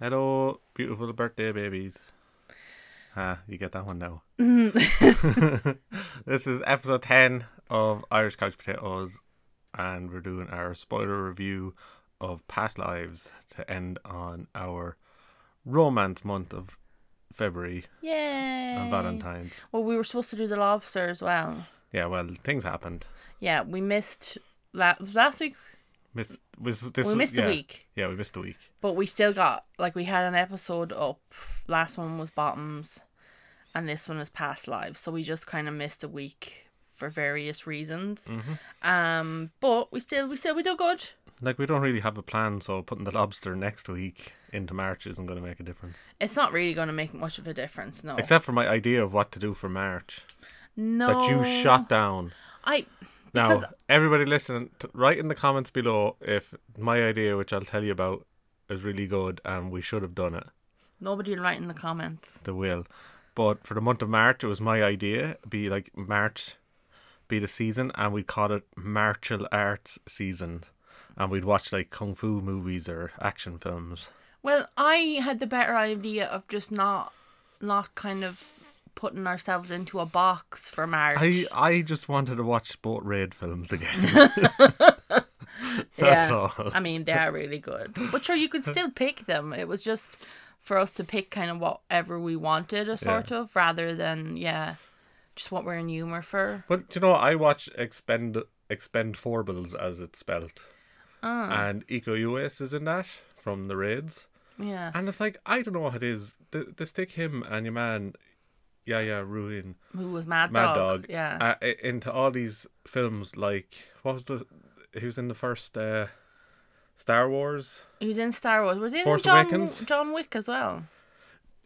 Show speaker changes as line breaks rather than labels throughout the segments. Hello, beautiful birthday babies. Ah, you get that one now.
Mm-hmm.
this is episode 10 of Irish Couch Potatoes, and we're doing our spoiler review of past lives to end on our romance month of February
Yay!
and Valentine's.
Well, we were supposed to do the lobster as well.
Yeah, well, things happened.
Yeah, we missed la- was last week.
Missed, was this
We
was-
missed
yeah,
a week,
Yeah, we missed a week.
but we still got like we had an episode up. Last one was bottoms, and this one is past lives. So we just kind of missed a week for various reasons.
Mm-hmm.
Um, but we still we still we do good.
Like, we don't really have a plan, so putting the lobster next week into March isn't going to make a difference.
It's not really going to make much of a difference. No,
Except for my idea of what to do for March.
no.
that you shot down.
I
Now,
Because-
everybody listening, t- write in the comments below if my idea, which I'll tell you about, is really good and we should have done it.
nobody will write in the comments.
They will. But for the month of March, it was my idea. Be like March, be the season, and we'd call it martial arts season. And we'd watch like kung fu movies or action films.
Well, I had the better idea of just not, not kind of putting ourselves into a box for March.
I I just wanted to watch boat raid films again.
Yeah.
That's all.
I mean, they are really good, but sure, you could still pick them. It was just for us to pick kind of whatever we wanted, a sort of, rather than yeah, just what we're in humor for.
But do you know, what? I watch expend expend forbles as it's spelled,
Ah.
and Eco US is in that from the raids,
Yeah.
and it's like I don't know what it is. They, they stick him and your man, yeah yeah, Ruin
Who was Mad,
Mad
Dog?
Dog,
Yeah.
uh, i- into all these films. Like what was the he was in the first uh, Star Wars.
he was in Star Wars. Was he in
Force
John
Awakens?
John Wick as well?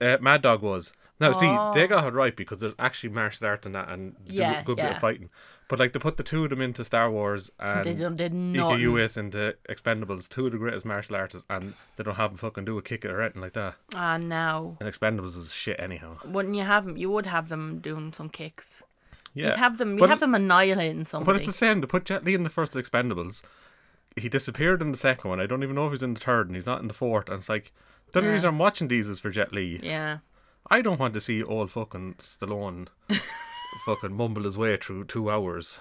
Uh, Mad Dog was. Now, see, they
Oh.
got it right because there's actually martial arts in that and do
Yeah,
a good bit
yeah.
of fighting. But like they put the two of them into Star Wars and E
They don't did
Ika
not.
US into Expendables, two of the greatest martial artists, and they don't have them fucking do a kick or anything like that.
Ah, now
And Expendables is shit anyhow.
wouldn't you have them? You would have them doing some kicks.
Yeah,
You'd have them. You'd
But-
have them annihilating
But
somebody.
it's the same. They put Jet Li in the first Expendables. He disappeared in the second one. I don't even know if he's in the third, and he's not in the fourth. And it's like the only
Yeah.
reason I'm watching these is for Jet Li.
yeah.
I don't want to see old fucking Stallone fucking mumble his way through two hours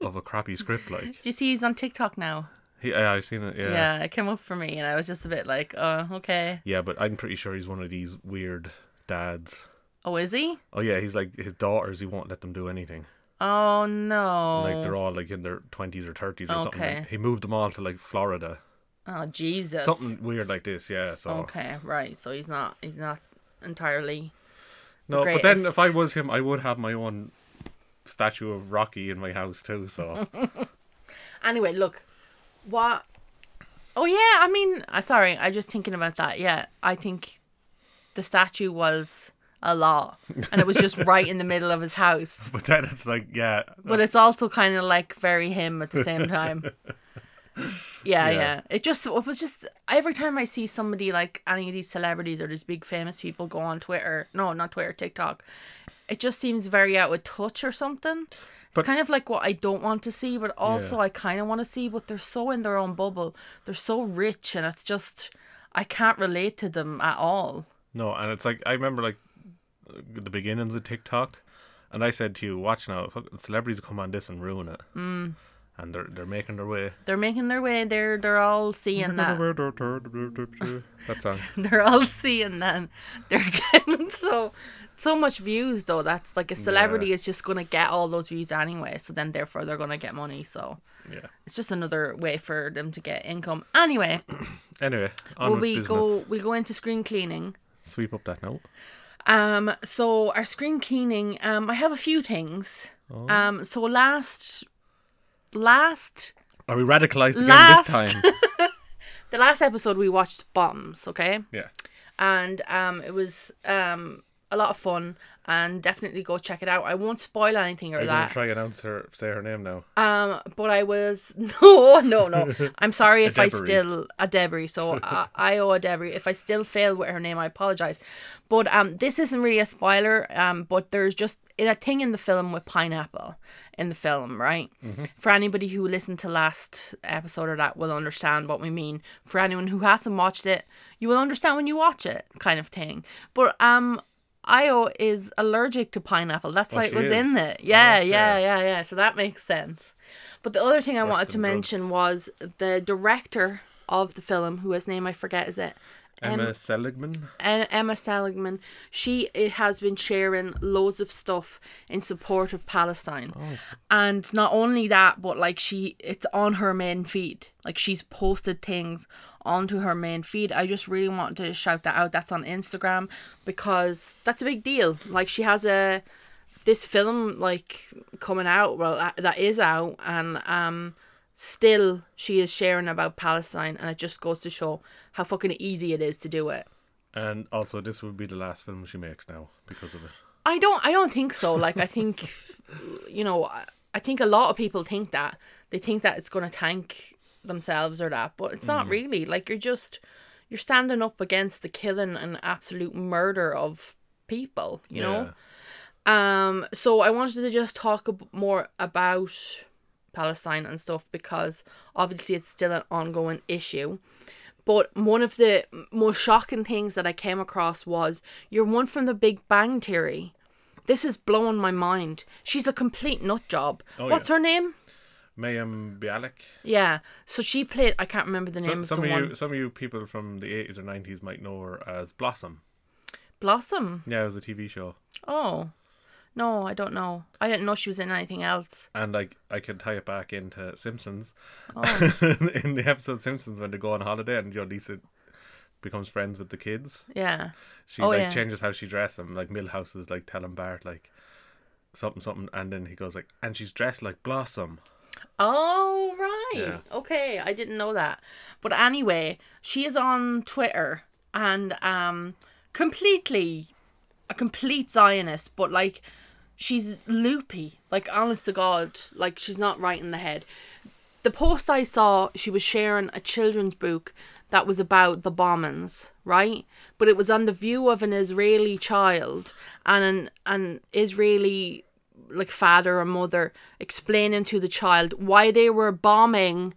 of a crappy script. Like
Do you see he's on TikTok now?
he, yeah, I've seen it. Yeah. yeah,
Yeah. it came up for me, and I was just a bit like, oh, okay.
But I'm pretty sure he's one of these weird dads.
Oh, is he?
Oh yeah, he's like his daughters. He won't let them do anything.
Oh no.
Like they're all like in their twenties or thirties or something.
Oh. Okay.
Like, he moved them all to like Florida.
oh Jesus.
Something weird like this. Yeah. So
Okay, right. So he's not. He's not entirely.
no, but then
greatest.
if I was him, I would have my own statue of Rocky in my house too. So
Anyway, look. What? Oh yeah. I mean, I sorry. I just thinking about that. Yeah, I think the statue was a lot, and it was just right in the middle of his house.
but then it's like yeah,
but it's also kind of like very him at the same time. Yeah, yeah,
Yeah.
It just it was just every time I see somebody like any of these celebrities or these big famous people go on Twitter, no, not Twitter, TikTok, it just seems very out of touch or something. It's
But-
kind of like what I don't want to see, but also I kind of want to see. But they're so in their own bubble. They're so rich, and it's just I can't relate to them at all.
No, and it's like I remember like the beginnings of TikTok, and I said to you, "Watch now, fucking celebrities come on this and ruin it." Mm.
Hmm.
And they're they're making their way.
They're making their way. They're they're all seeing that.
That song.
they're all seeing then they're getting so so much views though that's like a celebrity is just gonna get all those views anyway so then therefore they're gonna get money so
Yeah.
it's just another way for them to get income anyway
Anyway, on
will
with
we
business.
go we go into screen cleaning
Sweep up that note.
um so our screen cleaning um i have a few things
Oh.
um so last last
Are we radicalized again
Last.
this time?
the last episode we watched bombs okay
yeah.
and um, it was um, a lot of fun and definitely go check it out. I won't spoil anything or
Are you going
that.
to try and announce her, say her name now?
Um, but I was no, no, no. I'm sorry if I
Adebary.
still a Debris. So I, I owe a Debris. If I still fail with her name, I apologize. But um, this isn't really a spoiler. Um, but there's just a thing in the film with pineapple in the film, right?
Mm-hmm.
For anybody who listened to last episode or that will understand what we mean. For anyone who hasn't watched it, you will understand when you watch it, kind of thing. But um. Io is allergic to pineapple. That's why it
she
was
is.
in it.
Oh,
Yeah,
okay.
yeah, yeah, yeah. So that makes sense. But the other thing I wanted to
than drugs.
mention was the director of the film, who his name I forget is it. Em-
Emma Seligman.
and E-, Emma Seligman, she eh, has been sharing loads of stuff in support of Palestine, and not only that, but like she, it's on her main feed. Like she's posted things onto her main feed. I just really want to shout that out. That's on Instagram because that's a big deal. Like she has a this film like coming out. Well, that- that is out, and um still she is sharing about Palestine, and it just goes to show how fucking easy it is to do it.
And also, this would be the last film she makes now because of it.
I don't. I don't think so. Like I think, you know, I- I think a lot of people think that they think that it's gonna tank themselves or that, but it's not really. Like you're just you're standing up against the killing and absolute murder of people. You know. Um, so I wanted to just talk ab- more about Palestine and stuff because obviously it's still an ongoing issue. But one of the m- most shocking things that I came across was you're one from the Big Bang Theory. This is blowing my mind. She's a complete nut job.
Oh,
What's her name?
Mayim Bialik.
Yeah. So she played. I can't remember the name
Some,
of
some
the
of
one.
you, some of you people from the eighties or nineties might know her as Blossom.
Blossom.
Yeah, it was a TV show,
Oh, no, I don't know. I didn't know she was in anything else.
and like I can tie it back into Simpsons.
Oh.
in the episode Simpsons, when they go on holiday and you know, Lisa becomes friends with the kids,
Yeah.
she
Oh,
like
yeah.
changes how she dresses them. Like Millhouse is like telling Bart like something something, and then he goes like, and she's dressed like Blossom.
Oh right.
Yeah.
Okay, I didn't know that. But anyway, she is on Twitter and um completely a complete Zionist, but like she's loopy. Like honest to God, like she's not right in the head. The post I saw, she was sharing a children's book that was about the bombings, right? But it was on the view of an Israeli child and an an Israeli like father or mother explaining to the child why they were bombing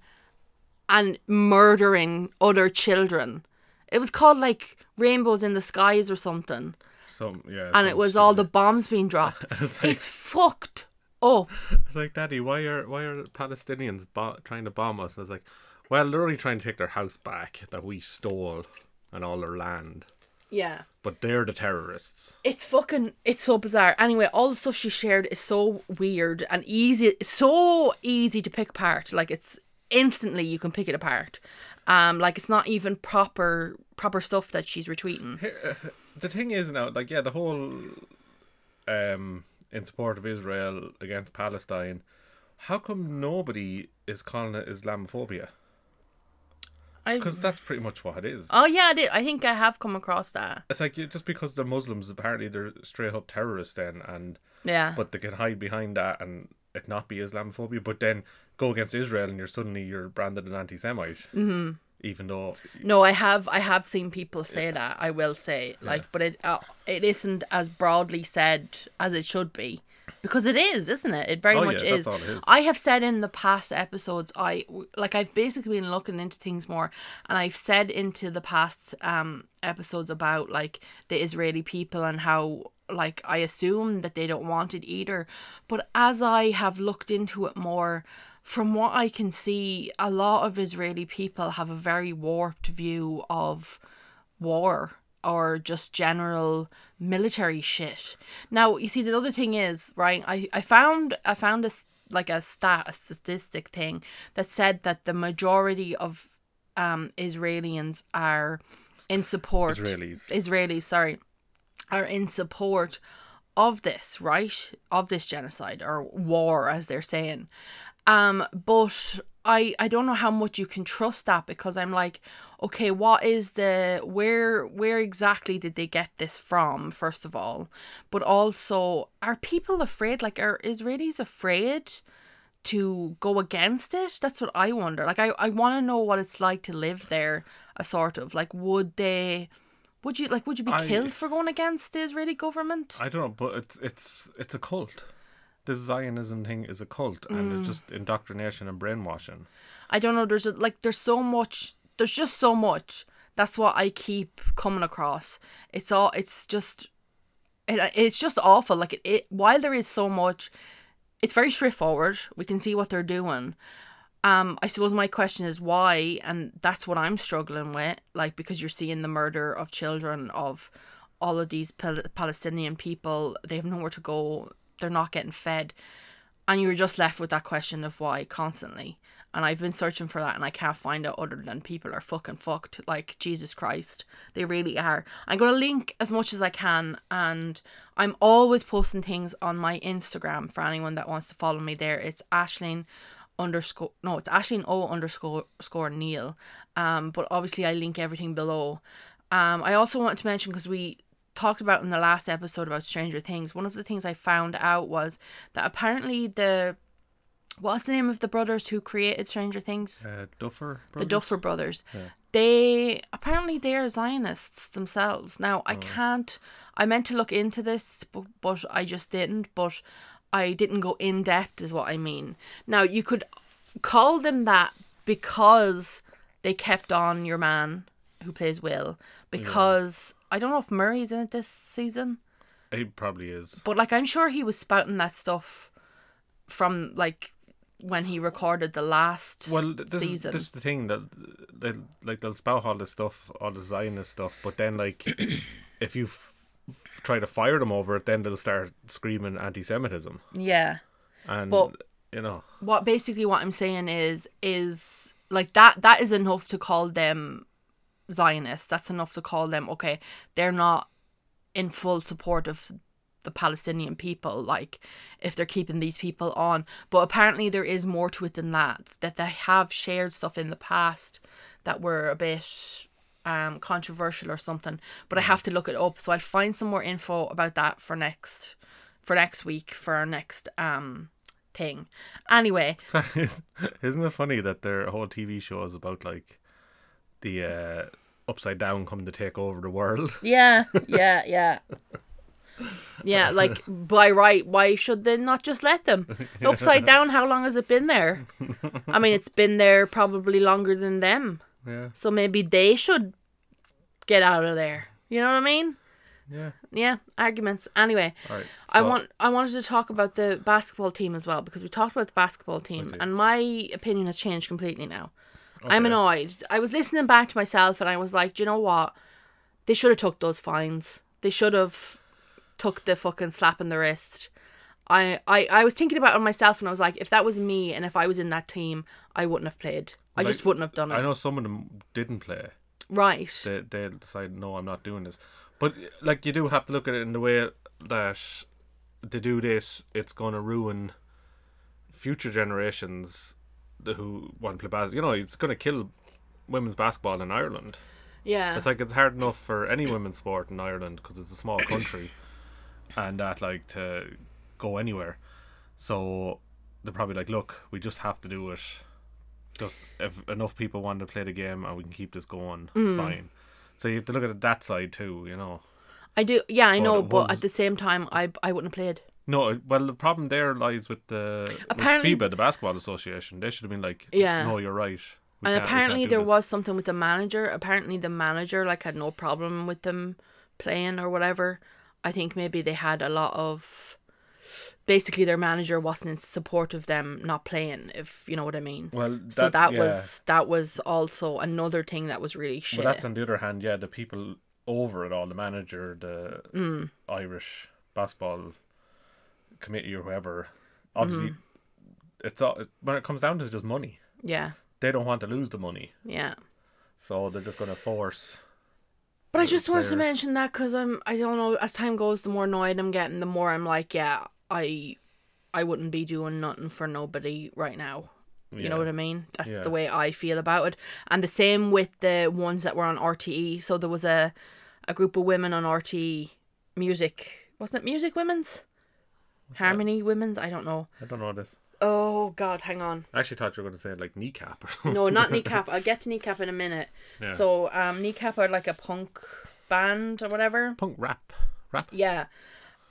and murdering other children. It was called like Rainbows in the Skies or something.
So yeah,
And it was all the bombs being dropped.
It's like,
It's fucked up.
it's like, Daddy, why are why are Palestinians bo- trying to bomb us? And it's like, well, they're only trying to take their house back that we stole and all their land.
Yeah.
But they're the terrorists.
It's fucking it's so bizarre. Anyway, all the stuff she shared is so weird and easy so easy to pick apart. Like it's instantly you can pick it apart. Um like it's not even proper proper stuff that she's retweeting.
the thing is now, like, yeah, the whole um in support of Israel against Palestine. How come nobody is calling it Islamophobia?
I
Because that's pretty much what it is.
Oh yeah, I did. I think I have come across that.
It's like you- just because they're Muslims, apparently they're straight up terrorists. Then and
Yeah.
but they can hide behind that and it not be Islamophobia. But then go against Israel and you're suddenly you're branded an anti-Semite, mm-hmm. even though
no, I have. I have seen people say that. I will say like, but it uh, it isn't as broadly said as it should be, because it is, isn't it? It very
Oh,
much
yeah, that's
is.
all it is.
I have said in the past episodes, I like I've basically been looking into things more, and I've said into the past um episodes about like the Israeli people and how like I assume that they don't want it either, but as I have looked into it more. From what I can see, a lot of Israeli people have a very warped view of war or just general military shit. Now, you see the other thing is, right, I, I found I found a s- like a stat a statistic thing that said that the majority of um Israelis are in support
Israelis.
Israelis, sorry, are in support of this, right? Of this genocide or war as they're saying. Um but I I don't know how much you can trust that because I'm like, okay, what is the where where exactly did they get this from? First of all, but also, are people afraid? Like, are Israelis afraid to go against it? That's what I wonder. Like, I I want to know what it's like to live there. A sort of like, would they? Would you like? Would you be
I-
killed for going against the Israeli government?
I don't know, but it's it's it's a cult. This Zionism thing is a cult, and it's just indoctrination and brainwashing.
I don't know. There's a, like there's so much. There's just so much. That's what I keep coming across. It's all. It's just. It, it's just awful. Like it, it. While there is so much, it's very straightforward. We can see what they're doing. Um, I suppose my question is why, and that's what I'm struggling with. Like because you're seeing the murder of children of all of these Pal- Palestinian people. They have nowhere to go. They're not getting fed and you're just left with that question of why constantly and i've been searching for that and i can't find it other than people are fucking fucked like jesus christ they really are i'm going to link as much as i can and i'm always posting things on my instagram for anyone that wants to follow me there it's ashleen underscore no it's ashleen o underscore score neil um but obviously i link everything below um i also want to mention because we talked about in the last episode about Stranger Things, one of the things I found out was that apparently the what's the name of the brothers who created Stranger Things?
Uh, Duffer,
The
brothers?
Duffer brothers. They apparently they are Zionists themselves. Now
Oh.
I can't. I meant to look into this, but, but I just didn't. But I didn't go in depth, is what I mean. Now you could call them that because they kept on your man who plays Will. Because I don't know if Murray's in it this season.
He probably is.
But like I'm sure he was spouting that stuff from like when he recorded the last
Well, th- this is,
season.
this is the thing that they like they'll spout all this stuff, all the Zionist stuff, but then like if you f- f- try to fire them over it, then they'll start screaming anti-Semitism,
Yeah.
and
But-
you know,
What basically what I'm saying is is like that that is enough to call them Zionists. That's enough to call them okay, they're not in full support of the Palestinian people, like if they're keeping these people on. But apparently there is more to it than that. That they have shared stuff in the past that were a bit um controversial or something. But I have to look it up. So I'll find some more info about that for next for next week for our next um thing. Anyway,
isn't it funny that their whole TV show is about like the uh, upside down coming to take over the world?
Yeah, yeah, yeah. Yeah, like by right, why should they not just let them? Upside down, how long has it been there? I mean, it's been there probably longer than them.
Yeah,
So maybe they should get out of there. You know what I mean?
yeah.
Yeah, arguments. Anyway,
All right.
I
so-
want I wanted to talk about the basketball team as well because we talked about the basketball team and my opinion has changed completely now. I'm
Okay.
annoyed. I was listening back to myself and I was like, Do you know what? They should have took those fines. They should have took the fucking slap in the wrist. I, I, I was thinking about it myself and I was like, if that was me and if I was in that team, I wouldn't have played. I just
Like,
wouldn't have done it.
I know some of them didn't play.
Right.
They they decided no, I'm not doing this. But like you do have to look at it in the way that to do this, it's going to ruin future generations th- who want to play basketball. You know, it's going to kill women's basketball in Ireland.
yeah.
It's like it's hard enough for any women's sport in Ireland because it's a small country, and that like to go anywhere. So they're probably like, look, we just have to do it. Just if enough people want to play the game and we can keep this going,
Mm.
fine. So you have to look at it that side too, you know.
I do yeah, I know,
it
but
was-
at the same time I I wouldn't have played.
No, well, the problem there lies with the with
Apparently-
FIBA, the basketball association. They should have been like,
Yeah.
no, you're right. We
and
can't- we
apparently
can't do
there
this."
was something with the manager apparently the manager like had no problem with them playing or whatever i think maybe they had a lot of basically their manager wasn't in support of them not playing if you know what i mean
well, that,
so that
yeah.
was that was also another thing that was really shit
Well, that's on the other hand, yeah, the people over it all, the manager, the
Mm.
Irish basketball committee or whoever,
Mm-hmm.
obviously, it's all, when it comes down to it, just money.
yeah
They don't want to lose the money,
yeah
so they're just going to force.
But I just wanted to
players.
mention that because I'm I don't know as time goes the more annoyed I'm getting the more I'm like yeah I I wouldn't be doing nothing for nobody right now You
Yeah.
know what I mean? That's
Yeah.
the way I feel about it. And the same with the ones that were on RTE. So there was a a group of women on RTE Music. Wasn't it Music Women's? Harmony Women's? I don't know.
I don't know this.
Oh God, hang on.
I actually thought you were going to say like kneecap. Or something.
No, not kneecap. I'll get to kneecap in a minute.
Yeah.
So um, kneecap are like a punk band or whatever.
Punk rap. Rap.
Yeah.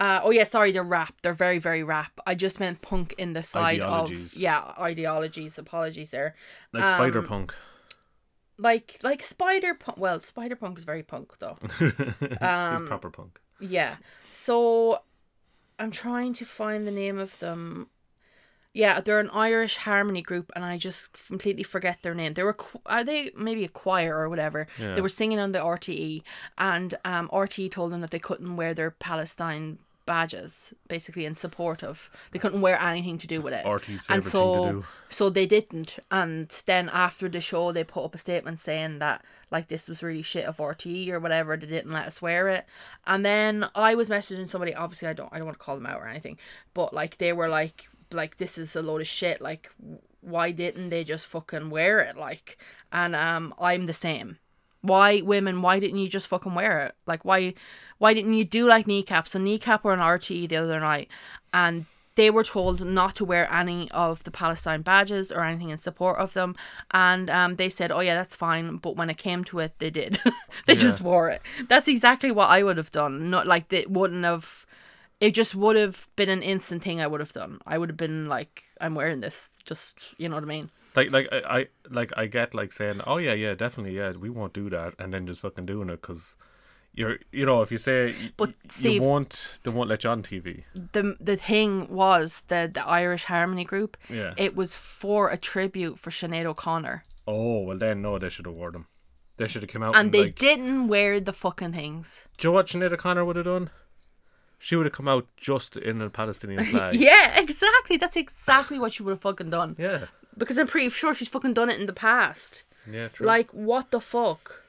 Uh, oh yeah, sorry, they're rap. They're very, very rap. I just meant punk in the side
Ideologies.
of yeah ideologies. Apologies there.
Like
Um,
spider punk.
Like like spider punk. Well, spider punk is very punk though. um,
proper punk.
Yeah. So I'm trying to find the name of them. Yeah, they're an Irish harmony group, and I just completely forget their name. They were qu- are they maybe a choir or whatever.
Yeah.
They were singing on the RTE, and um, RTE told them that they couldn't wear their Palestine badges, basically in support of. They couldn't wear anything to do with it.
RT's favourite
and so,
thing to do.
so they didn't. And then after the show, they put up a statement saying that like this was really shit of RTE or whatever. They didn't let us wear it. And then I was messaging somebody. Obviously, I don't. I don't want to call them out or anything. But like they were like like this is a load of shit. Like why didn't they just fucking wear it? Like and um I'm the same. Why women? Why didn't you just fucking wear it? Like why? Why didn't you do like kneecap? So kneecap were on RTE E the other night, and they were told not to wear any of the Palestine badges or anything in support of them, and um, they said, "Oh yeah, that's fine." But when it came to it, they did. they just wore it. That's exactly what I would have done. Not like they wouldn't have. It just would have been an instant thing I would have done. I would have been like, "I'm wearing this." Just you know what I mean?
Like like I, I like I get like saying oh yeah yeah definitely yeah we won't do that and then just fucking doing it because you're you know if you say y-
But
y-
Steve-
you won't they won't let you on TV
the the thing was the the Irish Harmony Group.
Yeah.
It was for a tribute for Sinead O'Connor,
oh well then no they should have wore them they should have come out
and they
like,
didn't wear the fucking things.
Do you know what Sinead O'Connor would have done? She would have come out just in a Palestinian flag.
Yeah, exactly. That's exactly what she would have fucking done.
yeah.
Because I'm pretty sure she's fucking done it in the past.
Yeah, true.
Like what the fuck?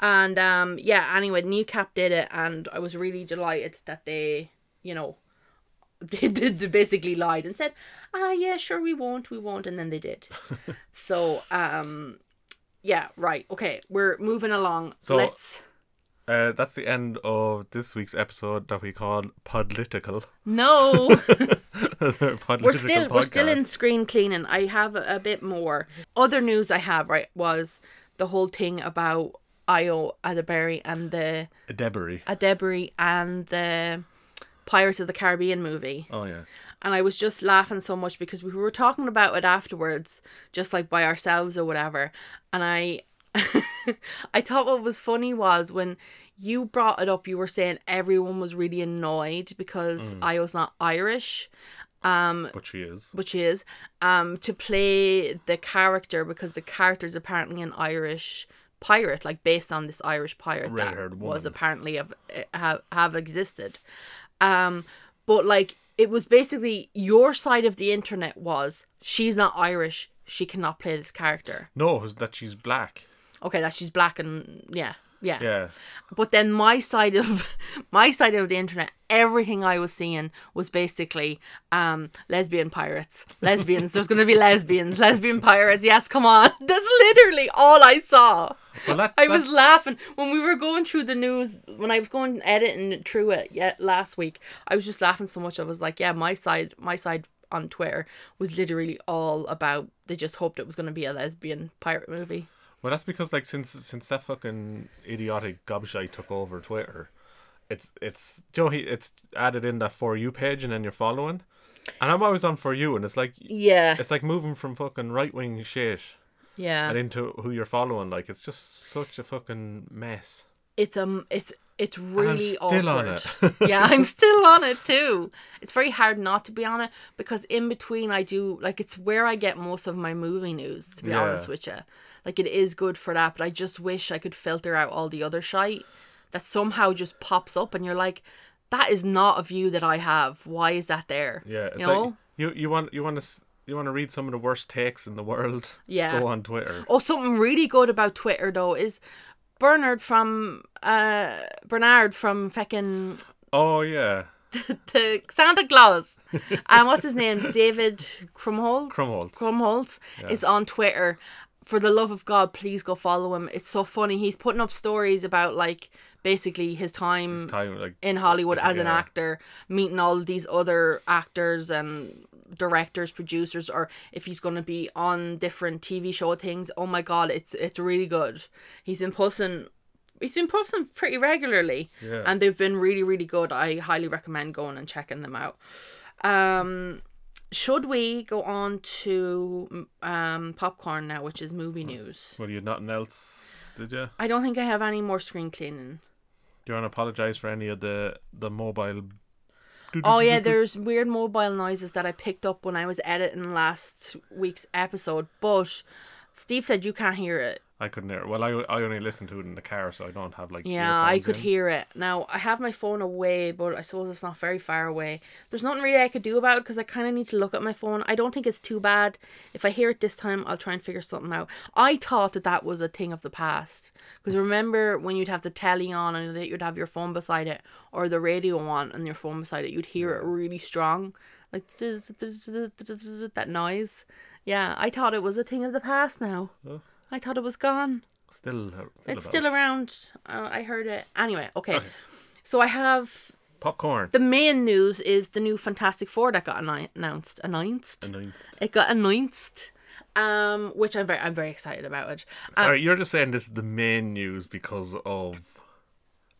And um yeah, anyway, Kneecap did it and I was really delighted that they, you know, they did they basically lied and said, "Ah yeah, sure we won't, we won't." And then they did. so, um yeah, right. Okay, we're moving along.
So-
Let's
uh, that's the end of this week's episode that we call Podlitical.
No.
Podlitical
we're still we're still in
podcast.
screen cleaning. I have a, a bit more. Other news I have, right, was the whole thing about Io Adaberry and the
debris.
a Debris and the Pirates of the Caribbean movie.
Oh yeah.
And I was just laughing so much because we were talking about it afterwards, just like by ourselves or whatever. And I I thought what was funny was when you brought it up, you were saying everyone was really annoyed because I was not Irish Um,
But she is.
which is um to play the character because the character is apparently an Irish pirate, like based on this Irish pirate that
Red-haired
was
woman.
apparently have, have have existed. Um, but like it was basically your side of the internet was she's not Irish, she cannot play this character.
No, it's that she's black.
Okay, that she's black and yeah. Yeah.
Yeah.
But then my side of my side of the internet, everything I was seeing was basically um, lesbian pirates, lesbians. There's gonna be lesbians, lesbian pirates. Yes, come on. That's literally all I saw.
Well, that,
I
that-
was laughing when we were going through the news when I was going editing through it yet last week. I was just laughing so much. I was like, yeah, my side, my side on Twitter was literally all about. They just hoped it was gonna be a lesbian pirate movie.
well, that's because like since since that fucking idiotic gobshite took over Twitter, it's it's Joe. You know, he it's added in that for you page and then you're following, and I'm always on for you, and it's like
Yeah,
it's like moving from fucking right wing shit
yeah.
and into who you're following. Like it's just such a fucking mess.
it's um it's it's really
I'm still on
awkward. yeah, I'm still on it too. It's very hard not to be on it because in between I do like it's where I get most of my movie news. To be
Yeah.
honest with you, like it is good for that, but I just wish I could filter out all the other shite that somehow just pops up, and you're like, that is not a view that I have. Why is that there?
Yeah, it's
you
like
know.
you you want you want to you want to read some of the worst takes in the world.
Yeah.
go on Twitter.
Oh, something really good about Twitter though is Bernard from uh Bernard from fucking
Oh yeah,
the Santa Claus. And what's his name? David Crumhold?
Crumholtz.
Crumholtz is on Twitter. For the love of God, please go follow him. It's so funny. He's putting up stories about like basically his time,
It's time like
in Hollywood as an
Yeah.
actor, meeting all these other actors and directors, producers, or if he's gonna be on different TV show things. Oh my god, it's it's really good. He's been posting he's been posting pretty regularly.
Yeah.
And they've been really, really good. I highly recommend going and checking them out. Um should we go on to um, popcorn now, which is movie
Hmm.
news?
well, you had nothing else, did you?
I don't think I have any more screen cleaning.
Do you want to apologize for any of the the mobile?
Oh yeah, there's weird mobile noises that I picked up when I was editing last week's episode, but Steve said you can't hear it.
I couldn't hear. it. Well, I, I only listened to it in the car, so I don't have like.
Yeah, I
earphones
could
in.
hear it. Now I have my phone away, but I suppose it's not very far away. There's nothing really I could do about it because I kind of need to look at my phone. I don't think it's too bad. If I hear it this time, I'll try and figure something out. I thought that that was a thing of the past because remember when you'd have the telly on and that you'd have your phone beside it or the radio on and your phone beside it, you'd hear it really strong, like that noise. Yeah, I thought it was a thing of the past. Now
Huh?
I thought it was gone.
Still, still
It's
about
still
it.
around. Uh, I heard it. Anyway, okay.
Okay.
So I have
popcorn.
the main news is the new Fantastic Four that got anni- announced. Announced.
Announced.
It got announced. Um, which I'm very, I'm very excited about it. Uh,
Sorry, you're just saying this is the main news because of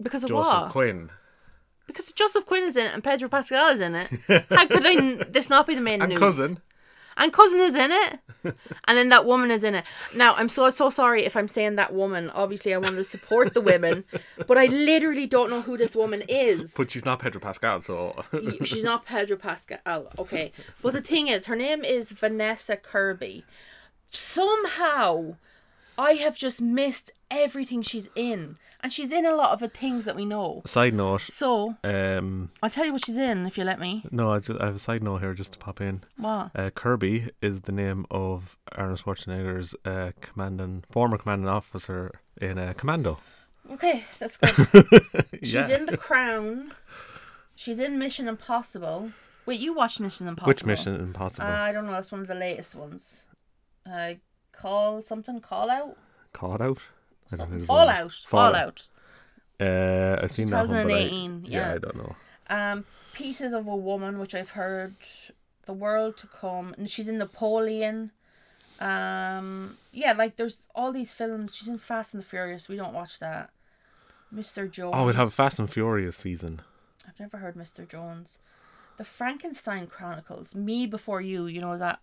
because of
Joseph
what?
Quinn
Because Joseph Quinn is in it and Pedro Pascal is in it. How could I n- this not be the main
and
news?
cousin.
and cousin is in it, and then that woman is in it. Now I'm so so sorry if I'm saying that woman. Obviously, I want to support the women, but I literally don't know who this woman is.
But she's not Pedro Pascal, so
Y- she's not Pedro Pascal. Oh, Okay. But the thing is, her name is Vanessa Kirby. Somehow, I have just missed everything she's in. And she's in a lot of the things that we know.
side note.
So,
Um,
I'll tell you what she's in if you let me.
no, I, just, I have a side note here just to pop in.
What?
Uh, Kirby is the name of Arnold Schwarzenegger's uh, commanding former commanding officer in uh, Commando.
Okay, that's good. She's in The Crown. She's in Mission Impossible. Wait, you watched Mission Impossible?
Which Mission Impossible?
Uh, I don't know. That's one of the latest ones. Uh, call something, call out?
Caught out. I don't
Something.
think there's one.
Fallout.
Fallout.
Fallout.
Uh, I seen that one, but I,
2018, yeah.
I don't know.
um, Pieces of a Woman, which I've heard, The World to Come, and she's in Napoleon. Um, yeah, like there's all these films. She's in Fast and the Furious. We don't watch that. Mr. Jones.
Oh, we'd have a Fast and Furious season.
I've never heard Mr. Jones. The Frankenstein Chronicles, Me Before You, you know, that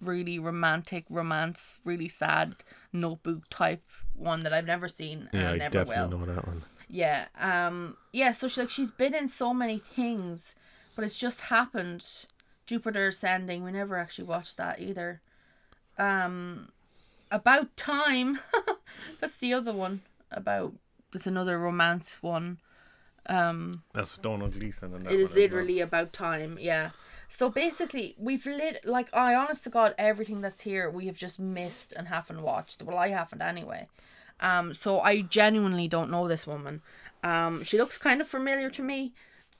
really romantic romance, really sad notebook type one that I've never seen and
Yeah, I,
never will.
definitely know that one.
Yeah. Um. Yeah. So she's like she's been in so many things, but it's just happened. Jupiter Ascending. We never actually watched that either. Um, about time. That's the other one. About there's another romance one. Um,
That's with Donald Gleason, and that
it
one as
is
well.
literally about time. Yeah. So basically, we've lit like I honest to God, everything that's here we have just missed and haven't watched. Well, I haven't anyway. Um, so I genuinely don't know this woman. Um, she looks kind of familiar to me,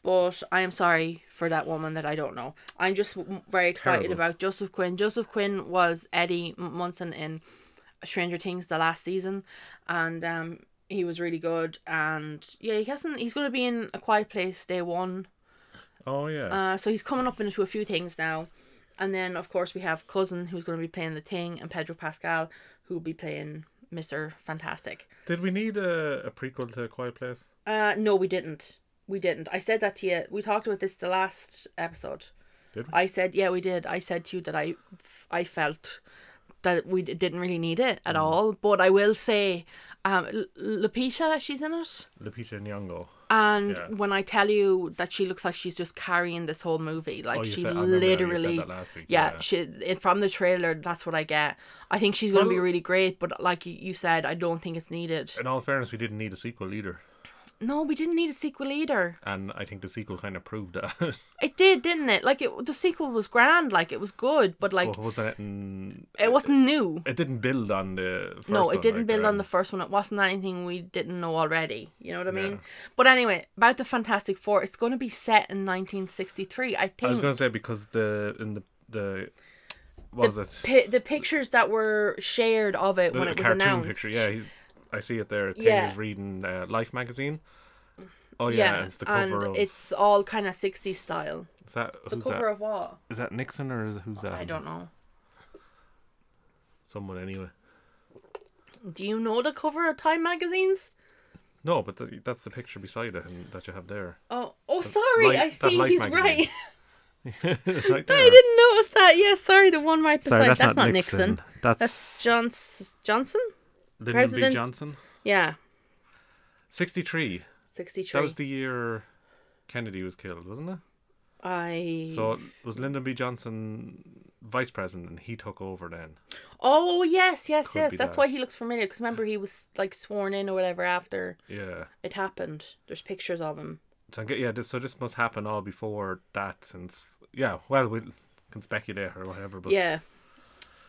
but I am sorry for that woman that I don't know. I'm just w- very excited
Terrible.
about Joseph Quinn. Joseph Quinn was Eddie M- Munson in Stranger Things the last season, and um, he was really good. And yeah, he hasn't. He's gonna be in A Quiet Place Day One.
Oh yeah.
Uh, so he's coming up into a few things now. And then, of course, we have Cousin, who's going to be playing The Thing, and Pedro Pascal, who'll be playing Mr. Fantastic.
Did we need a, a prequel to Quiet Place?
Uh, no, we didn't. We didn't. I said that to you. We talked about this the last episode.
Did we?
I said, yeah, we did. I said to you that I, I felt that we d- didn't really need it
Mm.
at all. But I will say, um, L- Lapisha, she's in it.
Lupita Nyong'o.
And
Yeah.
when I tell you that she looks like she's just carrying this whole movie, like
Oh, you
she
said I remember that, you
literally,
said that last week.
yeah,
yeah.
she it, from the trailer. That's what I get. I think she's gonna be
Well- Uh,
really great, but like you- you said, I don't think it's needed.
In all fairness, we didn't need a sequel either.
No, we didn't need a sequel either.
and I think the sequel kind of proved that.
It did, didn't it? Like it, the sequel was grand, like it was good, but like
but wasn't it? In,
it wasn't new.
It didn't build on the. First
no, it
one,
didn't
like,
build on
um,
the first one. It wasn't anything we didn't know already. You know what I mean?
Yeah.
But anyway, about the Fantastic Four, it's going to be set in 1963. I think
I was going to say because the in the the what was it
pi- the pictures that were shared of it
the
when it was
cartoon
announced.
picture? Yeah, he's, I see it there. Thing
Yeah.
is reading uh, Life magazine. Oh yeah,
Yeah,
it's the cover
and
of.
it's all kind of 60s style.
is that
The
who's
cover
that? Um,
of what?
Is that Nixon or is who's that?
I don't know.
Someone anyway.
Do you know the cover of Time magazines?
No, but th- that's the picture beside it and, that you have there.
Oh, oh, sorry.
Life-
I
that
see.
Life
He's
magazine.
right.
right
I
there.
didn't notice that. Yeah, sorry. The one right beside. that's, not, Nixon.
That's,
That's Johns- Johnson.
Lyndon
President-
B. Johnson.
Yeah,
63.
sixty-three.
That was the year Kennedy was killed, wasn't it?
I.
So it was Lyndon B. Johnson vice president and he took over then.
oh yes, yes,
Could
yes.
be
That's
that.
why he looks familiar. Because remember, he was like sworn in or whatever after
Yeah.
it happened. There's pictures of him.
So I get- yeah, this, so this must happen all before that since yeah, well we can speculate or whatever, but
Yeah.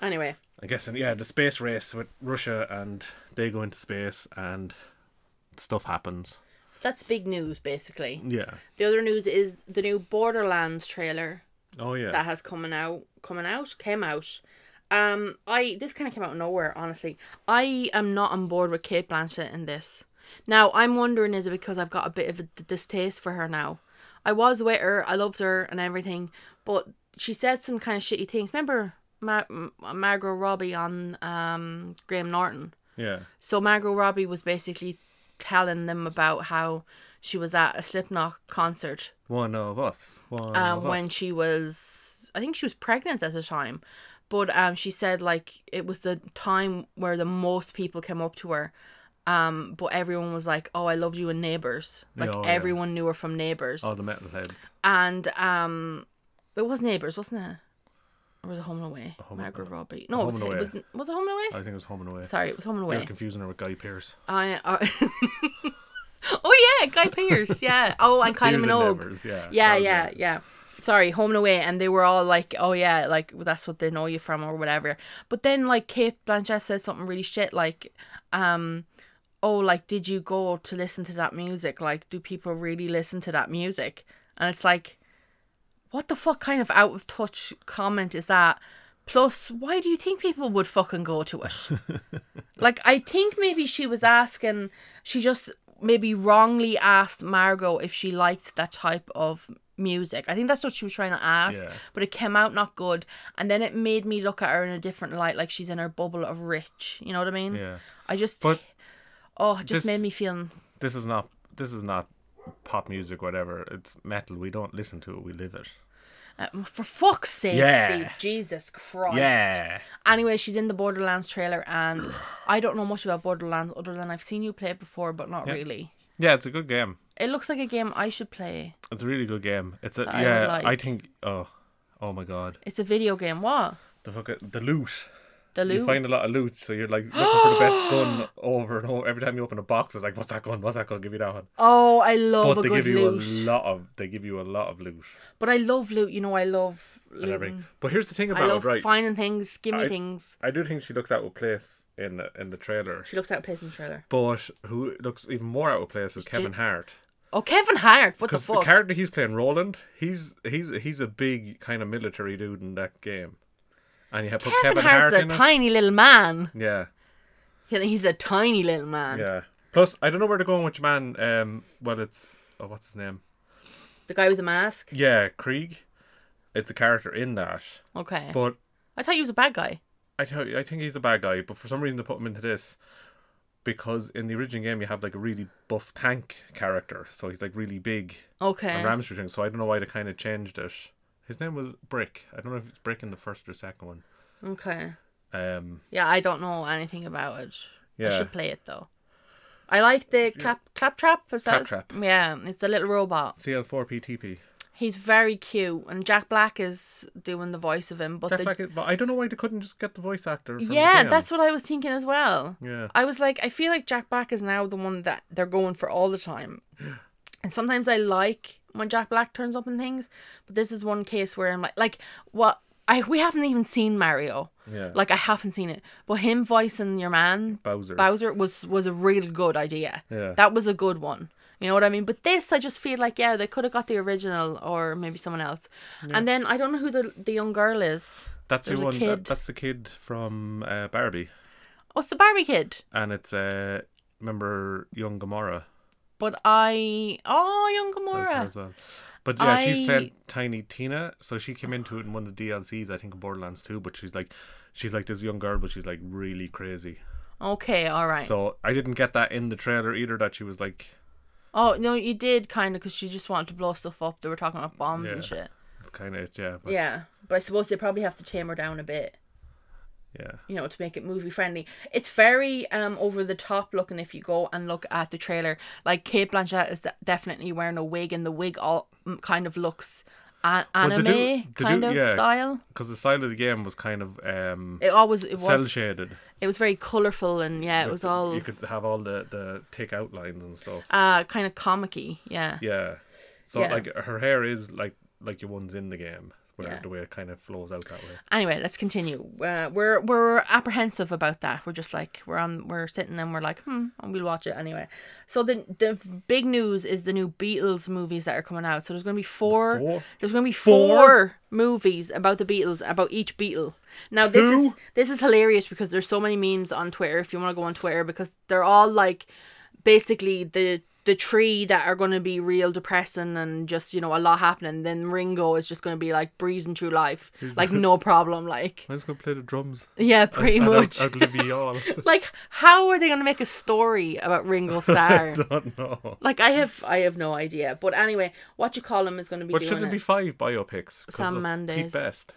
Anyway,
I guess and yeah, the space race with Russia and they go into space and stuff happens.
that's big news basically.
Yeah.
The other news is the new Borderlands trailer
Oh yeah.
that has coming out, coming out, came out. Um, I this kind of came out of nowhere, honestly. I am not on board with Kate Blanchett in this. Now I'm wondering is it because I've got a bit of a d- distaste for her now. I was with her, I loved her and everything, but she said some kind of shitty things. Remember Mar- M- Margot Robbie on um Graham Norton.
yeah.
So Margot Robbie was basically telling them about how she was at a Slipknot concert
One of us. One
um,
of
when
us.
she was i think she was pregnant at the time but um, she said like it was the time where the most people came up to her um, but everyone was like oh i loved you in neighbors like
Oh, yeah. Oh.
everyone knew her from neighbors
all the metalheads.
and um, it was neighbors wasn't it or was it home and away
Home-
margaret robbie
Home
no it was,
and
it
Away. Uh,
was was it home and away
I think it was Home and Away.
sorry it was home and away
You're confusing her with Guy Pearce.
I, I- oh yeah guy pierce yeah oh and kylie
Pearce and
minogue
Evers, yeah.
yeah,
that was
yeah,
it.
yeah. Sorry, Home and Away, and they were all like, "Oh yeah, like that's what they know you from or whatever." But then like Kate Blanchett said something really shit, like, um, "Oh, like did you go to listen to that music? Like, do people really listen to that music?" And it's like, what the fuck kind of out of touch comment is that? Plus, why do you think people would fucking go to it? like, I think maybe she was asking, she just maybe wrongly asked Margot if she liked that type of music. I think that's what she was trying to ask,
Yeah.
but it came out not good. And then it made me look at her in a different light, like she's in her bubble of rich. You know what I mean?
Yeah.
I just,
But-
oh, it just
This-
made me feel,
This is not this is not pop music, whatever. It's metal. We don't listen to it, we live it.
uh, for fuck's sake,
Yeah.
Steve, Jesus Christ.
Yeah.
Anyway, she's in the Borderlands trailer, and I don't know much about Borderlands other than I've seen you play it before, but not really.
Yeah, it's a good game.
It looks like a game I should play.
It's a really good game. It's a
I would
yeah,
like.
I think oh oh my god.
It's a video game. What?
The fuck the loot.
The
You
loot?
find a lot of loot, so you're like looking for the best gun over and over. Every time you open a box, it's like, "What's that gun? What's that gun? Give me that one."
oh, I love
but
a
they
good
give you
loot.
a lot of they give you a lot of loot
but I love loot. You know, I love
and everything.
loot.
But here's the thing
I
about
love
it, right?
finding things. Give me
I-
things.
I do think she looks out of place in the, in the trailer.
She looks out of place in the trailer.
But who looks even more out of place is Kevin Hart
Oh, Kevin Hart. What the
because
fuck?
the character he's playing, Roland, he's he's he's a big kind of military dude in that game, and you have put
Kevin,
Kevin
Hart's
Hart
a
in it.
tiny little man.
Yeah,
Yeah, He's a tiny little man.
yeah. Plus, I don't know where they're going with your man. Um, well, it's oh, what's his name?
The guy with the mask.
Yeah, Krieg. It's a character in that,
Okay.
but
I thought he was a bad guy.
I tell you, I think he's a bad guy, but for some reason they put him into this because in the original game you have like a really buff tank character, so he's like really big
Okay.
and ram shooting. So I don't know why they kind of changed it. His name was Brick. I don't know if it's Brick in the first or second one.
Okay.
Um,
Yeah, I don't know anything about it. I
yeah,
should play it though. I like the clap claptrap. Is that
Claptrap.
Yeah, it's a little robot.
CL4PTP.
He's very cute, and Jack Black is doing the voice of him. But
Jack
the,
Black is- but I don't know why they couldn't just get the voice actor. From the
yeah,
game.
that's what I was thinking as well.
yeah.
I was like, I feel like Jack Black is now the one that they're going for all the time. And sometimes I like when Jack Black turns up in things, but this is one case where I'm like, like what I we haven't even seen Mario.
Yeah.
Like I haven't seen it, but him voicing your man
Bowser.
Bowser was was a real good idea.
Yeah.
That was a good one. You know what I mean? But this, I just feel like yeah, they could have got the original or maybe someone else. And then I don't know who the the young girl is.
that's the
there's a
one.
kid.
That, that's the kid from uh, Barbie,
Oh, it's the Barbie kid.
and it's uh, remember young Gamora.
But I oh, young
as her
Gamora.
as well. But yeah, she's
I-
played Tiny Tina, so she came into it in one of the DLCs, I think, of Borderlands 2. But she's like, she's like this young girl, but she's like really crazy.
Okay, all right.
So I didn't get that in the trailer either. That she was like,
Oh no, you did kind of because she just wanted to blow stuff up. They were talking about bombs
Yeah.
and shit.
kind of yeah, but, yeah,
Yeah, but I suppose they probably have to tame her down a bit, you know, to make it movie friendly. It's very um over the top looking if you go and look at the trailer. Like Kate Blanchett is de- definitely wearing a wig, and the wig all mm, kind of looks a-
they
anime
do- they
kind
do-
of
yeah.
style.
Because the style of the game was kind of um,
It always it was
cell shaded.
it was very colorful and yeah, it was all
You could have all the the thick outlines and stuff.
uh kind of comicky. Yeah.
yeah. So
yeah.
like her hair is like like your one's in the game, where
Yeah.
the way it kind of flows out that way.
Anyway, let's continue. Uh, we're we're apprehensive about that. We're just like we're on we're sitting and we're like hmm, and we'll watch it anyway. So the the big news is the new Beatles movies that are coming out. So there's going to be four,
Four?
There's going to be
Four?
four, movies about the Beatles about each Beatle. Now this
Two?
is this is hilarious because there's so many memes on Twitter. If you want to go on Twitter, because they're all like basically the the tree that are going to be real depressing and just you know a lot happening then ringo is just going to be like breezing through life like no problem like
I'm just gonna play the drums.
yeah pretty
and out-
much
outlive ye all.
like how are they going to make a story about ringo starr
don't know.
like i have i have no idea but anyway what you call him is going to be
But
doing
shouldn't
it.
it be five biopics? 'Cause
Sam
of
Mendes.
Pete Best.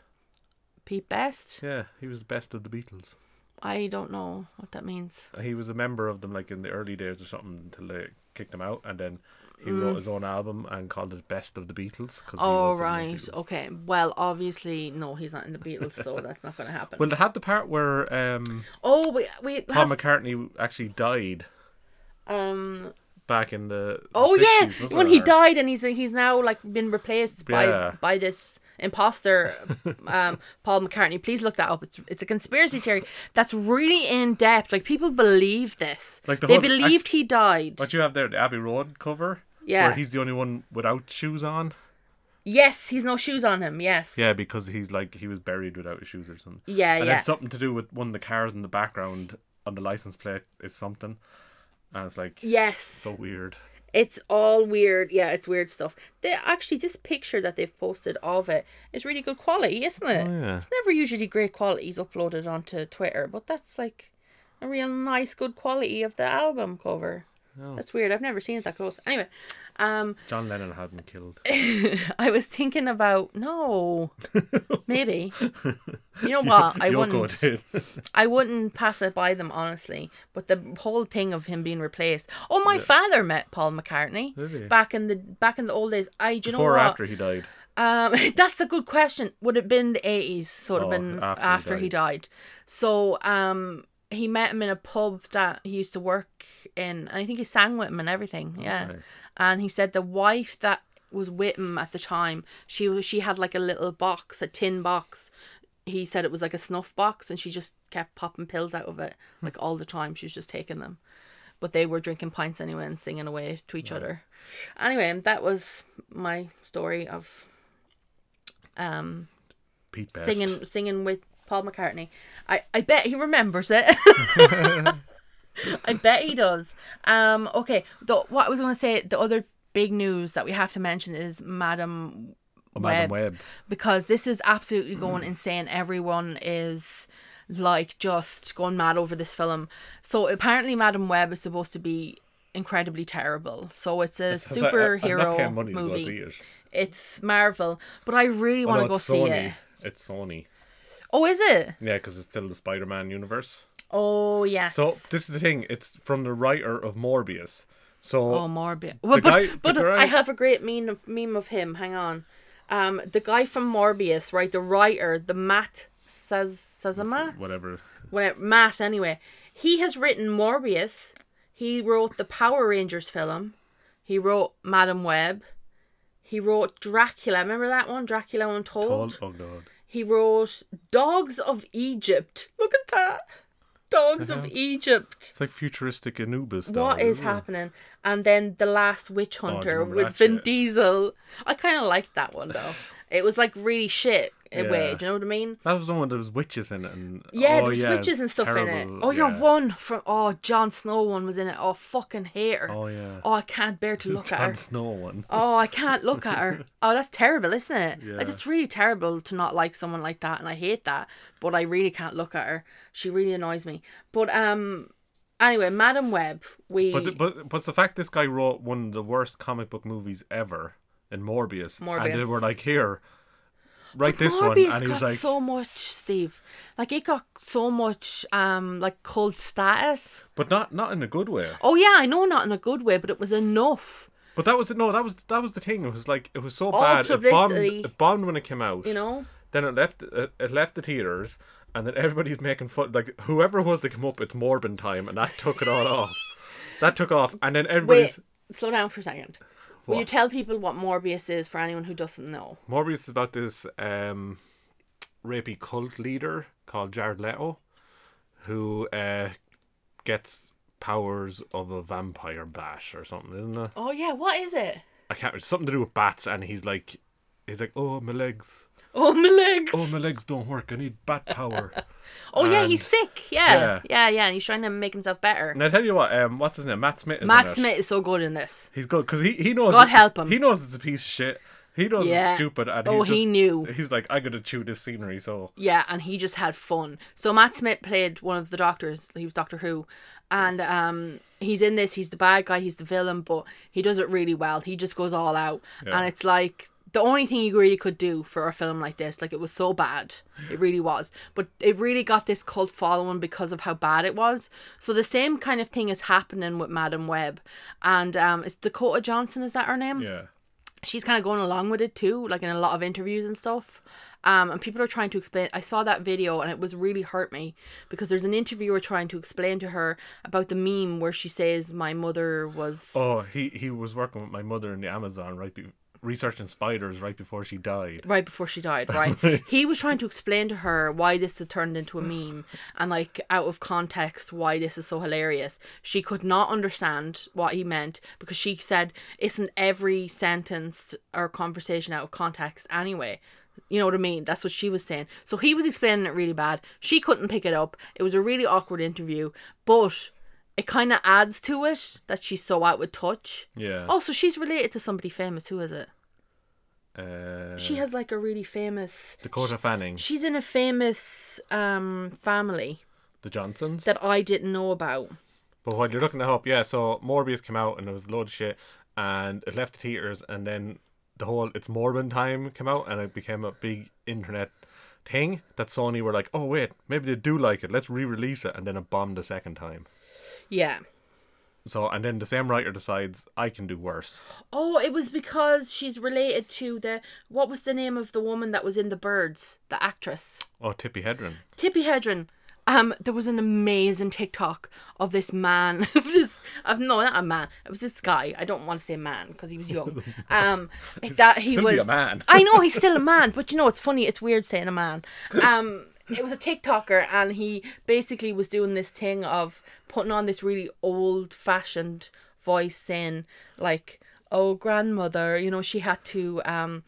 pete best
Yeah, he was the best of the Beatles.
i don't know what that means
He was a member of them like in the early days or something until they kicked him out, and then he wrote his own album and called it Best of the Beatles. Cause he
Mm. oh
was in the
right
Beatles.
okay well obviously no he's not in the beatles so that's not going to happen
Well, they had the part where um,
oh we, we
Paul
have,
McCartney actually died
um
back in the the
Oh
60s,
yeah,
wasn't
when
it,
he
or-
died and he's he's now like been replaced
Yeah.
by by this imposter, um, Paul McCartney. Please look that up. It's it's a conspiracy theory that's really in depth. Like people believe this.
Like, the
they
whole-
believed
actu-
he died.
What you have there, the Abbey Road cover,
Yeah.
where he's the only one without shoes on.
Yes, he's no shoes on him. Yes.
Yeah, because he's like he was buried without his shoes or something.
Yeah,
and
yeah.
it's something to do with one of the cars in the background on the license plate is something, and it's like
Yes.
so weird.
It's all weird. Yeah, it's weird stuff. They actually this picture that they've posted of it is really good quality, isn't it?
Oh, yeah.
It's never usually great qualities uploaded onto Twitter, but that's like a real nice good quality of the album cover. That's weird. I've never seen it that close. Anyway, um
John Lennon had been killed.
I was thinking about no. Maybe. You know what? I wouldn't
Yoko did.
I wouldn't pass it by them honestly. But the whole thing of him being replaced. Oh, my father met Paul McCartney
Really?
back in the back in the old days. I do you
Before or
know what?
after he died.
Um, that's a good question. Would it been the eighties? So it'd
Oh,
have been
after
after,
he
he, died. So um, he met him in a pub that he used to work in, and I think he sang with him and everything. Yeah,
Oh, Okay.
and he said the wife that was with him at the time, she was she had like a little box, a tin box. He said it was like a snuff box, and she just kept popping pills out of it
Hmm.
like all the time. She was just taking them but they were drinking pints anyway and singing away to each other. Anyway, that was my story of um
Pete Best.
singing singing with Paul McCartney. I I bet he remembers it. I bet he does. Um okay, the, what I was going to say the other big news that we have to mention is Madam
Oh, Madam
Web.
Web.
because this is absolutely going insane. Everyone is like just going mad over this film. So apparently, Madam Web is supposed to be incredibly terrible. So it's a
It's like, I- I'm not
superhero
paying money to go see
movie.
it.
It's Marvel, but I really
Oh,
want
no,
to go
it's
see
Sony.
it.
It's Sony.
Oh, is it?
Yeah, because it's still the Spider-Man universe.
Oh yes.
So this is the thing. It's from the writer of Morbius. So
Oh, Morbius. Well, but
guy- the
but
guy-
I have a great meme of, meme of him. Hang on. Um, the guy from Morbius, right? The writer, the Matt Saz- Sazama,
whatever.
when Matt anyway, he has written Morbius. He wrote the Power Rangers film. He wrote Madam Web. He wrote Dracula. Remember that one, Dracula Untold.
Oh, oh god.
He wrote Dogs of Egypt. Look at that, Dogs
Uh-huh.
of Egypt.
It's like futuristic Anubis.
What
doll,
is
isn't it?
happening? And then The Last Witch
Oh, do you
Hunter
remember
with
that
Vin
shit?
Diesel. I kind of liked that one though. it was like really shit in a way.
Yeah.
Do you know what I mean?
That was the one that was witches in it. And,
Yeah,
oh,
there's
yeah,
witches and stuff in it.
terrible,
Oh, your
yeah.
one from oh Jon Snow one was in it. Oh fucking hate her.
Oh yeah.
Oh, I can't bear to look at her.
Jon Snow one.
Oh, I can't look at her. Oh, that's terrible, isn't it?
Yeah.
Like, it's really terrible to not like someone like that, and I hate that. But I really can't look at her. She really annoys me. But um, anyway, Madam Web, we
But, th- but but it's the fact this guy wrote one of the worst comic book movies ever in Morbius, and they
Morbius.
were like, here, write this
Morbius
one, and he
got
was like,
so much, Steve. Like it got so much, um, like cult status.
but not not in a good way.
Oh yeah, I know, not in a good way, but it was enough.
But that was no, that was that was the thing. It was like it was so
All
bad. It bombed,
publicity.
it bombed when it came out.
You know,
Then it left it, it left the theaters, and then everybody's making fun. Like whoever it was that came up, it's Morbin time, and that took it all off. That took off, and then
wait,
everybody's
slow down for a second. Will you
What?
tell people what Morbius is for anyone who doesn't know?
Morbius is about this um, rapey cult leader called Jared Leto, who uh, gets powers of a vampire bat or something, isn't it?
Oh yeah, what is it?
I can't. It's something to do with bats, and he's like, he's like, oh my legs,
Oh my legs.
oh my legs don't work. I need bat power.
Oh yeah,
And-
he's sick. Yeah.
Yeah.
yeah, yeah, And he's trying to make himself better.
and I tell you what, um, what's his name? Matt Smith. Is in
Matt
it.
Smith is so good in this.
He's good because he he knows.
God help him.
He knows it's a piece of shit. He knows
Yeah.
it's stupid, and
Oh,
he's
he
just-
knew.
He's like, I gotta chew this scenery. So
Yeah, and he just had fun. So Matt Smith played one of the doctors. He was Doctor Who, and um, he's in this. He's the bad guy. He's the villain, but he does it really well. He just goes all out, and it's like the only thing you really could do for a film like this. Like it was so bad, it really was. But it really got this cult following because of how bad it was. So the same kind of thing is happening with Madam Web, and um, it's Dakota Johnson. Is that her name?
yeah,
she's kind of going along with it too, like in a lot of interviews and stuff. Um, and people are trying to explain. I saw that video and it was really hurt me because there's an interviewer trying to explain to her about the meme where she says, "My mother was."
Oh, he he was working with my mother in the Amazon right be- researching spiders right before she died.
Right before she died, right? he was trying to explain to her why this had turned into a meme and, like, out of context, why this is so hilarious. She could not understand what he meant because she said, Isn't every sentence or conversation out of context anyway? You know what I mean? That's what she was saying. So he was explaining it really bad. She couldn't pick it up. It was a really awkward interview, but it kind of adds to it that she's so out with touch.
Yeah.
Also, she's related to somebody famous. Who is it?
Uh,
She has like a really famous.
Dakota Fanning,
She's in a famous um family
the Johnsons.
that I didn't know about.
but while you're looking that up, yeah, so Morbius came out and there was a load of shit and it left the theaters and then the whole It's Morbin time came out and it became a big internet thing that Sony were like, oh, wait, maybe they do like it. Let's re release it. And then it bombed a second time.
Yeah.
So, and then the same writer decides, I can do worse.
Oh, it was because she's related to the what was the name of the woman that was in The Birds, the actress?
Oh, Tippy Hedren.
Tippi Hedren. Um, there was an amazing TikTok of this man, of this, of no, not a man. It was this guy. I don't want to say man because he was young. Um, that he
still be
was
a man.
I know he's still a man, but you know it's funny. It's weird saying a man. Um, it was a TikToker, and he basically was doing this thing of putting on this really old-fashioned voice, saying like, "Oh, grandmother, you know she had to um."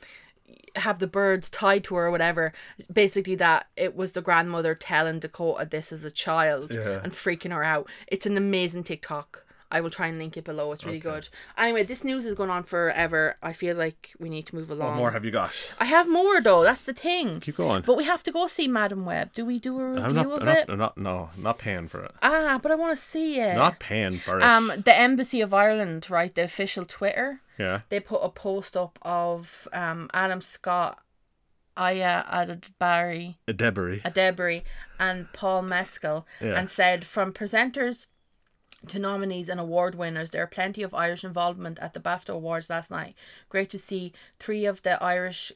have the birds tied to her or whatever. Basically, that it was the grandmother telling Dakota this as a child
Yeah.
and freaking her out. It's an amazing TikTok. I will try and link it below. It's really good. Anyway, this news is going on forever. I feel like we need to move along.
What more have you got?
I have more though. That's the thing.
Keep going.
But we have to go see Madam Web. Do we do a review
I'm not,
of
I'm
it?
not, I'm not, no, not paying for it.
Ah, but I want to see it.
Not paying for it.
um, the Embassy of Ireland, right? The official Twitter.
yeah.
they put a post up of um, Adam Scott, Aya Adebari,
A debris.
Adebari, and Paul Mescal,
Yeah.
and said from presenters to nominees and award winners. There are plenty of Irish involvement at the BAFTA Awards last night. Great to see three of the Irish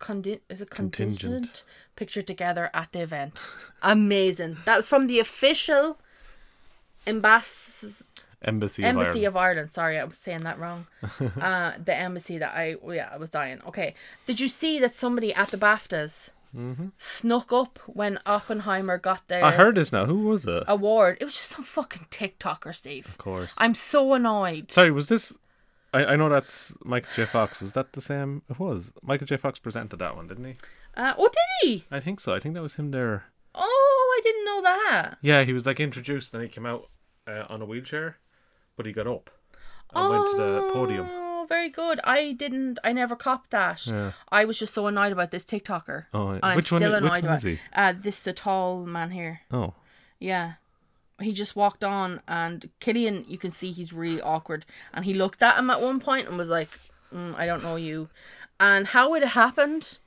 condi- is it contingent,
Contingent.
pictured together at the event. Amazing. That was from the official embass-
Embassy, of
embassy
Ireland.
of Ireland. Sorry, I was saying that wrong. uh, the embassy that I oh yeah I was dying. Okay, did you see that somebody at the BAFTAs snuck up when Oppenheimer got their
Mm-hmm. I heard this now. Who was it? Of
award? It was just some fucking TikToker, Steve.
course.
I'm so annoyed.
Sorry, was this? I, I know that's Michael J. Fox. Was that the same? It was. Michael J. Fox presented that one, didn't he?
Uh, oh, did he?
I think so. I think that was him there.
Oh, I didn't know that.
Yeah, he was like introduced and he came out uh, on a wheelchair, but he got up and went to the podium.
Oh, very good. I didn't. I never copped that.
Yeah.
I was just so annoyed about this TikToker.
Oh,
and I'm
which one-
still
which
annoyed
one
about
is he?
Uh, this the tall man here.
Oh,
Yeah. He just walked on, and Killian, you can see he's really awkward. And he looked at him at one point and was like, mm, I don't know you. And how it happened,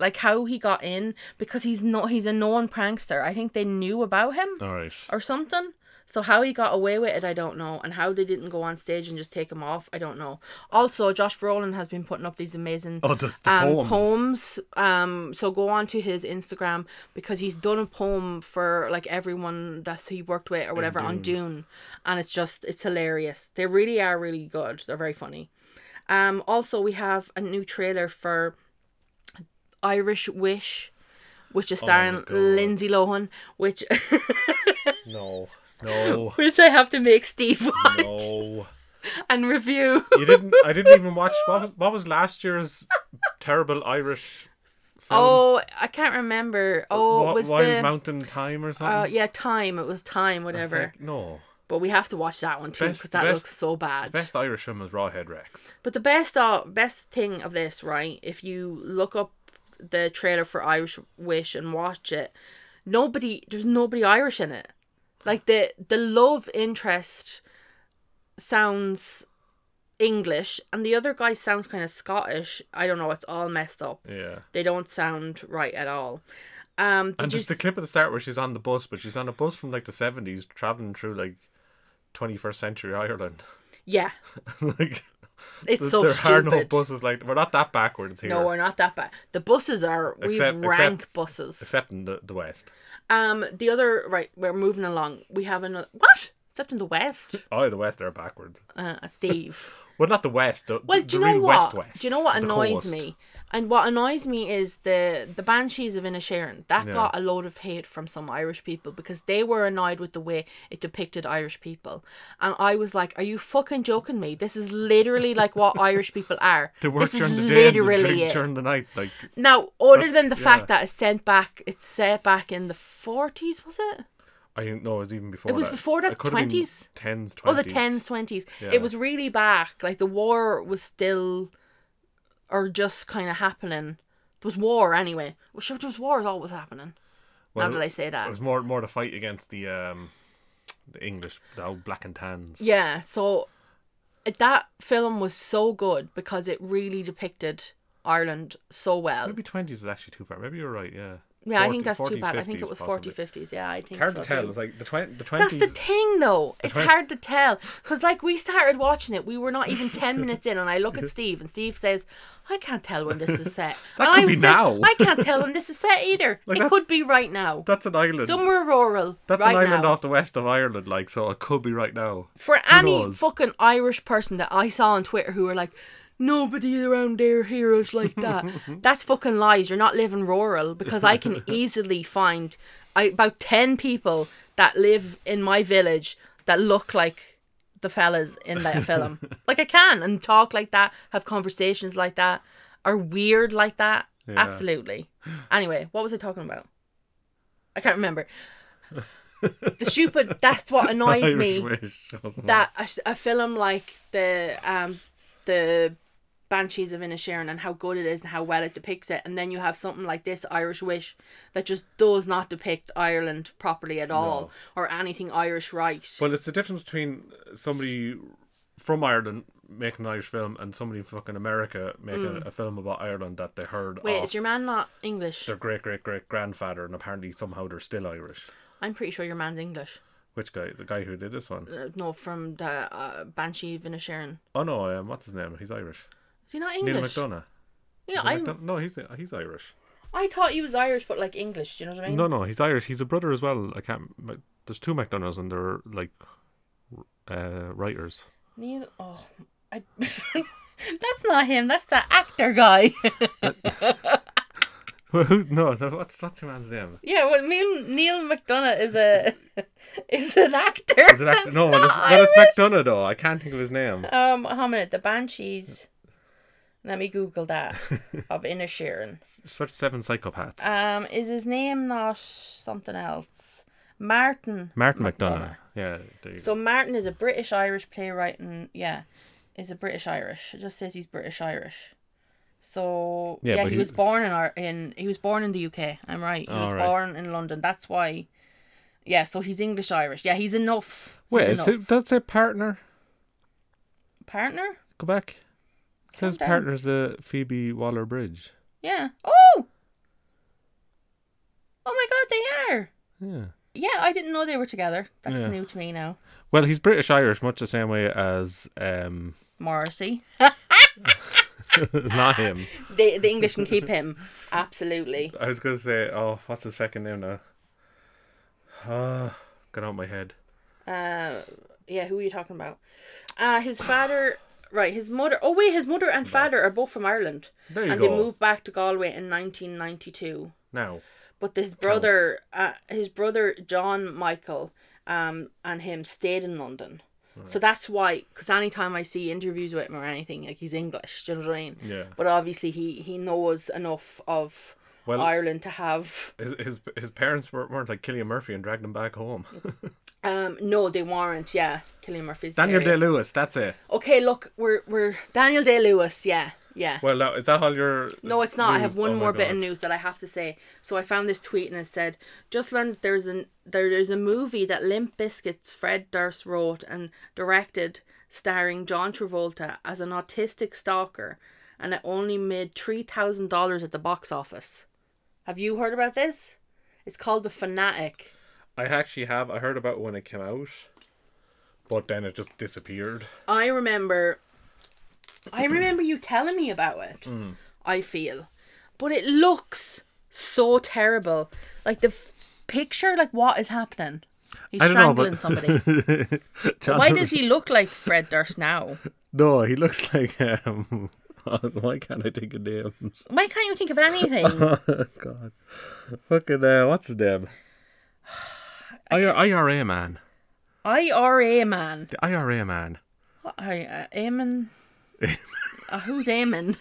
like how he got in, because he's not, he's a known prankster. I think they knew about him
all right.
or something. So how he got away with it, I don't know, and how they didn't go on stage and just take him off, I don't know. Also, Josh Brolin has been putting up these amazing
Oh, the, the
um,
poems.
poems. Um, so go on to his Instagram because he's done a poem for like everyone that he worked with or whatever on Dune, and it's just it's hilarious. They really are really good. They're very funny. Um, also we have a new trailer for Irish Wish, which is starring
Oh God.
Lindsay Lohan, which
No, no,
which I have to make Steve watch
no.
and review.
You didn't. I didn't even watch what, what was last year's terrible Irish. Film? Uh,
Oh, I can't remember. Oh,
Wa-
it was
Wild
the
Mountain Time or something.
uh, yeah time. It was time,
It's
whatever.
like, no,
But we have to watch that one too
Best-
because that
best-
looks so bad.
best Irish film was Rawhead Rex.
But the best uh, best thing of this, right? If you look up the trailer for Irish Wish and watch it, nobody there's nobody Irish in it. Like the the love interest sounds English and the other guy sounds kind of Scottish. I don't know, it's all messed up.
Yeah.
They don't sound right at all. Um did
and
you
just the
s-
clip at the start where she's on the bus, but she's on a bus from like the seventies, traveling through like twenty first century Ireland.
Yeah,
like
it's so
there are
stupid.
no buses like we're not that backwards here,
No, we're not that bad. The buses are we
Except-
rank
except-
buses.
except in the, the west.
Um, the other right, we're moving along. We have another what? Except in the west,
Oh, the west are backwards.
uh, Steve.
Well, not the west. The,
Well,
the,
do you
the
know
real
what?
West, west.
Do you know what
the
annoys
coast.
me? And what annoys me is the the Banshees of Inisherin. That
Yeah.
got a load of hate from some Irish people because they were annoyed with the way it depicted Irish people, and I was like, "Are you fucking joking me? This is literally like what Irish people are.
They work
This is
during the day and
literally
they drink
it."
during the night. Like
Now, other
That's-
than the
yeah.
fact that it's sent back, it's set back in the forties, was it?
I didn't know it was even before.
It was
that.
before that, 20s?
tens, twenties.
Oh, the tens, twenties.
Yeah.
It was really back. Like the war was still, or just kind of happening. There was war anyway. Well, sure, there was war is always happening.
Well, uh,
now that I say
It
that,
was more more the fight against the um the English, the old black and tans.
yeah. So it- that film was so good because it really depicted Ireland so well.
Maybe twenties is actually too far. Maybe you're right. Yeah.
yeah, I
40
think that's
40s,
too bad. I think it
50s
was
possibly.
40, 50s. Yeah, I think
It's hard
so
to tell.
too.
It's like the twenty. The
That's
twenties.
the thing, though. It's
twen-
hard to tell because, like, we started watching it. We were not even ten minutes in, and I look at Steve, and Steve says, "I can't tell when this is set."
That
and
could
I
be
said,
now.
I can't tell when this is set either.
Like,
it
that's-
could be right now,
That's an island.
somewhere rural.
that's
right
an island
now.
off the west of Ireland. Like so, it could be right now.
For any
knows?
fucking Irish person that I saw on Twitter who were like, "Nobody around there heroes like that." That's fucking lies. You're not living rural because I can easily find I, about ten people that live in my village that look like the fellas in that film. like I can and talk like that, have conversations like that, are weird like that.
Yeah.
Absolutely. Anyway, what was I talking about? I can't remember. the stupid. That's what annoys me.
Irish wish. wasn't it?
That a, s- a film like the um the Banshees of Inisherin and how good it is and how well it depicts it, and then you have something like this Irish Wish that just does not depict Ireland properly at all
No.
or anything Irish right.
Well, it's the difference between somebody from Ireland making an Irish film and somebody in fucking America making a film about Ireland that they heard.
Mm. Wait,
off
is your man not English?
Their great great great grandfather, and apparently somehow they're still Irish.
I'm pretty sure your man's English.
Which guy? The guy who did this one?
Uh, no, from the uh, Banshee Vinasharan.
Oh no, um, what's his name? He's Irish.
Is he not
Neil
English?
McDonough. Is
Yeah,
it
I,
McDon- no, he's he's Irish.
I thought he was Irish, but like English. Do you know what I mean?
No, no, he's Irish. He's a brother as well. I can't. but There's two McDonoughs and they're like uh, writers.
Neil. Oh, I. that's not him. That's the actor guy.
Who- who- no, no, what's what's the man's name?
yeah, well, Neil Neil McDonough is a is an actor.
Is it actually,
That's
no? Well,
not
it's, well, it's
Irish.
McDonough though. I can't think of his name.
Um, how minute the Banshees. Let me Google that of Inner Sheeran.
Such seven psychopaths.
Um, is his name not something else? Martin.
Martin McDonough. Yeah, there you go.
So Martin is a British Irish playwright, and yeah, is a British Irish. It just says he's British Irish. So
Yeah,
yeah,
but
he,
he-
was born in our in he was born in the UK. I'm right. He was
Alright.
born in London. That's why. Yeah, so he's English Irish. Yeah, he's enough. He's
Wait, is
enough.
it, that's a partner.
partner?
Go back. It says
down.
partner's the Phoebe Waller Bridge.
Yeah. Oh. Oh my God, they are.
Yeah.
Yeah, I didn't know they were together. That's
Yeah.
new to me now.
Well, he's British Irish, much the same way as um,
Morrissey.
not him.
The the English can keep him. Absolutely.
I was gonna say, oh, what's his fucking name now? Uh, got out my head.
Uh, yeah, who are you talking about? Uh, his father, right? His mother. Oh wait, his mother and father are both from Ireland,
There you
and
go.
they moved back to Galway in 1992.
Now,
But his brother, uh, his brother John Michael, um, and him stayed in London. So that's why, because anytime I see interviews with him or anything, like he's English, do you know what I mean?
Yeah.
But obviously he he knows enough of
Well-
Ireland to have.
his his, his parents weren't, weren't like Killian Murphy and dragged him back home.
Um, no, they weren't. Yeah, Killian Murphy's.
Daniel Day
hilarious.
Lewis, that's it.
Okay, look, we're we're Daniel Day Lewis. Yeah, yeah.
Well, now, is that all your? Oh
No, it's not. I have one
one
more bit of news that I have to say. So I found this tweet and it said, "Just learned that there's an there, there's a movie that Limp Bizkit's Fred Durst wrote and directed, starring John Travolta as an autistic stalker, and it only made three thousand dollars at the box office. Have you heard about this? It's called The Fanatic.
I actually have. I heard about it when it came out, but then it just disappeared.
I remember, I remember you telling me about it.
Mm-hmm.
I feel, but it looks so terrible. Like the f- picture, like what is happening? He's
I don't know,
strangling
but-
somebody.
John
Why does he look like Fred Durst now?
No, he looks like um. Why can't I think of names?
Why can't you think of anything?
God, fucking uh, what's his name? IR, IRA man,
IRA man.
the IRA man.
What, I, uh, Eamon. Uh, who's Eamon?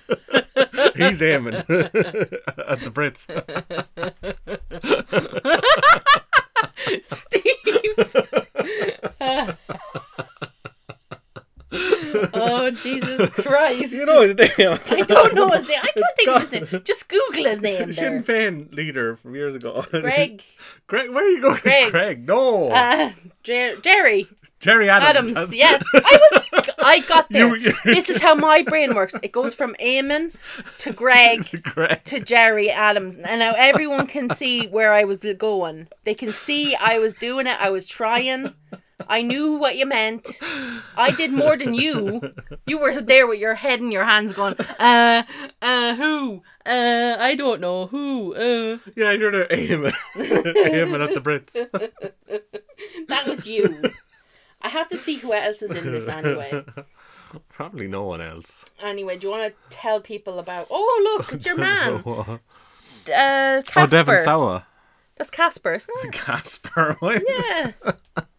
He's aiming at the Brits.
Steve. oh Jesus Christ!
You know his name.
I don't know his name. I can't think of his name. Just Google his name
Sinn
there.
Féin leader from years ago.
Greg,
Greg, where are you going,
Greg.
Greg? no,
uh, Jer- Jerry
Jerry Adams.
Adams.
That's-
Yes, I was. I got there.
You-
This is how my brain works. It goes from Eamon to Greg
Greg.
to Jerry Adams, and now everyone can see where I was going. They can see I was doing it. I was trying. I knew what you meant. I did more than you. You were there with your head in your hands, going, "Uh, uh, who? Uh, I don't know who." Uh.
Yeah, you're the aiming, aiming at the Brits.
That was you. I have to see who else is in this anyway.
Probably no one else.
Anyway, do you want to tell people about? Oh, look, it's your man,
oh,
uh, Casper.
Devon Sawa.
That's Casper, isn't it?
Casper. Why-
Yeah.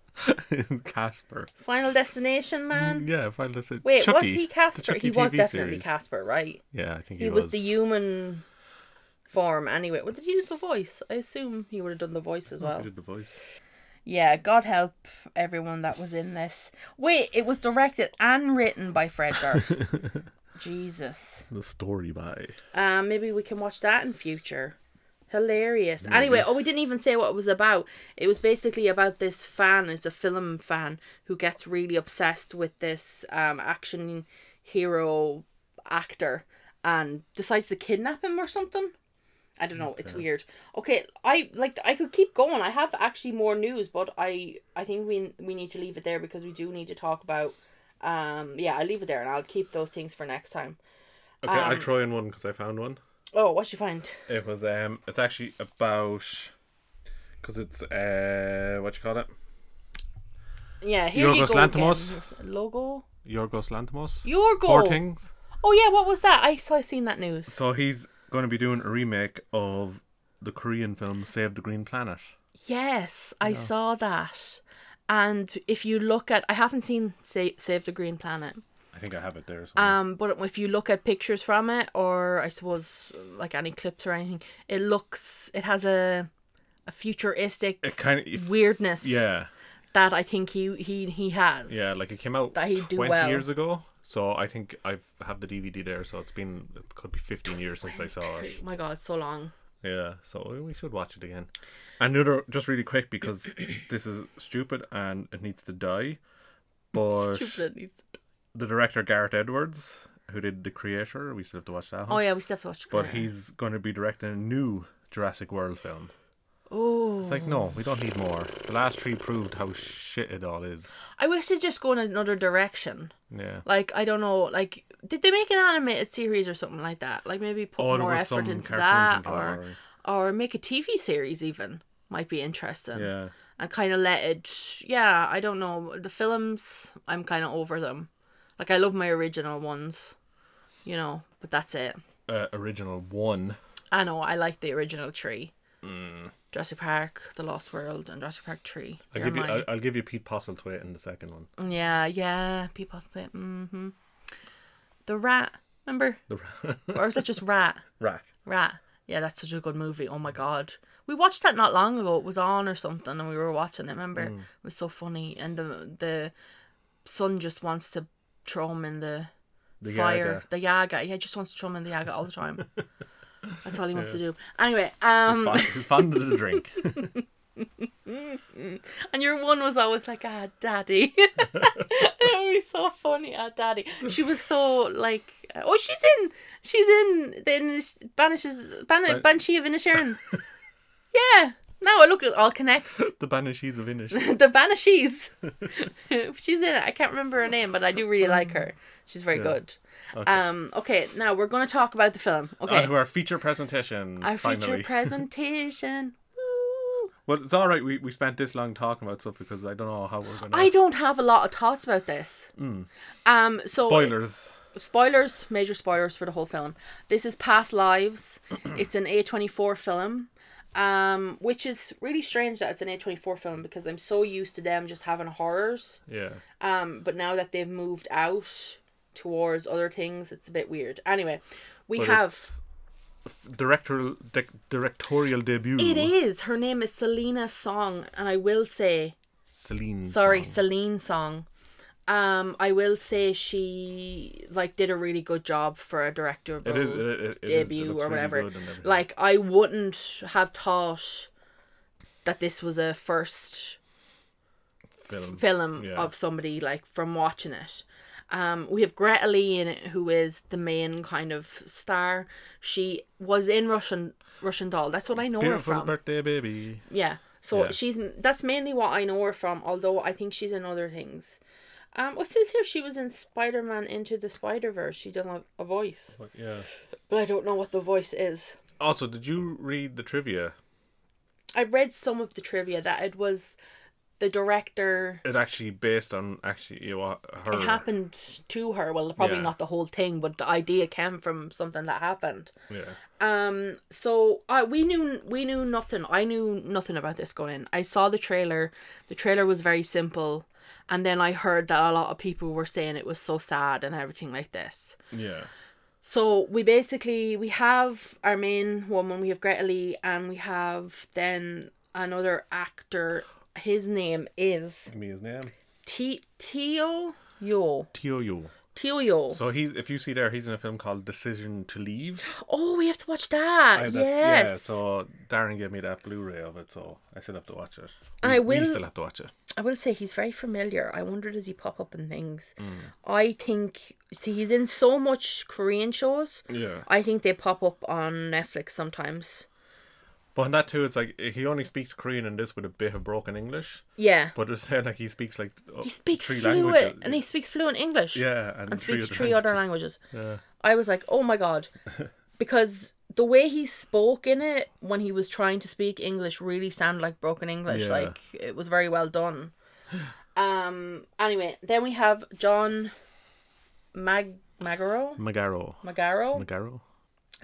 Casper.
Final Destination man.
Yeah, if I listen.
Wait,
Mm, Chucky,
was
the
he Casper? He
Chucky
was
TV
definitely
series.
Casper, right?
Yeah, I think
He,
he,
was. the human form anyway. Well, did he do the voice? I assume he would have done the voice as
He
well.
did the voice.
Yeah, God help everyone that was in this. Wait, it was directed and written by Fred Durst. Jesus.
The story by.
Um, maybe we can watch that in future. Hilarious. Anyway, oh, we didn't even say what it was about. It was basically about this fan, it's a film fan who gets really obsessed with this um action hero actor and decides to kidnap him or something. I don't know. It's
Okay.
weird. Okay, I like I could keep going. I have actually more news, but I I think we we need to leave it there because we do need to talk about. Um, yeah, I'll leave it there and I'll keep those things for next time.
Okay,
Um,
I'll try in one because I found one.
Oh, what you find?
It was um, it's actually about because it's uh, what you call it,
Yeah, here you
Yorgos
go. again.
Lanthimos.
Logo.
Yorgos Lanthimos.
Your
Poor
goal.
things.
Oh yeah, what was that? I saw I seen that news.
So he's going to be doing a remake of the Korean film Save the Green Planet.
Yes, I saw that. And if you look at, I haven't seen Sa- Save the Green Planet.
I think I have it there. Somewhere.
Um, but if you look at pictures from it, or I suppose like any clips or anything, it looks it has a a futuristic
it kind of
weirdness
Yeah,
that I think he he he has.
yeah. Like it came out
That he'd do
twenty
well.
years ago. So I think I have the DVD there. So it's been it could be fifteen years since I saw it.
Oh my god, so long.
Yeah, so we- we should watch it again. Another, just really quick because this is stupid and it needs to die. But
Stupid it needs. To...
the director Garrett Edwards, who did The Creator, we still have to watch that.
Oh
one.
yeah, we still have to watch.
But he's going to be directing a new Jurassic World film.
Oh,
It's like no, we don't need more. The last three proved how shit it all is.
I wish they'd just go in another direction.
Yeah.
Like I don't know. Like did they make an animated series or something like that? Like maybe put
Oh, there
more
was
effort
some
into
cartoon
that,
thing going
or or make a TV series even might be interesting.
Yeah.
and kind of let it. Yeah, I don't know. The films, I'm kind of over them. Like I love my original ones, you know, but that's it.
Uh, original one.
I know I like the original three. Mm. Jurassic Park, The Lost World, and Jurassic Park Three.
I'll
They're
give you.
mine.
I'll, I'll give you Pete Postlethwaite in the second one.
Yeah, yeah. People think. Mm-hmm. The Rat. Remember,
The
or is that just Rat?
Rack.
Rat. Yeah, that's such a good movie. Oh my god. We watched that not long ago. It was on or something and we were watching it, remember?
Mm.
It was so funny and the the son just wants to throw him in the,
The
fire.
Yaga.
The Yaga. Yeah, he just wants to throw him in the Yaga all the time. that's all he wants to do. Anyway, um
Fond, fond of the drink.
and your one was always like, ah, daddy. it would be so funny, ah, daddy. She was so like, oh, she's in, she's in the Inish, Banishes, Ban-
Ban-
Banshee of Inisherin. yeah. Now I look at all connects.
the Banishees of Inish.
the Banishees. she's in it. I can't remember her name, but I do really like her. She's very good. Um. Okay. Now we're gonna talk about the film. Okay.
onto our feature presentation.
Our
Oh, finally.
future presentation. Woo.
well, it's all right. We, we spent this long talking about stuff because I don't know how we're gonna.
I don't have a lot of thoughts about this.
Hmm.
Um. So
Spoilers.
spoilers, major spoilers for the whole film. This is Past Lives. it's an A24 film, um, which is really strange that it's an A24 film because I'm so used to them just having horrors.
Yeah.
Um, but now that they've moved out towards other things, it's a bit weird. Anyway, we
But
have.
it's f- Directorial dec directorial debut.
It is. Her name is Selena Song, and I will say
Celine.
sorry
song.
celine song um i will say she like did a really good job for a director
It is. It, it, it is, it
debut
looks
or
really
whatever
good and everything.
like i wouldn't have thought that this was a first
film.
film
Yeah.
of somebody like from watching it um, we have Greta Lee in it, who is the main kind of star. She was in Russian Russian Doll. That's what I know
Beautiful
her from.
birthday, baby.
Yeah. So
Yeah.
she's that's mainly what I know her from, although I think she's in other things. Um, what's this here? She was in Spider Man Into the Spider Verse. She done a, a voice,
But yeah.
but I don't know what the voice is.
Also, did you read the trivia?
I read some of the trivia that it was the director.
It actually based on actually you know, her.
It happened to her. Well, probably
Uh. Yeah.
not the whole thing, but the idea came from something that happened.
Yeah.
Um. So I we knew we knew nothing. I knew nothing about this going in. I saw the trailer. The trailer was very simple, and then I heard that a lot of people were saying it was so sad and everything like this.
Yeah.
So we basically we have our main woman. We have Greta Lee, and we have then another actor. His name is
Give me his name.
T Tio Yo
Tio Yo.
Tioyo.
So he's if you see there, he's in a film called Decision to Leave.
oh, we have to watch that.
I have that-
yes.
Yeah. So Darren gave me that Blu-ray of it, so I still have to watch it.
And
We-
I
We
will-
still have to watch it.
I will say he's very familiar. I wonder does he pop up in things?
Mm.
I think see he's in so much Korean shows.
Yeah.
I think they pop up on Netflix sometimes.
But in that too, it's like he only speaks Korean in this with a bit of broken English.
Yeah.
But it's saying like he speaks like uh,
He speaks
three
fluent
languages.
and he speaks fluent English.
yeah, and,
And speaks three other
languages.
languages.
Yeah.
I was like, oh my god. because the way he spoke in it when he was trying to speak English really sounded like broken English.
Yeah.
Like it was very well done. Um anyway, then we have John Mag Magaro.
Magaro.
Magaro.
Magaro.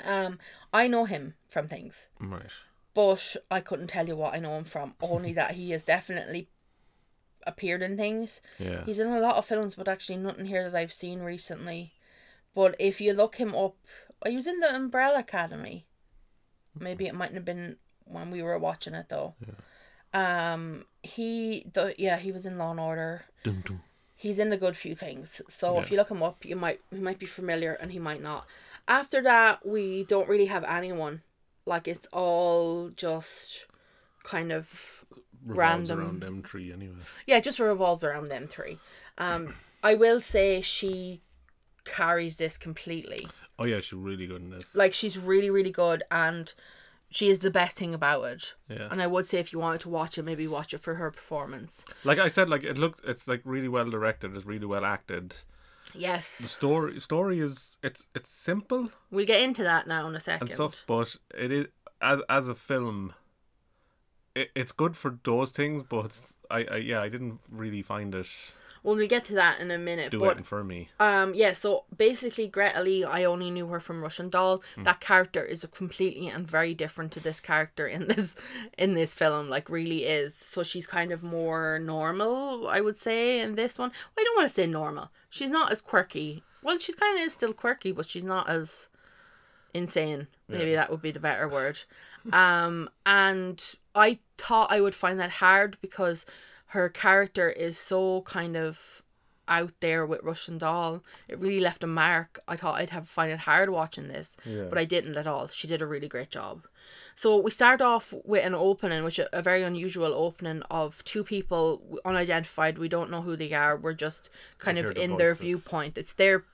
Um, I know him from things,
Right.
but I couldn't tell you what I know him from. Only that he has definitely appeared in things.
Yeah.
He's in a lot of films, but actually nothing here that I've seen recently. But if you look him up, he was in the Umbrella Academy. Maybe it mightn't have been when we were watching it though. Um, he the yeah he was in Law and Order.
Dun, dun.
He's in a good few things. So if
Yeah.
you look him up, you might he might be familiar and he might not. After that, we don't really have anyone. Like it's all just kind of
Revolves
Random.
around them three anyway.
yeah, just revolved around them three. Um, I will say she carries this completely.
Oh yeah, she's really good in this.
Like she's really really good and she is the best thing about it.
Yeah.
And I would say if you wanted to watch it, maybe watch it for her performance.
Like I said, like it looks, it's like really well directed. It's really well acted. The
Yes,
story story is it's it's simple
we'll get into that now in a second.
and stuff, but it is as as a film. It, it's good for those things, but it's- I, I yeah I didn't really find it
Well, we'll get to that in a minute.
do
but
it for me.
Um, yeah, so basically, Greta Lee, I only knew her from Russian Doll. That character is completely and very different to this character in this in this film. Like, really is. So she's kind of more normal, I would say, in this one. I don't want to say normal. She's not as quirky. Well, she's kind of is still quirky, but she's not as insane. Maybe that would be the better word. Um, and I thought I would find that hard because her character is so kind of out there with Russian Doll. It really left a mark. I thought I'd have find it hard watching this,
Yeah.
but I didn't at all. She did a really great job. So we start off with an opening, which a very unusual opening of two people unidentified. We don't know who they are. We're just kind
We
of
hear the
in their
voices.
viewpoint. It's their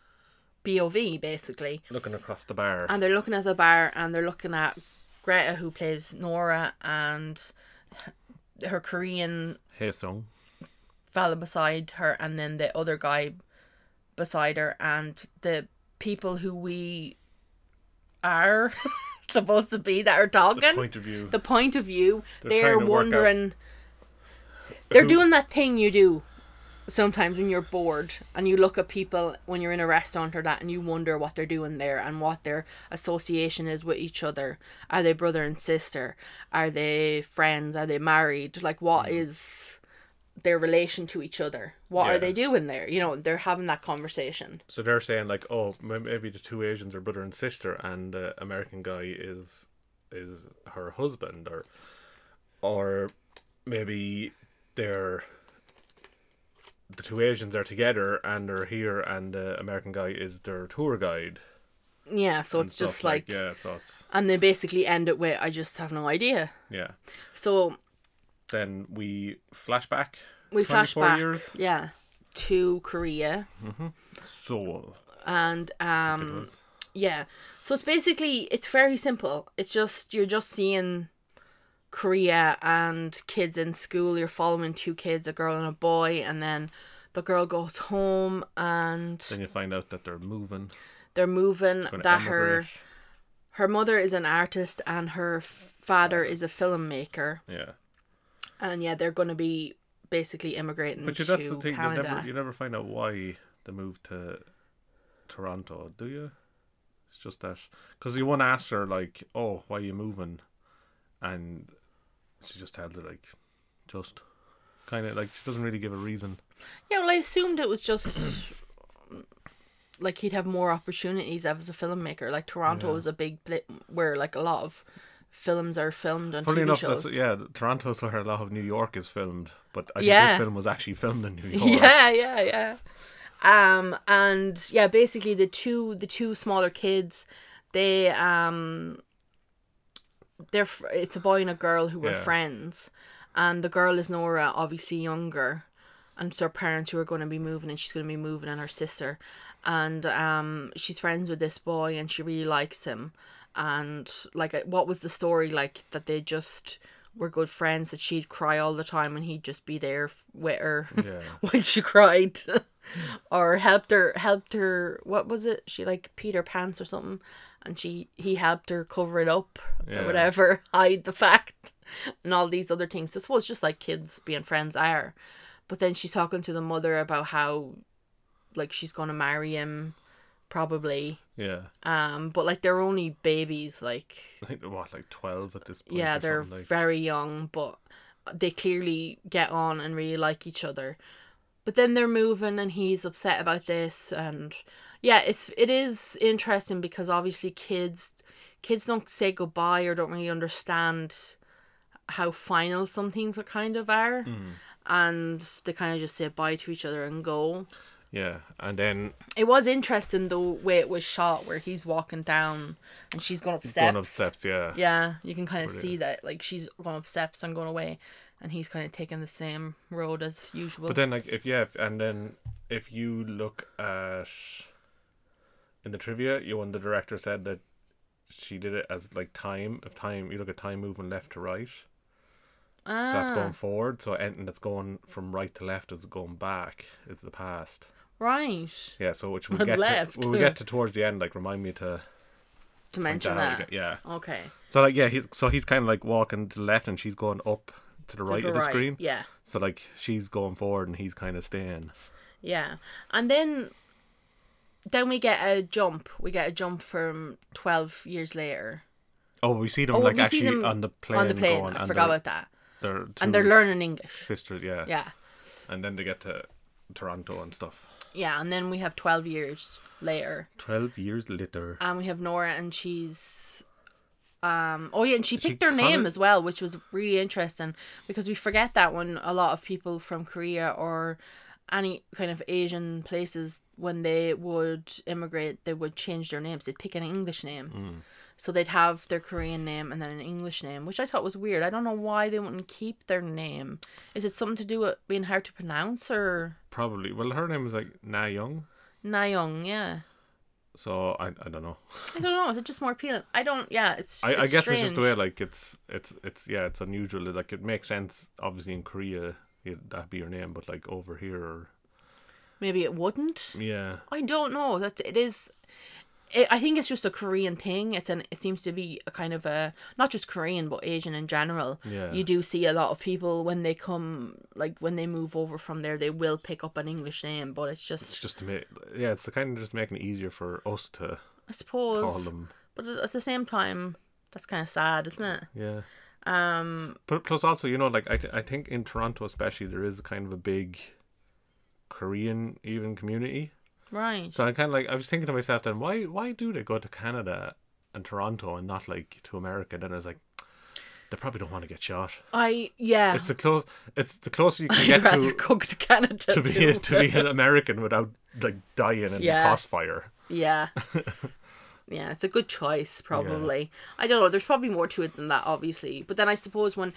BOV basically
Looking across the bar,
and they're looking at the bar and they're looking at Greta who plays Nora and her Korean
hey song,
fella beside her and then the other guy beside her and the people who we are supposed to be that are talking
point of view.
the point of view
They're
they're,
trying to work out
wondering they're
who-
doing that thing you do sometimes when you're bored and you look at people when you're in a restaurant or that and you wonder what they're doing there and what their association is with each other are they brother and sister are they friends are they married like what
Mm.
is their relation to each other what
Yeah.
are they doing there you know they're having that conversation
so they're saying like, oh, m- maybe the two Asians are brother and sister, and the American guy is is her husband, or or maybe they're the two Asians are together and they're here, and the American guy is their tour guide.
yeah so
and
it's just
stuff
like,
yeah, so it's
and they basically end it with i just have no idea
yeah.
so
Then we flashback.
we flash
24
back
years.
yeah to korea
Seoul.
and
it
um
was.
yeah so it's basically it's very simple it's just you're just seeing korea and kids in school you're following two kids a girl and a boy and then the girl goes home and
Then you find out that they're moving.
they're moving
gonna
that her
emigrate.
her mother is an artist and her father is a filmmaker
Yeah.
and yeah they're going to be basically immigrating
But you,
to
that's the thing. You
canada
never, you never find out why they moved to Toronto, do you? It's just that because you won't ask her like, "Oh, why are you moving?" And she just tells her like, "Just." Kind of like she doesn't really give a reason.
Yeah, well, I assumed it was just like he'd have more opportunities as a filmmaker. Like Toronto
Yeah.
is a big place where like a lot of films are filmed and
Funny
TV
enough,
shows.
that's, yeah, Toronto's where a lot of New York is filmed, but I think
Yeah.
this film was actually filmed in New York.
yeah, yeah, yeah. Um, and yeah, basically the two the two smaller kids, they um, they're fr- it's a boy and a girl who were
Yeah.
friends, and the girl is Nora, obviously younger, and so her parents who are going to be moving, and she's going to be moving, and her sister, and um, she's friends with this boy, and she really likes him, and like uh, what was the story like that they just were good friends that she'd cry all the time and he'd just be there f- with her
Yeah.
when she cried or helped her helped her what was it she like peed her pants or something and she he helped her cover it up
Yeah.
or whatever hide the fact and all these other things so I suppose just like kids being friends are but then she's talking to the mother about how like she's gonna marry him probably
Yeah.
um but like they're only babies like
Like what, like twelve at this point?
yeah
or
they're
something, like-
very young but they clearly get on and really like each other but then they're moving and he's upset about this and yeah it's it is interesting because obviously kids kids don't say goodbye or don't really understand how final some things are kind of are
Mm-hmm.
and they kind of just say bye to each other and go
Yeah, and then
it was interesting the way it was shot where he's walking down and she's going up steps
going up steps. Yeah.
yeah, you can kind of
Brilliant.
see that. Like she's going up steps and going away, and he's kind of taking the same road as usual.
But then, like, if yeah, if, and then if you look at in the trivia, you and the director said that she did it as like time. If time, you look at time moving left to right, so that's
Ah.
going forward. So anything that's going from right to left is going back. Is the past.
right
Yeah. So which we get
Left.
to when we get to towards the end, like remind me to
to mention
to how we
that.
get- yeah.
Okay,
So like yeah, he's so he's kind of like walking to the left, and she's going up to the right
To
of the
right,
screen.
Yeah,
So like she's going forward, and he's kind of staying.
yeah, and then then we get a jump. We get a jump from twelve years later
Oh, we see them
Oh,
like
we see
actually
them
on the plane.
on the plane.
Going,
I
and
forgot
they're,
about that.
they're two
And they're learning English.
sisters, yeah.
Yeah,
And then they get to Toronto and stuff.
yeah, and then we have twelve years later,
Twelve years later.
and Um, we have Nora, and she's, um, oh yeah, and she
She
picked her
kinda-
name as well, which was really interesting because we forget that when a lot of people from Korea or any kind of Asian places, when they would immigrate, they would change their names. They'd pick an English name,
Mm.
so they'd have their Korean name and then an English name, which I thought was weird. I don't know why they wouldn't keep their name. Is it something to do with being hard to pronounce or
Probably. Well, her name is like Na Young,
Na Young? Yeah.
so I, I don't know.
I don't know. Is it just more appealing? I don't. Yeah, it's.
I, I
it's
guess it's just the way
strange.
like it's it's it's yeah it's unusual. Like it makes sense. Obviously in Korea you that'd be your name, but like over here, or,
Maybe it wouldn't.
yeah.
I don't know. That it is. It, I think it's just a Korean thing. It's an. It seems to be a kind of a not just Korean but Asian in general.
Yeah.
You do see a lot of people when they come, like when they move over from there, they will pick up an English name. But it's just,
It's just to make yeah it's kind of just making it easier for us to
I
call
suppose.
them
But at the same time, that's kind of sad, isn't it?
yeah.
Um.
But plus, also, you know, like I, th- I think in Toronto especially, there is kind of a big Korean even community.
Right.
So I kind of like I was thinking to myself then, why why do they go to Canada and Toronto and not like to America? Then I was like, they probably don't want to get shot.
I yeah.
It's the close. It's the closer you can
Ah. I'd
get
rather
to
cook to Canada
to
too.
be to be an American without like dying in
Yeah.
crossfire.
Yeah. yeah, it's a good choice, probably. I don't know. There's probably more to it than that, obviously. But then I suppose when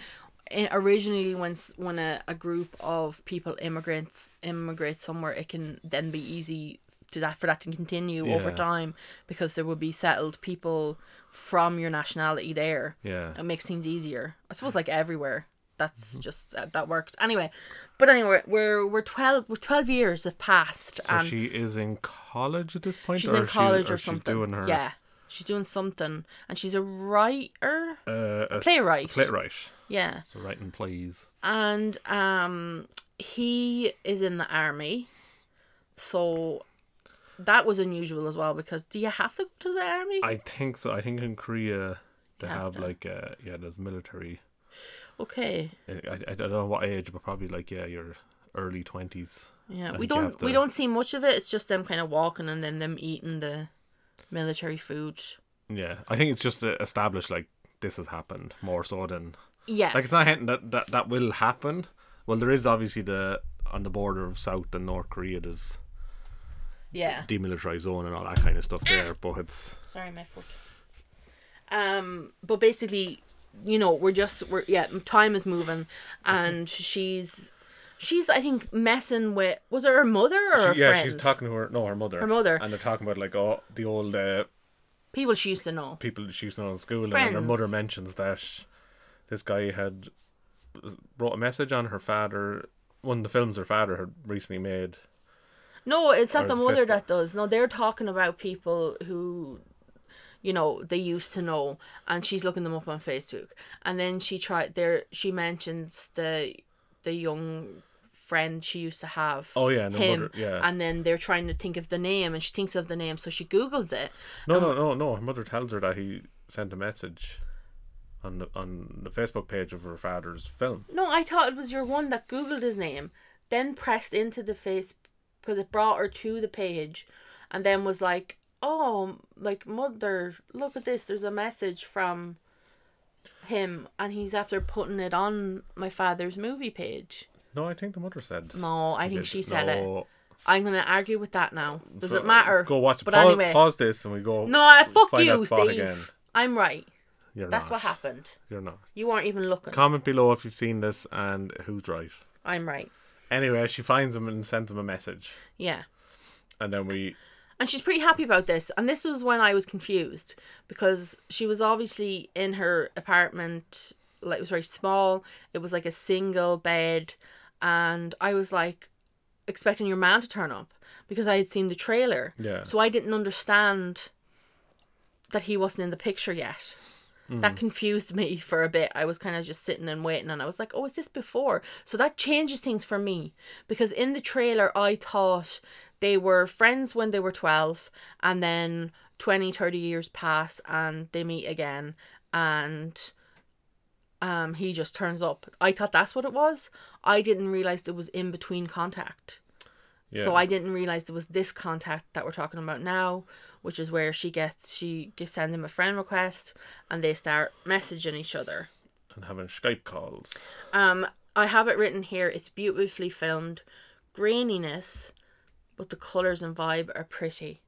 i- originally when s- when a, a group of people immigrants immigrate somewhere it can then be easy to that for that to continue over
Yeah.
time because there will be settled people from your nationality there
Yeah.
it makes things easier. I suppose like everywhere.
Mm-hmm.
That's just uh, that, that works. Anyway, but anyway, we're we're 12 we're 12 years have passed
So
and
she is in college at this point.
Um, She's
or
in
she-
college or
she's
something.
doing her
Yeah. She's doing something and she's a writer.
uh, a s-
Playwright.
Playwright.
Yeah.
So writing plays.
And um he is in the army. So that was unusual as well because do you have to go to the army?
I think so. I think in Korea they
Have
have
to.
like uh, yeah, there's military.
okay.
I, I, I don't know what age, but probably like yeah, your early twenties.
Yeah.
I
We
think you
don't
have
we
to-
don't see much of it. It's just them kind of walking and then them eating the military food.
Yeah, I think it's just to establish like this has happened more so than
Yes.
like it's not hinting that that that will happen. Well, there is obviously the on the border of South and North Korea. There's
Yeah.
demilitarized zone and all that kind of stuff there. But it's
Sorry, my foot. Um, but basically, you know, we're just we're yeah, time is moving, and she's she's I think messing with was it her mother or her
she, yeah,
friend?
she's talking to her no her mother,
Her mother.
and they're talking about like oh the old uh,
People she used to know.
people that she used to know in school, and then her
Friends.
mother mentions that this guy had wrote a message on her father. One of the films her father had recently made.
No, it's
Or
not the
it's
mother
Facebook.
that does. No, they're talking about people who, you know, they used to know, and she's looking them up on Facebook, and then she tried there. She mentions the the young friend she used to have.
Oh, yeah, and the
him,
mother- yeah.
and then they're trying to think of the name, and she thinks of the name, so she googles it.
No,
Um,
no, no, no. Her mother tells her that he sent a message on the on the Facebook page of her father's film.
No, I thought it was your one that googled his name, then pressed into the face because it brought her to the page, and then was like, "Oh, like mother, look at this. There's a message from him, and he's after putting it on my father's movie page."
No, I think the mother said.
No, I think
did.
she said it.
No.
I'm gonna argue with that now. Does
So,
it matter?
Go watch it.
But
pause,
anyway,
pause this and we go.
no, I fuck
find
you,
that spot
Steve.
again.
I'm right.
You're
That's
not.
what happened.
You're not.
You weren't even looking.
Comment below if you've seen this and who's right.
I'm right.
Anyway, she finds him and sends him a message,
Yeah.
and then we
And she's pretty happy about this. And this was when I was confused because she was obviously in her apartment, like it was very small. It was like a single bed. And I was like expecting your man to turn up because I had seen the trailer.
Yeah.
So I didn't understand that he wasn't in the picture yet. That confused me for a bit. I was kind of just sitting and waiting, and I was like, "Oh, is this before?" So that changes things for me because in the trailer, I thought they were friends when they were twelve, and then 20, 30 years pass, and they meet again, and um, he just turns up. I thought that's what it was. I didn't realize it was in between contact.
yeah.
So I didn't realize it was this contact that we're talking about now, which is where she gets she gives send him a friend request and they start messaging each other.
and having Skype calls.
Um, I have it written here. It's beautifully filmed, graininess, but the colors and vibe are pretty,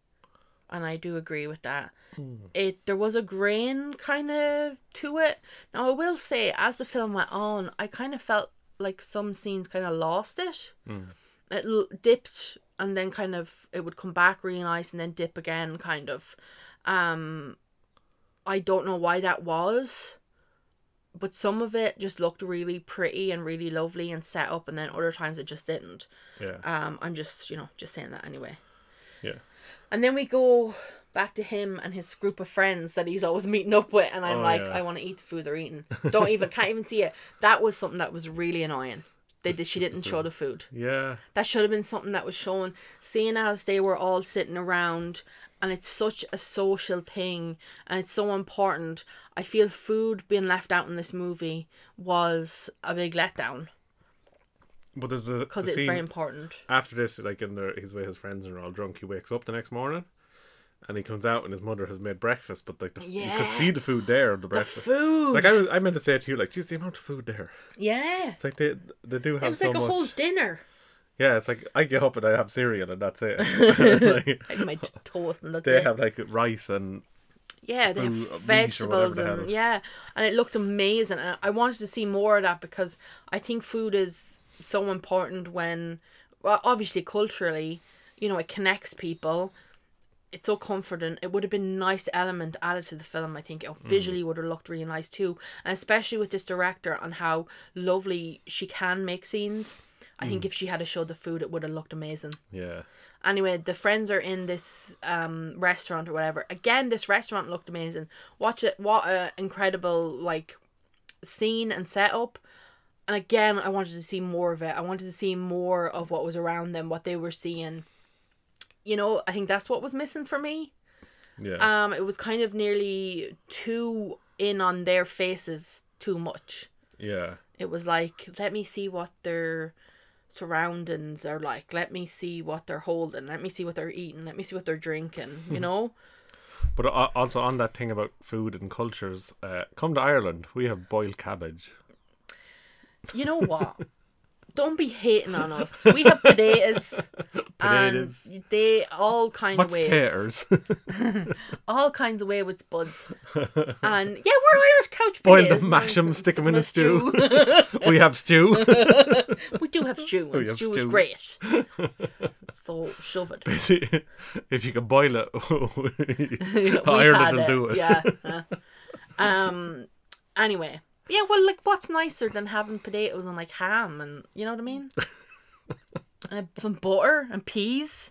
and I do agree with that. It there was a grain kind of to it. Now I will say, as the film went on, I kind of felt like some scenes kind of lost it. It l- dipped and then kind of it would come back really nice and then dip again, kind of. Um, I don't know why that was but some of it just looked really pretty and really lovely and set up and then other times it just didn't
Yeah,
um i'm just you know just saying that anyway
yeah.
and then we go back to him and his group of friends that he's always meeting up with and i'm
Oh,
like
yeah.
i want to eat the food they're eating don't even can't even see it that was something that was really annoying they, did she didn't show the food
Yeah,
that should have been something that was shown seeing as they were all sitting around and it's such a social thing and it's so important i feel food being left out in this movie was a big letdown
but there's a
because
the
it's
scene
very important
after this, like in the, he's with his friends and are all drunk. He wakes up the next morning, and he comes out and his mother has made breakfast. But like the, f you
Yeah.
could see the food there, the breakfast.
food
Like I, was, I meant to say to you, like, geez, the amount of food there.
yeah
It's like they they do have
it was
so
like a
much.
whole dinner
Yeah, it's like I get up and I have cereal and that's it. Like,
like my t- toast and that's
they
it
have like rice and
yeah they have
food, uh, meat or whatever
vegetables
they
and
have.
yeah and it looked amazing and i wanted to see more of that because i think food is so important when well obviously culturally you know it connects people it's so comforting it would have been a nice element added to the film i think it visually
Mm.
would have looked really nice too and especially with this director on how lovely she can make scenes i
Mm.
think if she had showed the food it would have looked amazing
yeah,
anyway the friends are in this um restaurant or whatever again this restaurant looked amazing watch it what a incredible like scene and setup and again i wanted to see more of it i wanted to see more of what was around them what they were seeing you know i think that's what was missing for me
yeah.
um it was kind of nearly too in on their faces too much
Yeah.
it was like, let me see what their surroundings are like. Let me see what they're holding. Let me see what they're eating. Let me see what they're drinking. You know?
But a- also on that thing about food and cultures, uh, come to Ireland, we have boiled cabbage.
You know what? Don't be hating on us. We have potatoes, and
Potatoes.
they all kind
What's
of ways.
taters?
All kinds of way with spuds. and yeah, we're Irish couch
Boil
potatoes.
them, mash them, stick them in a
With
stew. we have stew.
we do have stew, and
We have
stew, is
stew.
great. so shove it.
if you can boil it,
We've had
Ireland will
it.
do it.
Yeah. yeah. um. Anyway. Yeah. Well, like, what's nicer than having potatoes and like ham and you know what I mean? uh, some butter and peas.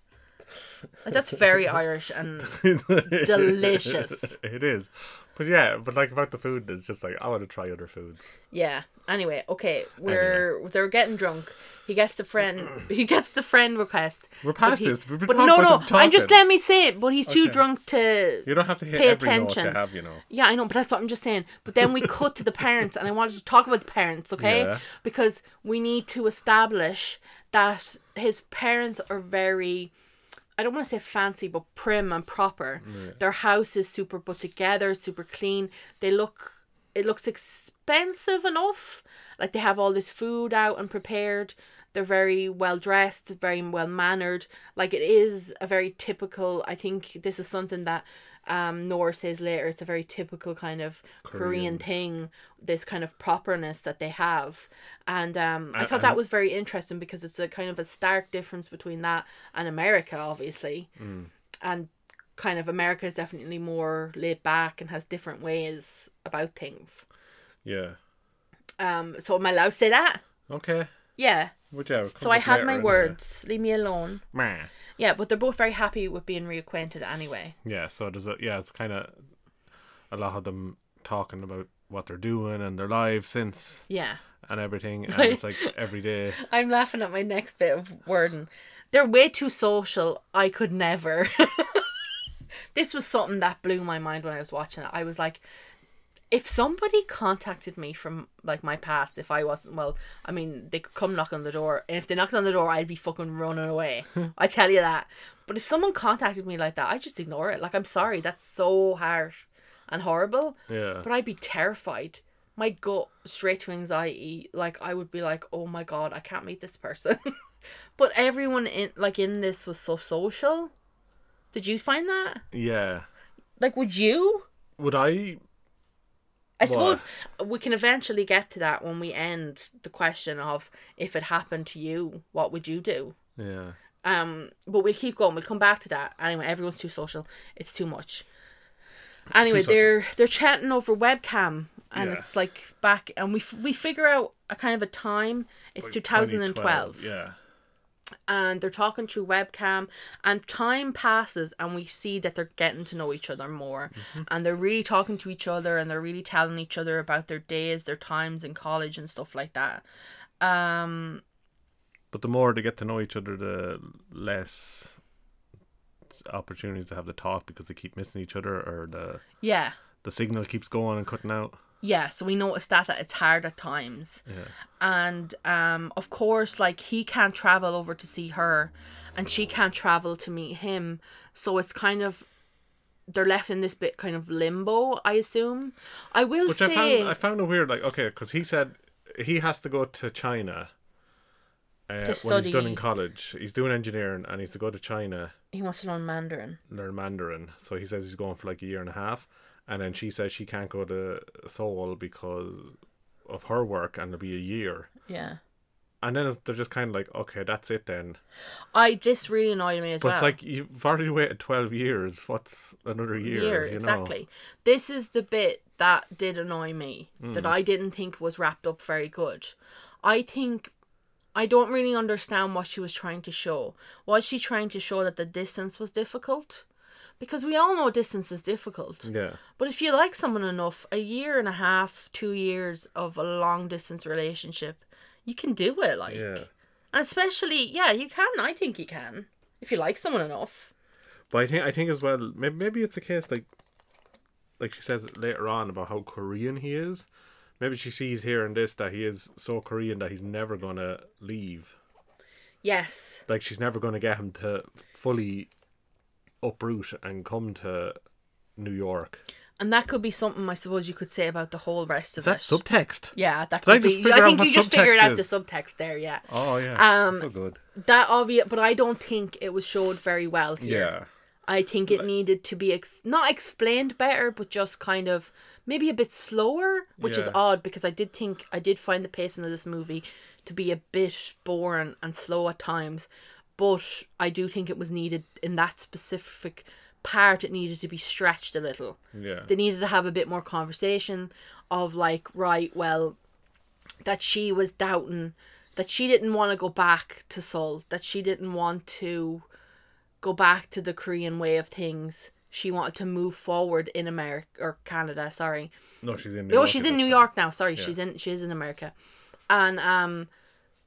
Like that's very Irish and delicious.
It is. But yeah, but like about the food, it's just like, I want to try other foods.
Yeah. Anyway. Okay. We're they're getting drunk. He gets the friend. He gets the friend request.
We're
but
past
he-
this. We've been
But
talking
no,
about
no.
them
I'm just
talking.
let me say it. But he's too drunk to
You don't have to hit
Pay
every note
attention.
to have, you know.
Yeah, I know, but that's what I'm just saying. But then we cut to the parents, and I wanted to talk about the parents, okay?
Yeah.
Because we need to establish that his parents are very, I don't want to say fancy, but prim and proper. Their house is super put together, super clean. They look, it looks expensive enough. Like they have all this food out and prepared. They're very well dressed, very well mannered. Like it is a very typical. I think this is something that um Nor says later. It's a very typical kind of Korean,
Korean.
thing. This kind of properness that they have, and um, I
A-
thought that
and-
was very interesting because it's a kind of a stark difference between that and America, obviously, and kind of America is definitely more laid back and has different ways about things.
Yeah.
Um, so am I allowed to say that?
Okay.
Yeah.
Which, yeah,
So I had my words. Leave me alone.
Meh.
Yeah, but they're both very happy with being reacquainted anyway.
Yeah, so does it yeah, it's kinda a lot of them talking about what they're doing and their lives since
Yeah.
and everything and it's like every day.
I'm laughing at my next bit of wording. They're way too social. I could never. this was something that blew my mind when I was watching it. I was like, if somebody contacted me from like my past, if I wasn't well, I mean, they could come knock on the door, and if they knocked on the door, I'd be fucking running away. I tell you that. But if someone contacted me like that, I just ignore it. Like, I'm sorry, that's so harsh and horrible.
Yeah.
But I'd be terrified. My gut straight to anxiety. Like I would be like, oh my god, I can't meet this person. but everyone in like in this was so social. Did you find that?
yeah.
Like, would you?
Would I
I suppose we can eventually get to that when we end the question of if it happened to you, what would you do?
Yeah.
Um, but we'll keep going. We'll come back to that. Anyway, everyone's too social. It's too much. Anyway,
social.
they're they're chatting over webcam, and
Yeah.
it's like back, and we f- we figure out a kind of a time. It's 2012,
Yeah.
and they're talking through webcam, and time passes, and we see that they're getting to know each other more,
Mm-hmm.
and they're really talking to each other, and they're really telling each other about their days, their times in college, and stuff like that. Um,
But the more they get to know each other, the less opportunities to have the talk because they keep missing each other or the
yeah.
the signal keeps going and cutting out.
Yeah, so we noticed that that it's hard at times.
Yeah.
And um of course like he can't travel over to see her and she can't travel to meet him. So it's kind of they're left in this bit kind of limbo, I assume. I will
Which
say
I found I found it weird. Like okay, because he said he has to go to China uh, when he's done
study.
in college. He's doing engineering and he has to go to China
he wants to learn Mandarin.
learn Mandarin. So he says he's going for like a year and a half, and then she says she can't go to Seoul because of her work, and it'll be a year.
Yeah.
And then it's- they're just kind of like, okay, that's it then.
I this really annoyed me as
But
well.
it's like you've already waited twelve years. What's another year?
year
you know?
exactly this is the bit that did annoy me
Mm.
that i didn't think was wrapped up very good i think i don't really understand what she was trying to show was she trying to show that the distance was difficult because we all know distance is difficult
Yeah,
but if you like someone enough a year and a half two years of a long distance relationship you can do it like
Yeah.
And especially yeah you can i think you can if you like someone enough
but I think I think as well. Maybe, maybe it's a case like, like she says later on about how Korean he is. Maybe she sees here in this that he is so Korean that he's never gonna leave.
yes
like she's never going to get him to fully uproot and come to New York.
And that could be something I suppose you could say about the whole rest of
Is that
it.
subtext?
yeah, that
Did I
could
just
be.
figure
I
out
think
what
you just
subtext
figured out the
is?
subtext there. Yeah,
Oh yeah,
Um,
so good.
that obvious, but I don't think it was showed very well here.
Yeah,
I think it needed to be ex- not explained better, but just kind of maybe a bit slower, which is
Yeah.
odd because I did think I did find the pacing of this movie to be a bit boring and slow at times. But I do think it was needed in that specific part. It needed to be stretched a little.
yeah,
They needed to have a bit more conversation of like, right, well, that she was doubting, that she didn't want to go back to Seoul, that she didn't want to go back to the Korean way of things. She wanted to move forward in America or Canada, sorry.
no, she's in. New
No,
York
she's
at
in
this
New
time.
York now. Sorry, she's in she is in America. And um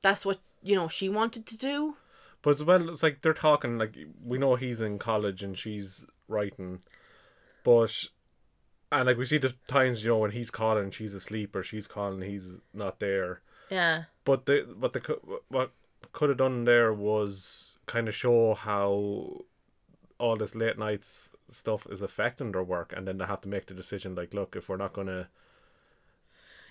that's what you know she wanted to do.
But as well, it's like they're talking. Like we know he's in college and she's writing, but and like we see the times you know when he's calling, she's asleep, or she's calling, he's not there.
Yeah.
But the what the co- what could have done there was kind of show how all this late nights stuff is affecting their work, and then they have to make the decision. Like, look, if we're not gonna,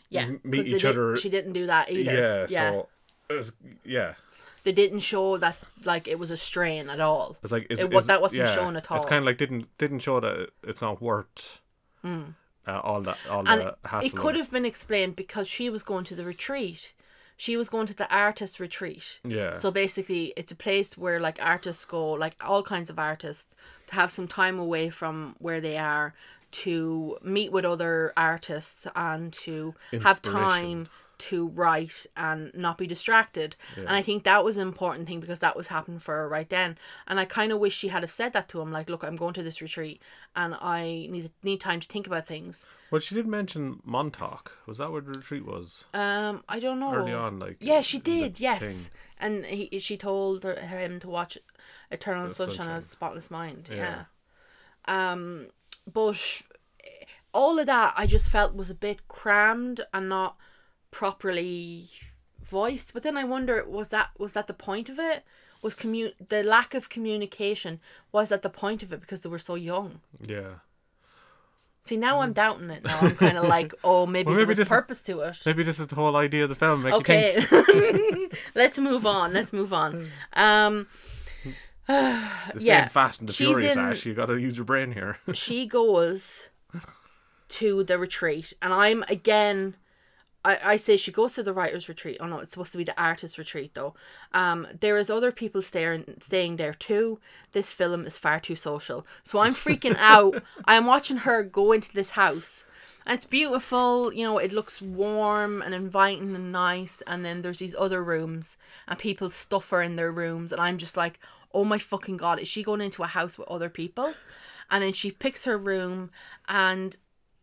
Yeah.
M- meet
'cause they
each
didn't-
other-
She didn't do that either.
yeah, so it was, yeah,
they didn't show that like it was a strain at all.
It's like is,
It wa-
is-
that wasn't
yeah,
shown at
It's
all.
kind of like didn't didn't show that it's not worth uh, all that all
Mm. and
that
it
hassle.
could have been explained because she was going to the retreat she was going to the artist retreat
yeah.
so basically it's a place where like artists go like all kinds of artists to have some time away from where they are to meet with other artists and to have time
Inspiration.
to write and not be distracted and i think that was an important thing because that was happening for her right then and i kind of wish she had have said that to him like look i'm going to this retreat and i need need time to think about things
well, she did mention Montauk. Was that where the retreat was
um, I don't know.
early on? Like
Yeah, she
in the
did. Yes,
thing.
and he, she told her, him to watch "Eternal Sunshine,
Sunshine.
of the Spotless Mind." Yeah.
Yeah.
Um, but all of that I just felt was a bit crammed and not properly voiced. But then I wonder, was that was that the point of it? Was commu- the lack of communication was at the point of it because they were so young?
Yeah.
See, now I'm doubting it. Now I'm kind of like, oh, maybe
Mm. Well,
there
maybe
was
this is-
purpose to it.
Maybe this is the whole idea of the film. Make you think.
Okay, let's move on. Let's move on. Um,
This
Yeah.
ain't Fast and the
She's
Furious,
in-
Ash. You got to use your brain here.
she goes to the retreat, and I'm again. I, I say she goes to the writer's retreat. Oh no, it's supposed to be the artist's retreat though. Um, there is other people staying staying there too. This film is far too social, so I'm freaking out. I'm watching her go into this house, and it's beautiful. You know, it looks warm and inviting and nice. And then there's these other rooms, and people stuff her in their rooms, and I'm just like, oh my fucking god, is she going into a house with other people? And then she picks her room, and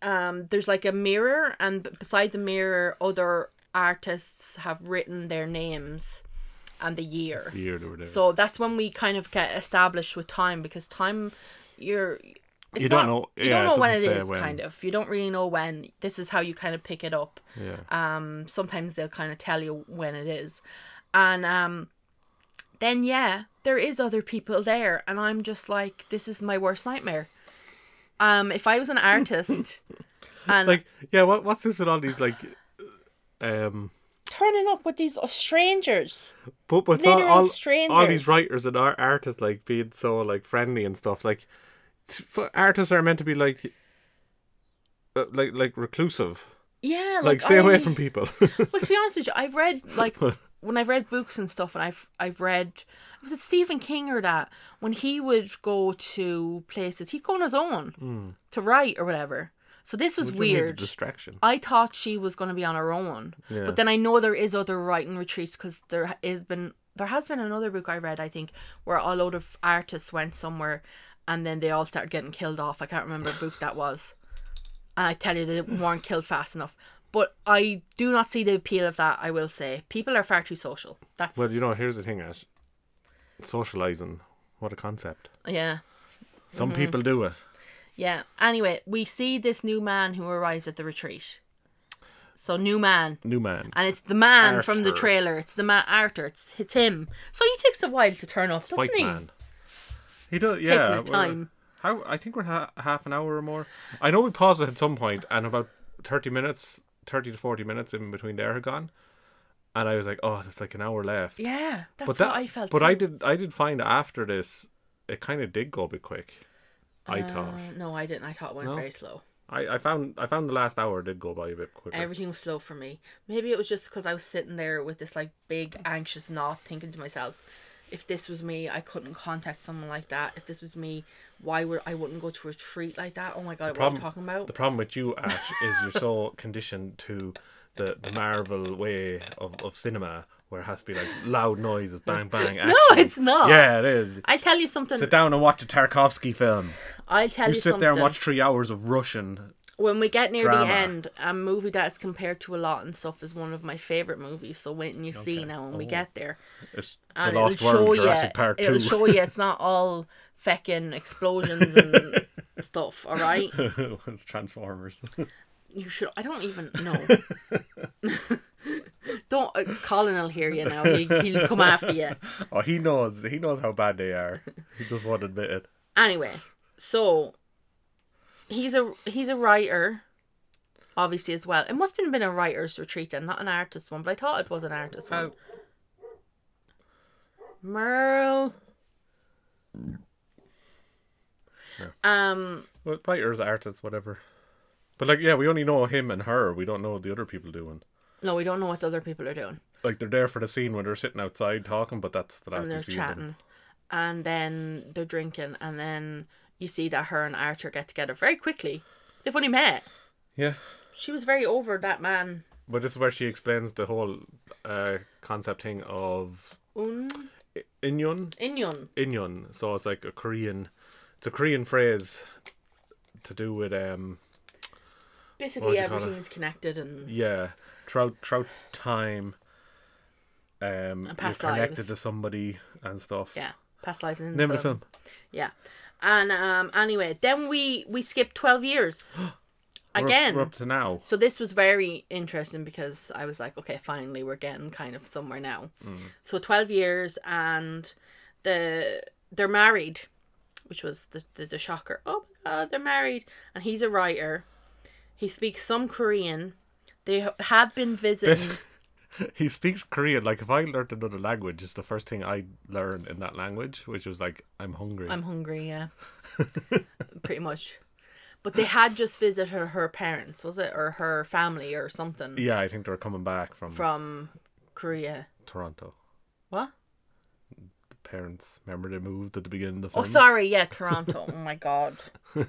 um there's like a mirror and b- beside the mirror other artists have written their names and the year
the year they were there.
so that's when we kind of get established with time because time you're it's
You don't
not-
know-
you
yeah,
don't
it
know when it
doesn't say
is
when.
kind of you don't really know when this is how you kind of pick it up
yeah.
um sometimes they'll kind of tell you when it is and um then yeah there is other people there and i'm just like this is my worst nightmare um if i was an artist and
like yeah. What what's this with all these like um.
turning up with these strangers
But but it's all,
Literal
all, all
strangers.
these writers and ar- artists like being so like friendly and stuff like it's f- artists are meant to be like uh, like like reclusive
yeah like,
like, stay
I-
away from people
well to be honest with you i've read like when i've read books and stuff and i've i've read was it stephen king or that when he would go to places he'd go on his own
Hmm.
to write or whatever so this was
You need a
weird
distraction
I thought she was going to be on her own,
Yeah.
but then I know there is other writing retreats because there ha- is been there has been another book I read I think where a load of artists went somewhere and then they all started getting killed off. I can't remember what book that was, and I tell you they weren't killed fast enough. But I do not see the appeal of that. I will say people are far too social. That's
well you know here's the thing Ash socializing what a concept
yeah.
some
Mm-hmm.
people do it
Yeah. Anyway, we see this new man who arrives at the retreat. So new man.
new man
And it's the man from the
Arthur.
trailer. It's the man Arthur. It's, it's him. So he takes a while to turn off, doesn't
white
he?
man he does
Taking
yeah
his
well,
time.
How I think we're ha- half an hour or more. I know we paused it at some point, and about thirty minutes, thirty to forty minutes in between there had gone, and I was like, "Oh, there's like an hour left."
Yeah, that's
but
what
that,
I felt.
But
too.
I did, I did find after this, it kind of did go a bit quick. I thought.
Uh, no, I didn't. I thought it went
No?
very slow.
I, I found, I found the last hour did go by a bit quicker.
Everything was slow for me. Maybe it was just because I was sitting there with this like big anxious knot, thinking to myself, if this was me, I couldn't contact someone like that. If this was me, why would I wouldn't go to a retreat like that? Oh my god, what are you talking about?
The problem with you, Ash, is you're so conditioned to the, the Marvel way of, of cinema where it has to be like loud noises, bang bang. Action.
it's not.
Yeah, it is.
I'll tell you something.
Sit down and watch a Tarkovsky film.
I'll tell
You
you,
sit
something.
there and watch three hours of Russian.
when we get near
Drama.
the end, a movie that is compared to a lot and stuff is one of my favorite movies. So wait and you see now when we get there,
It's Oh. the
and
Lost
it'll show
World,
you.
Jurassic Park
it'll
Two.
show you it's not all feckin' explosions and stuff. All right,
it's Transformers.
you should. I don't even know. don't uh, Colin will hear you now. He, he'll come after you.
oh, he knows. He knows how bad they are. He just won't admit it.
Anyway, so he's a he's a writer, obviously as well. It must have been a writer's retreat then, not an artist one, but I thought it was an artist
Uh,
one. Merle. Um
well, writers, artists, whatever. But like, yeah, we only know him and her. We don't know what the other people doing.
no, we don't know what the other people are doing.
Like they're there for the scene when they're sitting outside talking, but that's the last
and
we
they're
see of them.
chatting. And then they're drinking and then you see that her and Arthur get together very quickly. They've only met.
Yeah,
She was very over that man.
but this is where she explains the whole uh, concept thing of
Un
i- inyun.
Inyun.
Inyun. So it's like a Korean. It's a Korean phrase to do with um What
Basically
do you call it?
everything's connected and
yeah throughout throughout time. Um, you're
past
connected
lives.
to somebody and stuff.
Yeah, past life and in
Name
the
of the
film.
film.
Yeah, and um, anyway, then we we skipped twelve years
We're up-
again.
we're up to now.
So this was very interesting because I was like, okay, finally we're getting kind of somewhere now. So twelve years, and the they're married, which was the the, the shocker. Oh my god, they're married, and he's a writer. He speaks some Korean. They ha- had been visiting.
he speaks Korean. Like if I learned another language, it's the first thing I learn in that language, which was like I'm hungry.
I'm hungry, yeah. Pretty much. But they had just visited her, her parents, was it? Or her family or something
yeah, I think they're coming back from,
from Korea.
Toronto.
What?
The parents remember they moved at the beginning of the
Oh,
film.
sorry, yeah, Toronto. oh my god.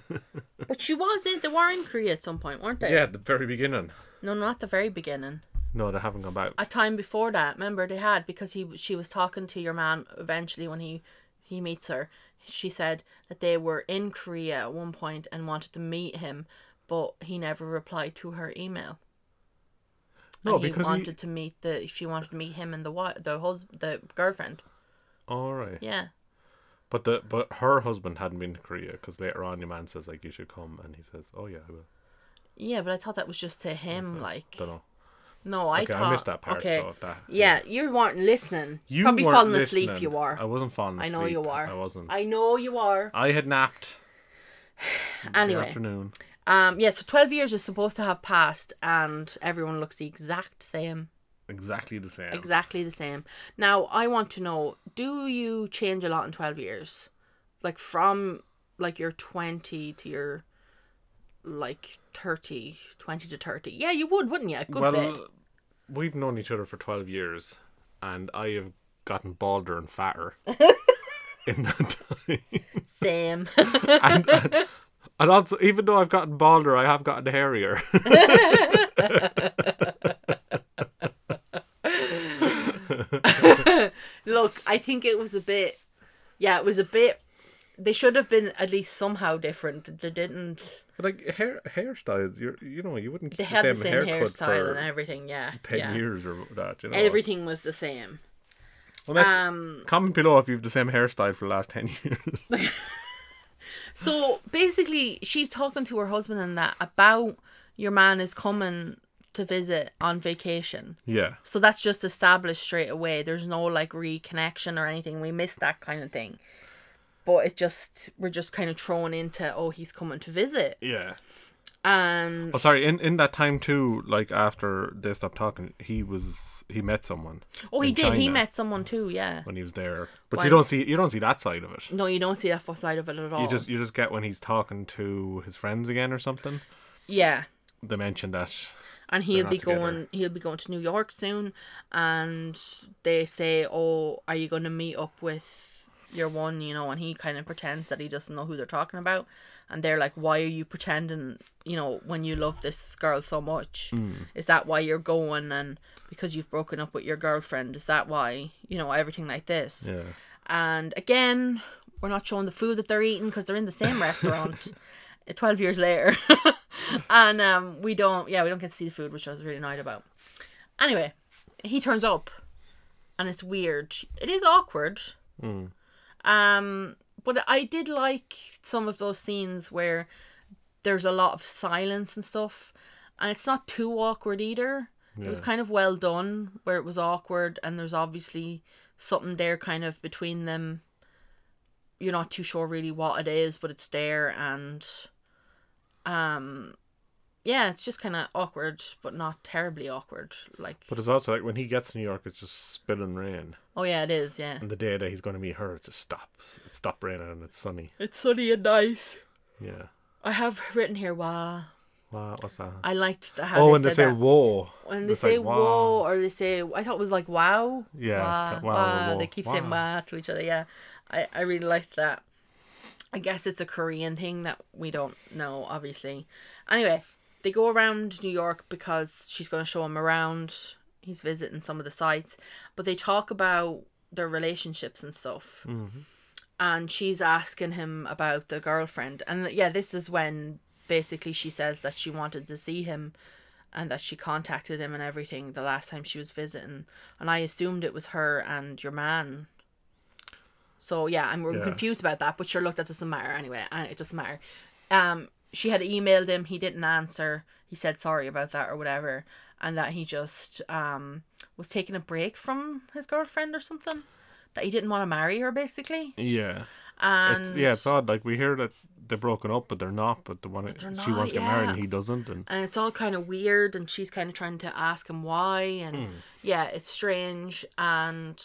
But she was in, they were in Korea at some point, weren't they?
Yeah, at the very beginning.
No, not the very beginning.
No, they haven't come back.
A time before that, remember they had because he she was talking to your man eventually when he he meets her. She said that they were in Korea at one point and wanted to meet him, but he never replied to her email.
no,
and he
because
wanted to meet the she wanted to meet him and the wi- the hus- the girlfriend.
All right,
Yeah.
but the but her husband hadn't been to Korea because later on your man says like you should come and he says oh yeah I will.
Yeah, but I thought that was just to him like
Don't know.
No, I
uh, Okay,
thought
I missed that part.
Okay.
So if that
yeah, you weren't listening.
you
Probably
weren't
falling asleep
listening.
you are.
I wasn't falling
I
asleep.
know you are.
I wasn't. I,
I know you are.
had napped the
Anyway.
afternoon.
Um yeah, so 12 years is supposed to have passed and everyone looks the exact same.
Exactly the same.
Exactly the same. Now, I want to know, do you change a lot in 12 years? Like from like your 20 to your like 30, 20 to 30. Yeah, you would, wouldn't you? A good bit.
we've known each other for 12 years, and I have gotten balder and fatter in that time.
Same.
And, and, and also, even though I've gotten balder, I have gotten hairier.
Look, I think it was a bit Yeah, it was a bit they should have been at least somehow different. They didn't.
like, hair hairstyles, you're, you know, you wouldn't keep
They
the
had
same,
the same
haircut
hairstyle
for
and everything. Yeah,
10
yeah.
years or that, you know.
Everything was the same.
Well, that's-
Um,
Comment below if you have the same hairstyle for the last 10 years.
So basically, she's talking to her husband and that about your man is coming to visit on vacation.
yeah.
So that's just established straight away. There's no like reconnection or anything. We missed that kind of thing. but it just we're just kind of thrown into oh he's coming to visit
Yeah.
and
Oh, sorry. In in that time too, like after they stopped talking, he was he met someone
oh he
in
did he
China.
met someone too yeah
when he was there, but
Why-
you don't see you don't see that side of it.
no you don't see that first side of it at all
You just you just get when he's talking to his friends again or something.
yeah
They mentioned that.
and he'll
not
be
together.
going he'll be going to New York soon and they say oh are you going to meet up with your one you know and he kind of pretends that he doesn't know who they're talking about and they're like why are you pretending you know when you love this girl so much
Mm.
is that why you're going and because you've broken up with your girlfriend is that why you know everything like this
Yeah.
and again we're not showing the food that they're eating because they're in the same restaurant 12 years later and um, we don't yeah we don't get to see the food which i was really annoyed about anyway he turns up and it's weird it is awkward um but i did like some of those scenes where there's a lot of silence and stuff and it's not too awkward either it was
Yeah.
kind of well done where it was awkward and there's obviously something there kind of between them you're not too sure really what it is but it's there and um yeah it's just kind of awkward but not terribly awkward like
But it's also like when he gets to New York, it's just spilling rain,
oh yeah it is yeah
and the day that he's going to meet her, it just stops. It stopped raining and it's sunny.
it's sunny and nice
Yeah.
i have written here wow
Wow, what's that?
i liked the- how
oh,
Ah, they
when
said
they say
that.
"whoa,"
when they
it's like,
say
wow.
whoa or they say i thought it was like wow
Yeah,
wow,
wow,
wow.
wow,
they keep saying
wow.
wow to each other yeah i i really liked that i guess it's a korean thing that we don't know obviously anyway they go around new york because she's going to show him around he's visiting some of the sites but they talk about their relationships and stuff and she's asking him about the girlfriend and yeah this is when basically she says that she wanted to see him and that she contacted him and everything the last time she was visiting and i assumed it was her and your man so yeah i'm
Yeah.
confused about that but sure look that doesn't matter anyway and it doesn't matter um she had emailed him he didn't answer he said sorry about that or whatever and that he just um was taking a break from his girlfriend or something that he didn't want to marry her basically
Yeah,
and
it's, yeah, it's odd. Like we hear that they're broken up, but they're not. But the one she
they're
wants to get
not,
married, and
yeah.
he doesn't. And
and it's all kind of weird and she's kind of trying to ask him why and
Hmm.
yeah it's strange and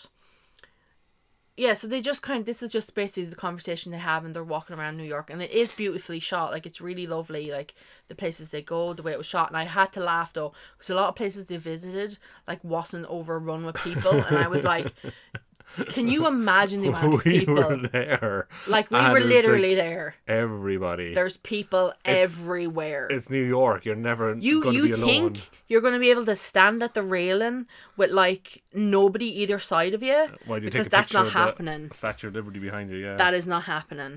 yeah so they just kind this is just basically the conversation they have and they're walking around new york and it is beautifully shot like it's really lovely like the places they go the way it was shot and i had to laugh though because a lot of places they visited like wasn't overrun with people and i was like can you imagine the amount of
we
people
were there.
like we
and
were
it was, like,
literally there
everybody.
there's people
It's-
everywhere
It's New York. You're never
you
going to be
you
alone.
think you're going to be able to stand at the railing with like nobody either side of you
Uh, Why do you take
because
a
that's
picture
not
of the
happening
Statue of Liberty behind you. Yeah.
that is not happening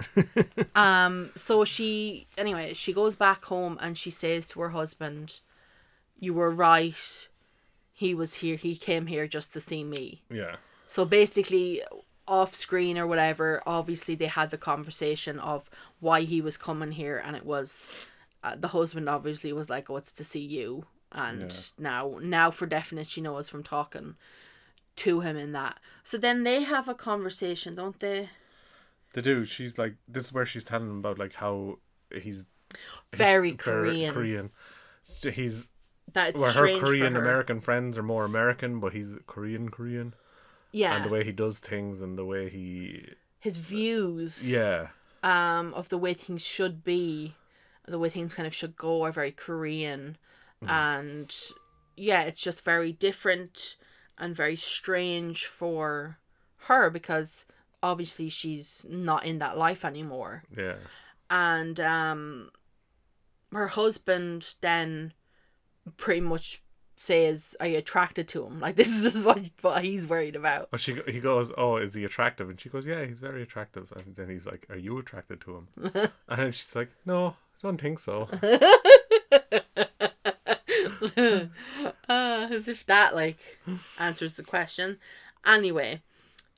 um so she anyway she goes back home and she says to her husband you were right he was here he came here just to see me
yeah.
so basically, off screen or whatever, obviously they had the conversation of why he was coming here, and it was uh, the husband obviously was like, "Oh, it's to see you," and
Yeah.
now, now for definite, she knows from talking to him in that. So then they have a conversation, don't they?
They do. She's like, this is where she's telling him about like how he's he's
Very
very
Korean.
Korean. He's
That it's
where her
strange
Korean
for her.
American friends are more American, but he's Korean Korean, and
yeah,
the way he does things and the way he
his views,
yeah
um, of the way things should be, the way things kind of should go are very Korean, and yeah, it's just very different and very strange for her because obviously she's not in that life anymore,
yeah
and um, her husband then pretty much says, "Are you attracted to him?" Like this is what what he's worried about.
Well, she he goes, "Oh, is he attractive?" And she goes, "Yeah, he's very attractive." And then he's like, "Are you attracted to him?" and then she's like, "No, I don't think so."
uh, as if that like answers the question. Anyway,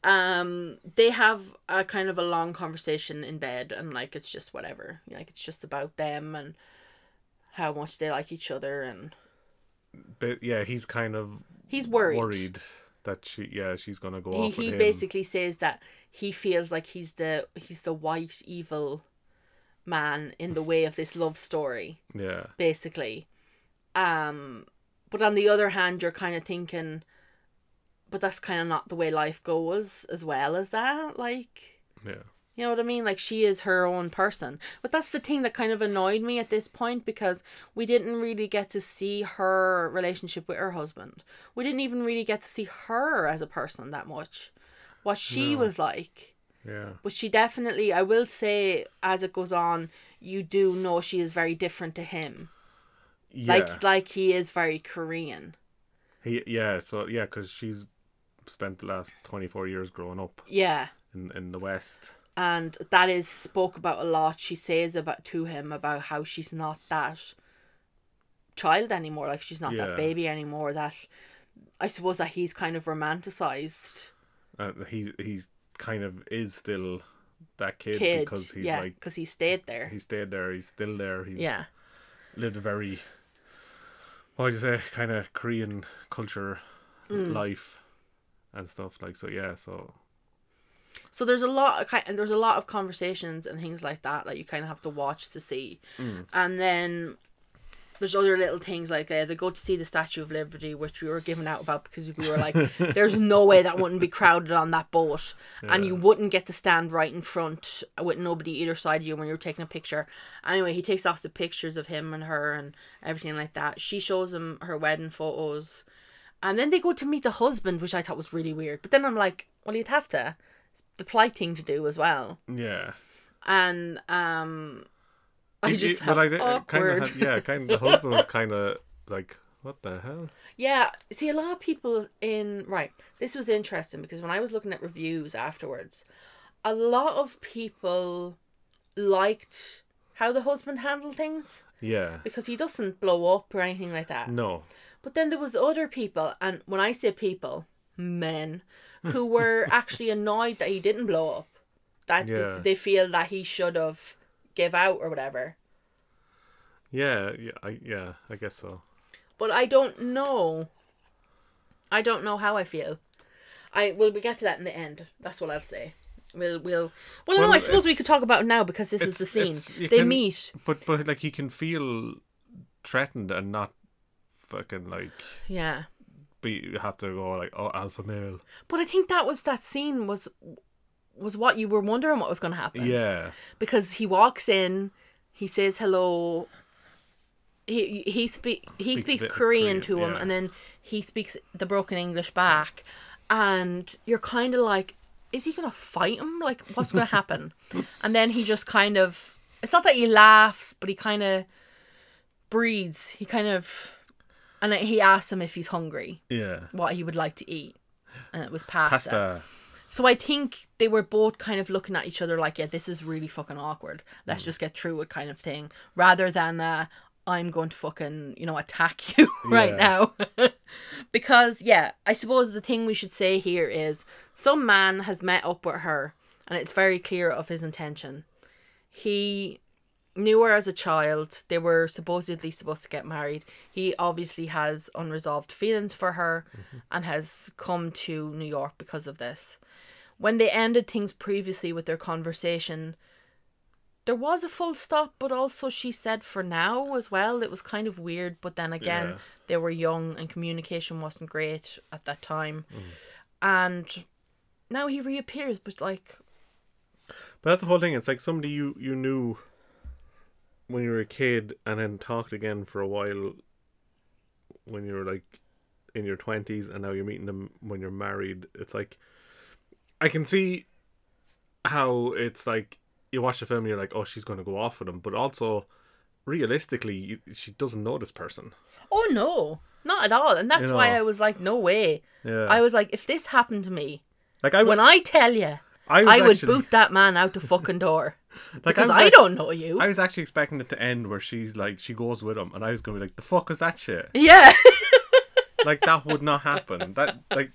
um, they have a kind of a long conversation in bed, and like it's just whatever. Like it's just about them and how much they like each other, and
But yeah, he's kind of
he's worried.
worried. that she yeah she's gonna go
he,
off with
he
him.
basically says that he feels like he's the he's the white evil man in the way of this love story
yeah,
basically um but on the other hand you're kind of thinking but that's kind of not the way life goes as well as that like
yeah,
you know what I mean? Like she is her own person. But that's the thing that kind of annoyed me at this point because we didn't really get to see her relationship with her husband. We didn't even really get to see her as a person that much. What she
No.
was like.
yeah,
But she definitely, I will say, as it goes on, you do know she is very different to him.
yeah.
Like like he is very Korean.
he, yeah, so yeah, because she's spent the last twenty four years growing up
Yeah.
in in the West.
and that is spoke about a lot she says about to him about how she's not that child anymore like she's not
Yeah.
that baby anymore that i suppose that he's kind of romanticized
Uh, he he's kind of is still that kid,
kid
because he's
yeah
like
because he stayed there
he stayed there, he's still there, he's
yeah
lived a very what do you say, kind of Korean culture
Mm.
life and stuff like so. Yeah, so
so there's a lot of kind and there's a lot of conversations and things like that that you kind of have to watch to see and then there's other little things like uh, they go to see the Statue of Liberty, which we were giving out about because we were like, "There's no way that wouldn't be crowded on that boat, and you wouldn't get to stand right in front with nobody either side of you when you're taking a picture." Anyway, he takes lots of pictures of him and her and everything like that. She shows him her wedding photos, and then they go to meet the husband, which I thought was really weird. But then I'm like, "Well, you'd have to." It's the polite thing to do as well,
yeah.
and um, I
It-
just
it- but I did- it kinda
awkward.
had- yeah, kind of. The husband was kind of like, what the hell?
Yeah, see, a lot of people in right. This was interesting because when I was looking at reviews afterwards, a lot of people liked how the husband handled things
Yeah,
because he doesn't blow up or anything like that.
no,
But then there was other people, and when I say people, men, who were actually annoyed that he didn't blow up, that th-
Yeah.
they feel that he should have give out or whatever.
yeah, yeah, I, yeah, I guess so.
But I don't know. I don't know how I feel. I will we get to that in the end. That's what I'll say. We'll we'll well,
Well,
no, I suppose we
it's-
could talk about it now because this is the
it's- it's-
scene.
you
They
can-
meet.
But but like he can feel threatened and not fucking like
Yeah.
be have to go like oh alpha male.
But I think that was that scene was was what you were wondering what was gonna happen.
Yeah,
Because he walks in, he says hello. He he speak
Speaks
he
a
speaks
bit of
Korean,
Korean,
to him
yeah.
and then he speaks the broken English back and you're kinda like, Is he gonna fight him? Like what's gonna happen? and then he just kind of it's not that he laughs, but he kinda breathes. He kind of and then he asks him if he's hungry,
yeah.
what he would like to eat. And it was
Pasta.
so I think they were both kind of looking at each other like, yeah, this is really fucking awkward. Let's just get through it kind of thing. Rather than uh, I'm going to fucking, you know, attack you right
Yeah.
now. because, yeah, I suppose the thing we should say here is some man has met up with her and it's very clear of his intention. He knew her as a child. They were supposedly supposed to get married. He obviously has unresolved feelings for her
Mm-hmm.
and has come to New York because of this. When they ended things previously with their conversation, there was a full stop, but also she said for now as well. It was kind of weird, but then again,
Yeah.
they were young and communication wasn't great at that time.
Mm.
And now he reappears, but like,
But that's the whole thing. It's like somebody you you knew when you were a kid, and then talked again for a while when you were like in your twenties, and now you're meeting them when you're married. It's like I can see how it's like you watch the film, and you're like, oh, she's gonna go off with him, but also realistically, you, she doesn't know this person.
oh no, not at all. And that's
You
why
know.
I was like, no way.
Yeah,
I was like, if this happened to me,
like I would,
when I tell you,
I, was
I would
actually-
boot that man out the fucking door
like,
because
was
I
act-
don't know you.
I was actually expecting it to end where she's like she goes with him, and I was gonna be like, the fuck is that shit?
Yeah,
like that would not happen. That like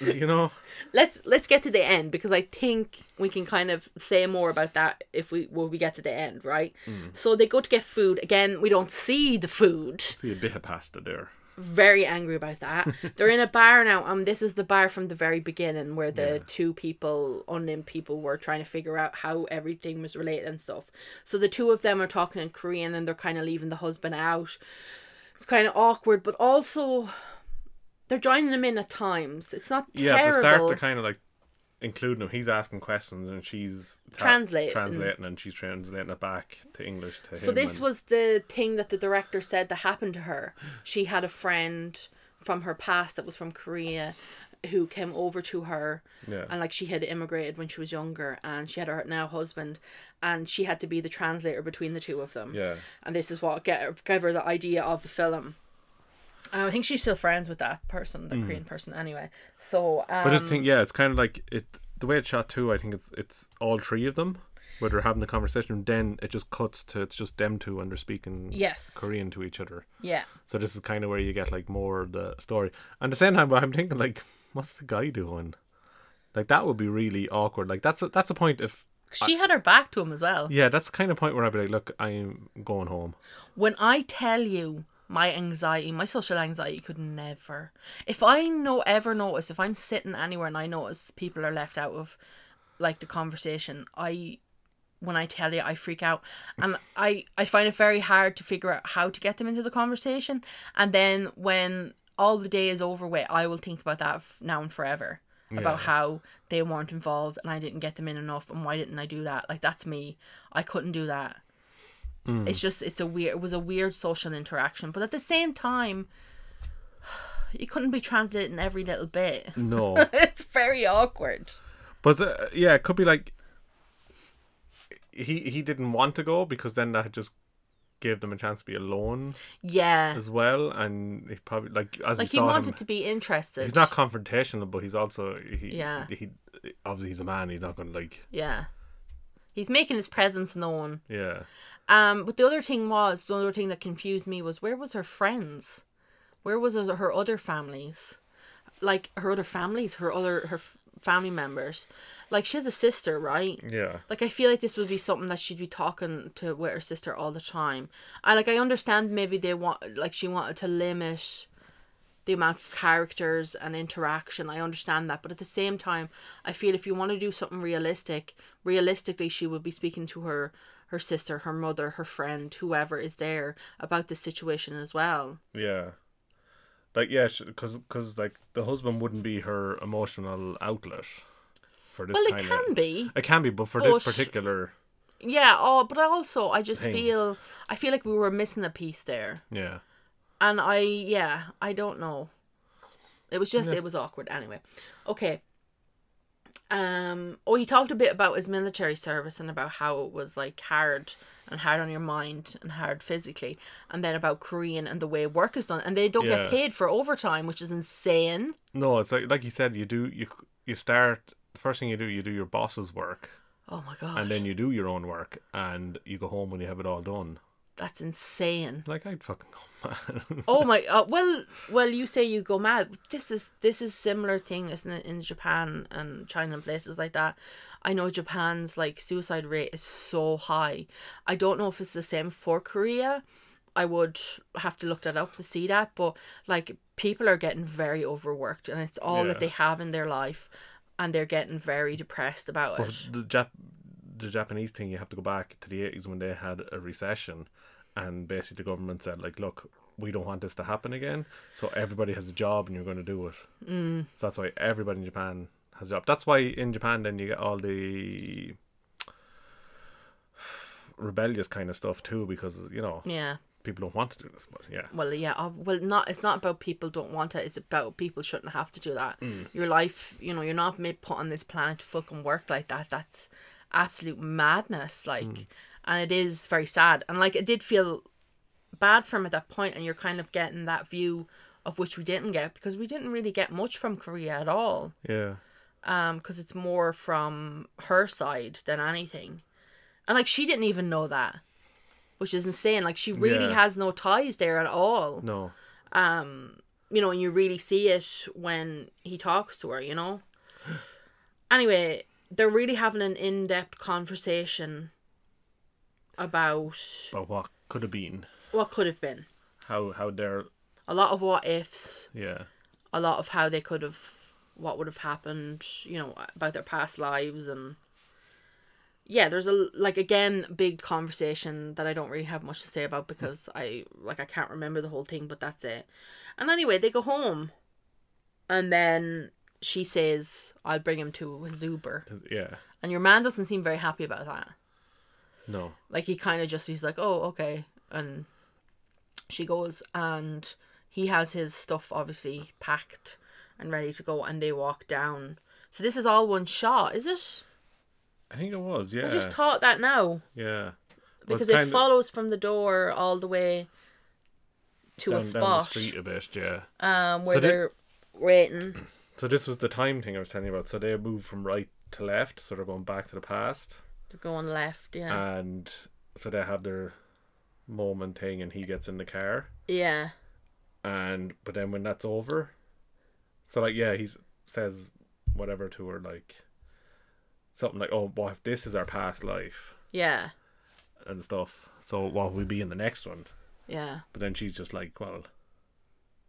you know
let's let's get to the end because I think we can kind of say more about that if we when we get to the end,
Mm.
right? So they go to get food again. We don't see the food.
see a bit of pasta there.
very angry about that. They're in a bar now, and this is the bar from the very beginning where the
Yeah.
two people, unnamed people, were trying to figure out how everything was related and stuff. So the two of them are talking in Korean and they're kind of leaving the husband out. It's kind of awkward, but also they're joining him in at times. It's not
Yeah, at the
terrible.
start they're kind of like including him. He's asking questions and she's ta-
Translating.
translating, and she's translating it back to English to him.
So this
and-
was the thing that the director said that happened to her. She had a friend from her past that was from Korea who came over to her
yeah,
and like she had immigrated when she was younger and she had her now husband and she had to be the translator between the two of them.
yeah,
And this is what get, gave her the idea of the film. Uh, I think she's still friends with that person, the Korean person anyway. So um,
Mm. but this thing, yeah, it's kind of like it. The way it's shot too, I think it's it's all three of them where they're having the conversation. And then it just cuts to it's just them two and they're speaking
Yes.
Korean to each other.
yeah.
So this is kind of where you get like more of the story. And the same time, I'm thinking like, what's the guy doing? Like that would be really awkward. Like that's a, that's a point if
She had her back to him as well.
yeah, that's the kind of point where I'd be like, look, I'm going home.
When I tell you my anxiety, my social anxiety could never. If I know ever notice, if I'm sitting anywhere and I notice people are left out of like the conversation, I when I tell you I freak out and I I find it very hard to figure out how to get them into the conversation and then when all the day is over with I will think about that f- now and forever about how they weren't involved and I didn't get them in enough and why didn't I do that like that's me I couldn't do that
Hmm.
it's just it's a weird it was a weird social interaction but at the same time you couldn't be translating every little bit
No,
it's very awkward
but uh, yeah, it could be like he he didn't want to go because then that just gave them a chance to be alone
yeah
as well, and he probably like as
like
we
he
saw
wanted
him,
to be interested
he's not confrontational, but he's also he
Yeah.
he obviously he's a man. He's not going to like
yeah he's making his presence known
yeah.
um but the other thing was the other thing that confused me was where was her friends where was her her other families like her other families her other her f- family members like she has a sister right
Yeah.
Like I feel like this would be something that she'd be talking to with her sister all the time. I like I understand maybe they want like she wanted to limit the amount of characters and interaction. I understand that, but at the same time, I feel if you want to do something realistic, realistically she would be speaking to her her sister, her mother, her friend, whoever is there about this situation as well.
Yeah. Like yeah, because because like the husband wouldn't be her emotional outlet for this.
Well, it
kind
can
Of,
be.
it can be, but for this
But-
particular,
Yeah, oh, but I also I just
Thing.
feel I feel like we were missing a piece there.
yeah,
And I, yeah, I don't know. It was just, it was awkward. Anyway, okay. Um. Oh, he talked a bit about his military service and about how it was like hard and hard on your mind and hard physically, and then about Korean and the way work is done, and they don't
Yeah.
get paid for overtime, which is insane.
no, it's like like you said, you do you you start the first thing you do, you do your boss's work,
Oh my god,
and then you do your own work, and you go home when you have it all done.
that's insane.
Like I'd fucking go mad.
oh my uh, well well you say you go mad this is this is similar thing isn't it in japan and china and places like that i know japan's like suicide rate is so high i don't know if it's the same for korea i would have to look that up to see that but like people are getting very overworked and it's all
Yeah.
that they have in their life and they're getting very depressed about
But
it
the Jap- the Japanese thing, you have to go back to the eighties when they had a recession, and basically the government said like, look, we don't want this to happen again, so everybody has a job and you're going to do it. Mm. So that's why everybody in Japan has a job. That's why in Japan then you get all the rebellious kind of stuff too, because you know
yeah
people don't want to do this, but yeah.
Well, yeah. uh, Well, not. It's not about people don't want it. It's about people shouldn't have to do that. Your life, you know, you're not made put on this planet to fucking work like that. That's absolute madness. Like, and it is very sad. And like, it did feel bad from at that point, and you're kind of getting that view of which we didn't get because we didn't really get much from Korea at all.
Yeah.
Um, because it's more from her side than anything, and like she didn't even know that. Which is insane. Like she really
Yeah.
has no ties there at all
No.
um you know and you really see it when he talks to her you know anyway they're really having an in-depth conversation about
But what could have been?
what could have been
How how their
a lot of what ifs,
Yeah.
a lot of how they could have, what would have happened, you know, about their past lives and. Yeah, there's a like again big conversation that I don't really have much to say about because I like I can't remember the whole thing, but that's it. And anyway, they go home, and then she says, "I'll bring him to his Uber,"
Yeah.
and your man doesn't seem very happy about that.
No.
Like he kind of just he's like, "Oh, okay," and she goes and he has his stuff obviously packed and ready to go, and they walk down. So this is all one shot, is it?
I think it was. Yeah.
I just thought that now
yeah. Well, it's
because it
kind of
follows from the door all the way to
down,
a
down the
spot
street a bit. Yeah.
um where
So did-
they're waiting.
So this was the time thing I was telling you about. So they moved from right to left, so they're going back to the past,
They're going left,
Uh.
yeah,
and so they have their moment thing, and he gets in the car,
yeah.
and but then when that's over, so like yeah, he says whatever to her like something like oh what if this is our past life
Yeah,
and stuff. So what will we be in the next one?
yeah,
But then she's just like well.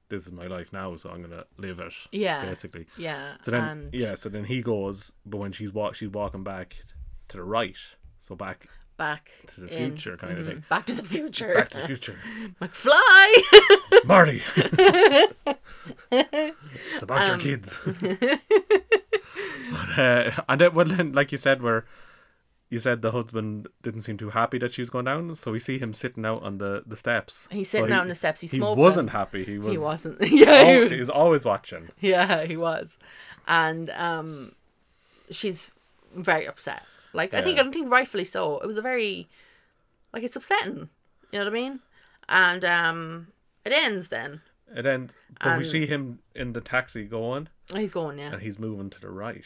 This is my life now, so I'm gonna live it.
Yeah.
basically.
yeah.
So then,
and
yeah. So then he goes, but when she's walk, she's walking back to the right, so back
back
to the
in. Mm-hmm.
future kind of thing.
Back to the future.
Back to the future,
McFly.
Marty. it's about
Um,
your kids. But, uh, and then, well, then, like you said, where you said the husband didn't seem too happy that she was going down, so we see him sitting out on the the steps.
He's
So
sitting
he-
out on the steps. He
He
smoked
wasn't happy. He was. Oh,
He wasn't. yeah, he
al-
was-
he was always watching.
yeah, he was. And um, she's very upset. Like I think
Yeah.
I think rightfully so. It was a very like it's upsetting. You know what I mean? And um, it ends then.
And then, but we
And-
see him in the taxi going,
He's going Oh, yeah.
and he's moving to the right.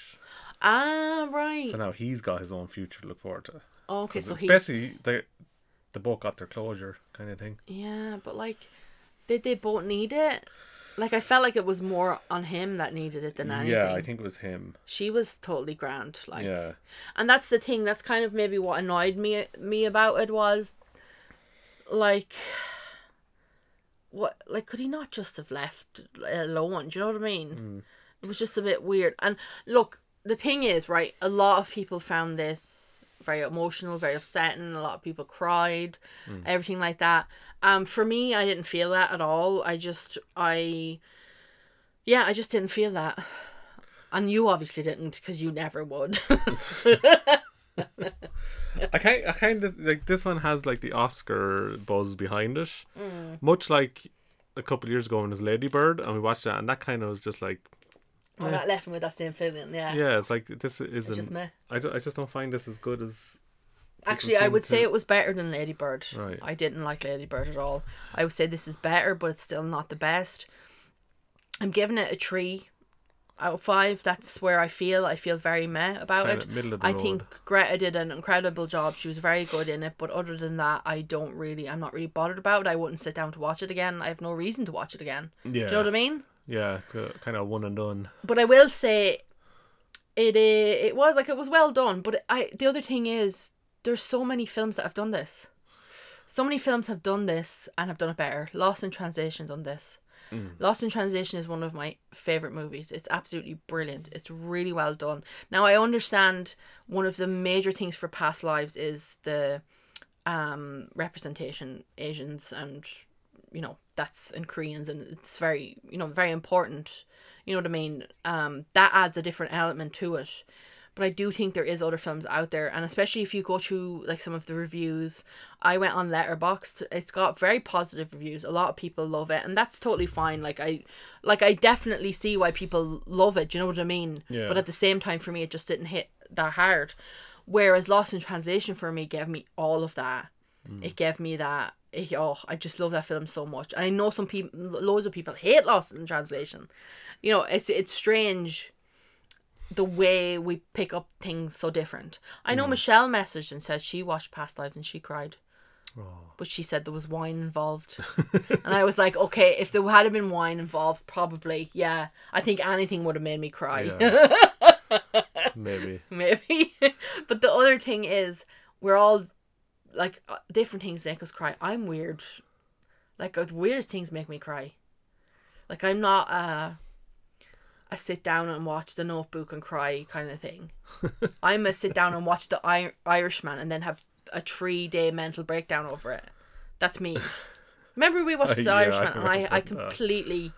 Ah right. Oh,
So now he's got his own future to look forward to.
okay, so
it's
he's
basically the the book got their closure kind of thing.
yeah, but like, did they both need it? Like I felt like it was more on him that needed it than anything.
Yeah, I think it was him.
she was totally grand. Like
yeah,
and that's the thing that's kind of maybe what annoyed me me about it was like what like could he not just have left alone do you know what i mean it was just a bit weird and look the thing is right a lot of people found this very emotional very upsetting a lot of people cried everything like that um for me i didn't feel that at all i just i yeah i just didn't feel that and you obviously didn't because you never would
I kind I kind of like this one has like the Oscar buzz behind it, much like a couple of years ago when it was Lady Bird, and we watched that, and that kind of was just like,
Well, that left me with that same feeling. Yeah.
yeah, it's like this isn't.
just meh.
I don't, I just don't find this as good as
Actually, I
seem
would
to-
say it was better than Lady Bird.
Right.
I didn't like Lady Bird at all. I would say this is better, but it's still not the best. I'm giving it a three out of five. That's where I feel. I feel very meh about
Kinda
it.
middle of the
I
road.
think Greta did an incredible job. She was very good in it, but other than that, I don't really. I'm not really bothered about it. I wouldn't sit down to watch it again. I have no reason to watch it again.
yeah,
Do you know what I mean?
yeah, it's kind of one and done.
but I will say it uh, it was like it was well done but I the other thing is there's so many films that have done this so many films have done this and have done it better Lost in Translation done this Lost in Translation is one of my favorite movies it's absolutely brilliant it's really well done now I understand one of the major things for past lives is the um representation Asians and you know that's in Koreans and it's very you know very important you know what I mean um that adds a different element to it but I do think there is other films out there and especially if you go through like some of the reviews I went on Letterboxd it's got very positive reviews a lot of people love it and that's totally fine like I like I definitely see why people love it do you know what I mean
Yeah.
but at the same time for me it just didn't hit that hard whereas Lost in Translation for me gave me all of that it gave me that it- oh i just love that film so much and i know some people loads of people hate lost in translation you know it's it's strange the way we pick up things so different i know michelle messaged and said she watched past lives and she cried
Oh.
but she said there was wine involved and i was like okay if there had been wine involved probably yeah i think anything would have made me cry
Yeah, maybe.
maybe. but the other thing is, we're all like uh, different things make us cry. I'm weird. Like uh, the weirdest things make me cry. Like I'm not a a sit down and watch The Notebook and cry kind of thing. I'm a sit down and watch The Ir- Irishman and then have a three day mental breakdown over it. That's me. Remember we watched
Uh,
The
yeah, I
Irishman and I
remember
I
that.
completely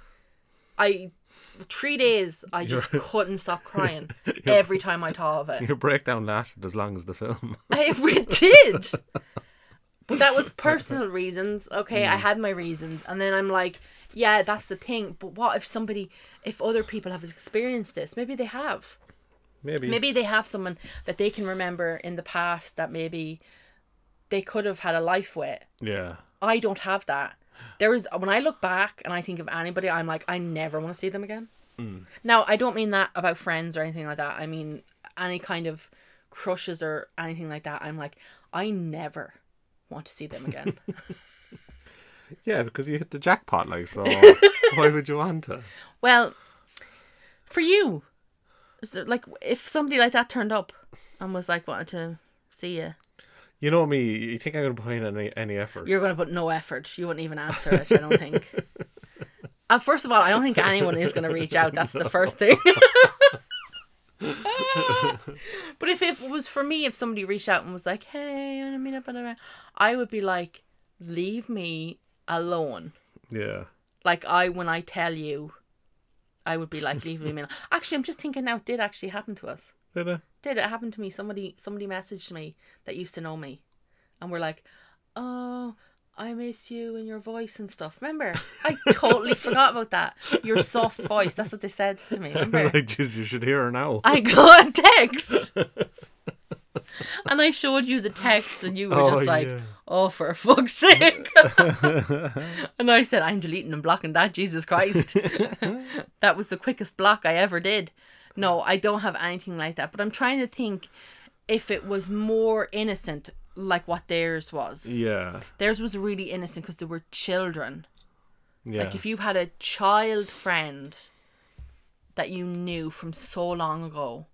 I three days I just couldn't stop crying
You're-
every time I thought of it.
Your breakdown lasted as long as the film.
If we did. But that was personal reasons. Okay, I had my reasons. And then I'm like, yeah, that's the thing. But what if somebody, if other people have experienced this? Maybe they have.
Maybe.
Maybe they have someone that they can remember in the past that maybe they could have had a life with.
Yeah.
I don't have that. There is, when I look back and I think of anybody, I'm like, I never want to see them again. Now, I don't mean that about friends or anything like that. I mean, any kind of crushes or anything like that. I'm like, I never want to see them again.
Yeah, because you hit the jackpot, like, so why would you want to?
well, for you, is there, like, if somebody like that turned up and was like, wanted to see you,
You know me, you think I'm going to put in any, any effort.
you're going to put no effort. You wouldn't even answer it, I don't think. Uh, first of all, I don't think anyone is going to reach out. That's the first thing. but if it was for me, if somebody reached out and was like, hey, I want to meet up, blah, blah, blah," I would be like, leave me alone.
Yeah.
Like, I, when I tell you, I would be like, leave me alone. Actually, I'm just thinking now, it did actually happen to us
Did I?
did it happen to me somebody somebody messaged me that used to know me and we're like oh i miss you and your voice and stuff remember i totally forgot about that your soft voice that's what they said to me remember
like, geez, you should hear her now.
i got a text and i showed you the text and you were
Oh,
just like
yeah.
oh for fuck's sake and i said i'm deleting and blocking that jesus christ that was the quickest block I ever did. No, I don't have anything like that. But I'm trying to think if it was more innocent, like what theirs was.
yeah.
Theirs was really innocent because they were children.
Yeah.
Like if you had a child friend that you knew from so long ago.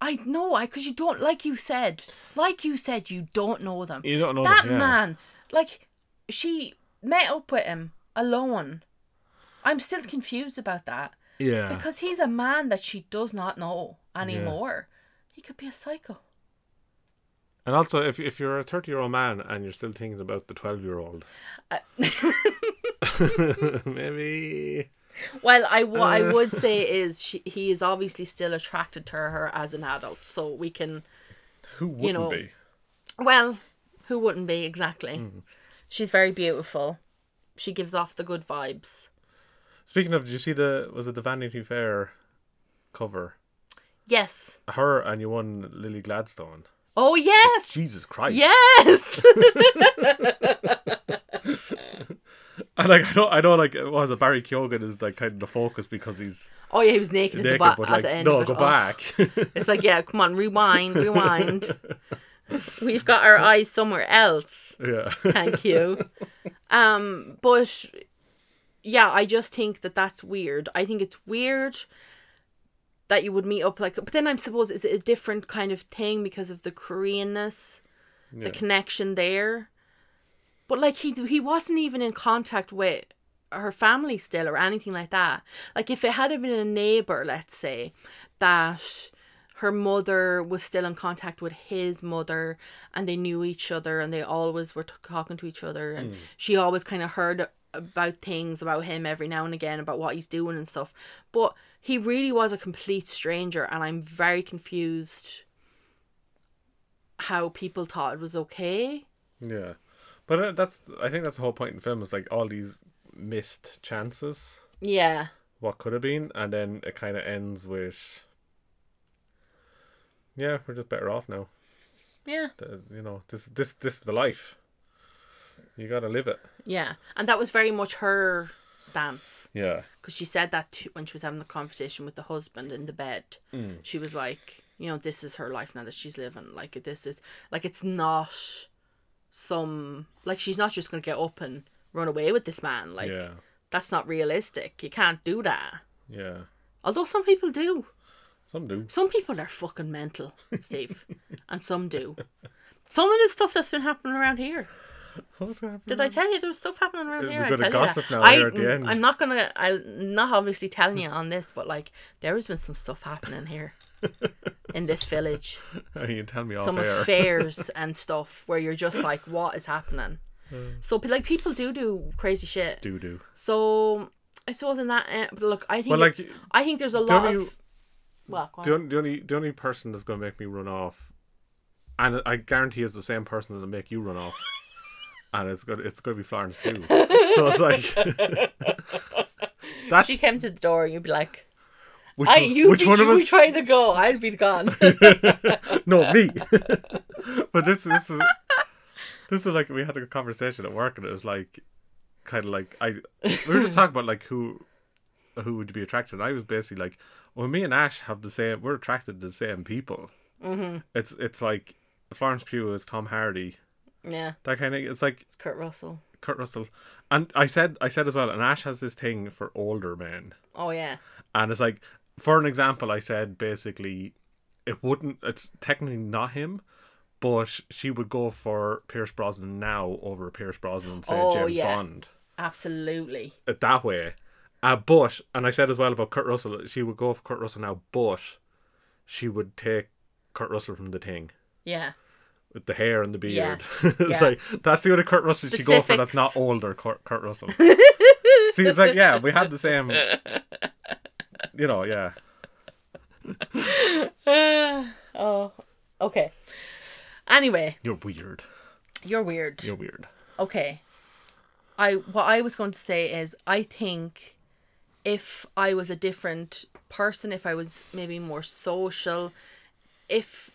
I know, I because you don't like you said, like you said, you don't know them.
You don't know
that
them, yeah.
man. Like she met up with him alone. I'm still confused about that.
yeah.
Because he's a man that she does not know anymore. He could be a psycho.
and also, if, if you're a 30 year old man and you're still thinking about the 12 year old,
Uh,
maybe.
well, I what I
Uh.
would say is she, he is obviously still attracted to her as an adult, so we can.
Who wouldn't
know,
be?
Well, who wouldn't be exactly?
Mm-hmm.
She's very beautiful. She gives off the good vibes.
Speaking of, did you see the, was it the Vanity Fair cover?
Yes.
Her and you won Lily Gladstone.
Oh yes.
Jesus Christ.
Yes.
And like I don't I know like it was a Barry Keoghan is like kind of the focus because he's
oh yeah, he was naked, at the
naked,
ba-
but
at the
like
end.
no,
of it.
go
Oh.
back.
It's like yeah, come on, rewind, rewind. We've got our eyes somewhere else.
yeah.
thank you um but yeah i just think that that's weird i think it's weird that you would meet up like but then i'm suppose is it a different kind of thing because of the koreanness
Yeah.
the connection there but like he he wasn't even in contact with her family still or anything like that like if it had been a neighbor let's say that her mother was still in contact with his mother and they knew each other and they always were t- talking to each other and she always kind of heard about things about him every now and again about what he's doing and stuff but he really was a complete stranger and i'm very confused how people thought it was okay
Yeah, but uh, that's I think that's the whole point in film is like all these missed chances,
yeah
what could have been, and then it kind of ends with, yeah, we're just better off now.
yeah
The- you know, this this this is the life. You gotta live it.
yeah and that was very much her stance
Yeah,
because she said that t- when she was having the conversation with the husband in the bed she was like you know this is her life now that she's living like this is like it's not some like she's not just gonna get up and run away with this man like
yeah,
that's not realistic you can't do that
yeah.
although some people do
Some do.
some people are fucking mental steve and some do some of the stuff that's been happening around here
What was going to happen?
Did I tell you there was stuff happening around
Uh,
here?
we're
I
gonna
tell
gossip
you
now
that. I,
here at the end.
I'm not gonna. I'm not obviously telling you on this, but like there has been some stuff happening here in this village.
you can tell me off
some
air.
affairs and stuff where you're just like, what is happening? So pe- like people do do crazy shit.
Hmm. Do do.
So I suppose in that end, but look, I think
Well, like,
it's- I think there's a lot
you-
of. Well, go on.
The, on- the only the only person that's going to make me run off, and I guarantee it's the same person that'll make you run off, and it's going to it's going to be Florence too. So it's like that's
she came to the door, and you'd be like,
which,
"I,
one-
you,
which
you,
one of
you
us?
try to go, I'd be gone."
no, me. but this this is this is like we had a conversation at work, and it was like kind of like I we were just talking about like who who would be attracted, and I was basically like, well, me and Ash have the same. We're attracted to the same people. Mm-hmm. It's it's like Florence Pugh is Tom Hardy.
yeah,
That kind of it's like
it's Kurt Russell.
Kurt Russell, and I said I said as well, and Ash has this thing for older men.
Oh yeah,
And it's like, for an example, I said basically, it wouldn't. It's technically not him, but she would go for Pierce Brosnan now over Pierce Brosnan, say
Oh,
James
yeah.
Bond,
absolutely.
uh, that way. Uh, but and I said as well about Kurt Russell, she would go for Kurt Russell now, but she would take Kurt Russell from the thing.
Yeah,
With the hair and the beard,
Yes.
it's
Yeah.
like that's the only Kurt Russell she go for. That's
Specifics.
not older Kurt, Kurt Russell. See, it's like yeah, we had the same, you know, yeah.
oh, okay. Anyway,
You're weird.
you're weird.
You're weird.
Okay. I what I was going to say is I think if I was a different person, if I was maybe more social, if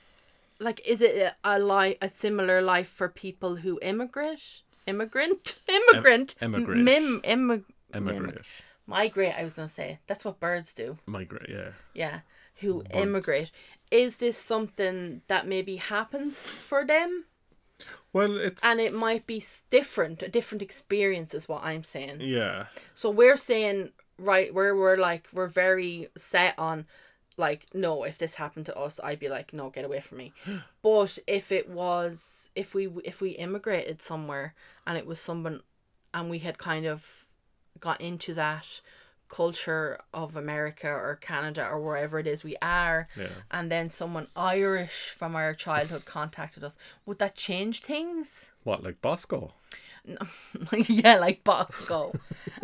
like is it a- a life a similar life for people who immigrate, immigrant, immigrant,
emigrate.
mim, immig-
Emigrate.
migrate. I was going to say that's what birds do.
Migrate, yeah.
Yeah, who immigrate. Is this something that maybe happens for them?
Well, it's.
and it might be s- different a different experience is what i'm saying
Yeah.
so we're saying right where we're like we're very set on like no if this happened to us i'd be like no get away from me but if it was if we if we immigrated somewhere and it was someone and we had kind of got into that culture of america or canada or wherever it is we are
Yeah.
and then someone irish from our childhood contacted us would that change things
What, like Bosco?
yeah, like Bosco.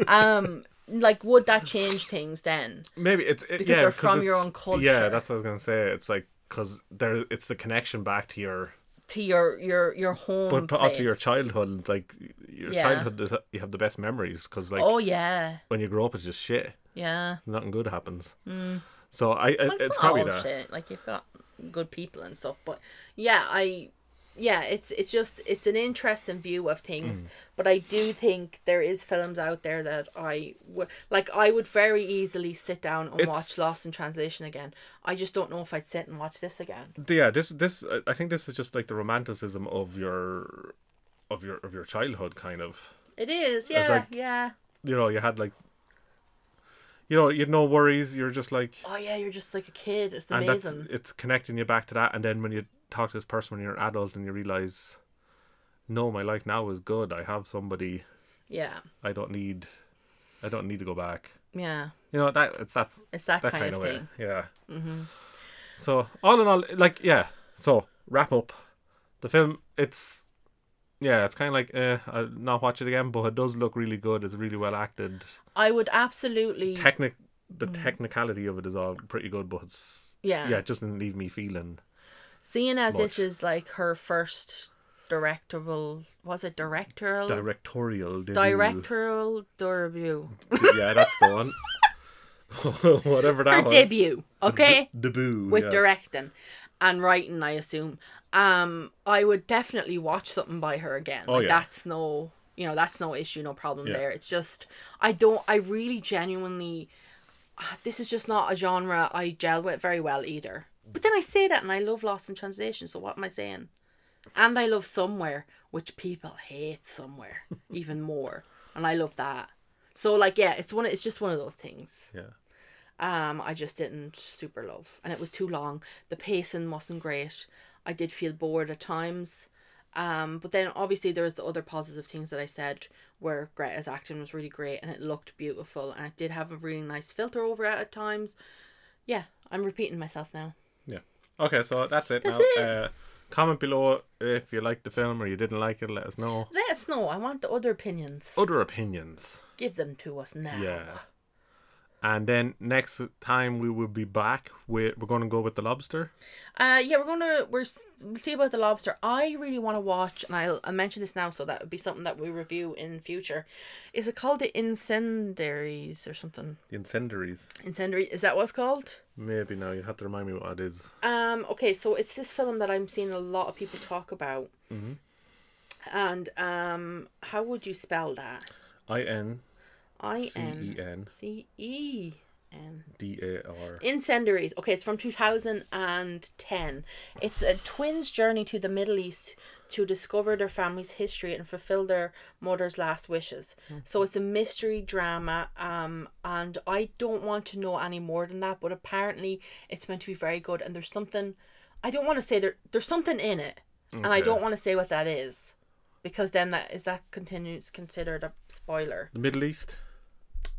um, like would that change things then?
Maybe it's. It,
Because
yeah,
they're
'cause
from your
it's-
own culture.
Yeah, that's what I was going to say. It's like, because there, it's the connection back to your.
To your your your home,
But, but also your
place.
childhood. Like, your
Yeah.
childhood, is, you have the best memories. Because, like,
Oh yeah,
when you grow up, it's just shit.
yeah.
Nothing good happens. So I. I
Mm. Well,
it's
it's, not
probably
all
that.
shit. Like you've got good people and stuff, but yeah, I yeah, it's it's just it's an interesting view of things.
Mm.
But I do think there is films out there that I would like. I would very easily sit down and
It's-
watch Lost in Translation again. I just don't know if I'd sit and watch this again.
yeah this this I- i think this is just like the romanticism of your of your of your childhood kind of
It is, yeah,
like-
yeah.
you know you had like you know you had no worries you're just like
oh yeah, you're just like a kid. It's
and that's
amazing.
it's connecting you back to that and then when you talk to this person when you're an adult and you realize no my life now is good i have somebody
Yeah,
i don't need i don't need to go back
yeah.
you know that it's that's
It's that,
that
kind, of
way
thing.
yeah mm-hmm. so all in all like yeah so wrap up the film it's yeah it's kind of like uh i'll not watch it again but it does look really good it's really well acted
I would absolutely.
technic the technicality of it is all pretty good but it's
Mm. Yeah.
yeah it just didn't leave me feeling
seeing as this
much.
is like her first directorial, was it directorial?
directorial did
directorial debut.
yeah that's the one whatever that
Her
was
debut, okay,
debut
with
yes.
directing and writing, I assume. Um, I would definitely watch something by her again. like
Oh, yeah.
that's no, you know, that's no issue, no problem
Yeah.
there. It's just I don't, I really genuinely. ah, This is just not a genre I gel with very well either. But then I say that and I love Lost in Translation, so what am I saying? And I love Somewhere, which people hate Somewhere even more. And I love that. So like yeah, it's one of- it's just one of those things.
yeah
Um, I just didn't super love, and it was too long. The pacing wasn't great. I did feel bored at times. Um, but then obviously there was the other positive things that I said where Greta's acting was really great and it looked beautiful and it did have a really nice filter over it at times. Yeah, I'm repeating myself now.
Yeah. Okay, so that's it
That's
now.
it.
Uh, comment below if you liked the film or you didn't like it. Let us know.
Let us know. I want the other opinions.
Other opinions.
Give them to us now.
Oh. Yeah. And then next time we will be back with we're going to go with the lobster.
Uh, yeah, we're gonna we're s- we'll see about the lobster. I really want to watch, and I'll, I'll mention this now, so that would be something that we review in future. Is it called the incendiaries or something?
The incendiaries.
Incendiary is that what's called?
Maybe now you'd have to remind me what it is.
Um. Okay, so it's this film that I'm seeing a lot of people talk about. Mm-hmm. And um, how would you spell that?
I N
I
C E
N
N
C E N.
D A R.
Incendiaries. Okay, it's from 2010. It's a twin's journey to the Middle East to discover their family's history and fulfill their mother's last wishes. So it's a mystery drama, um, and I don't want to know any more than that. But apparently, it's meant to be very good, and there's something. I don't want to say there. There's something in it, and I
Okay.
don't want to say what that is, because then that is that continues considered a spoiler.
The Middle East.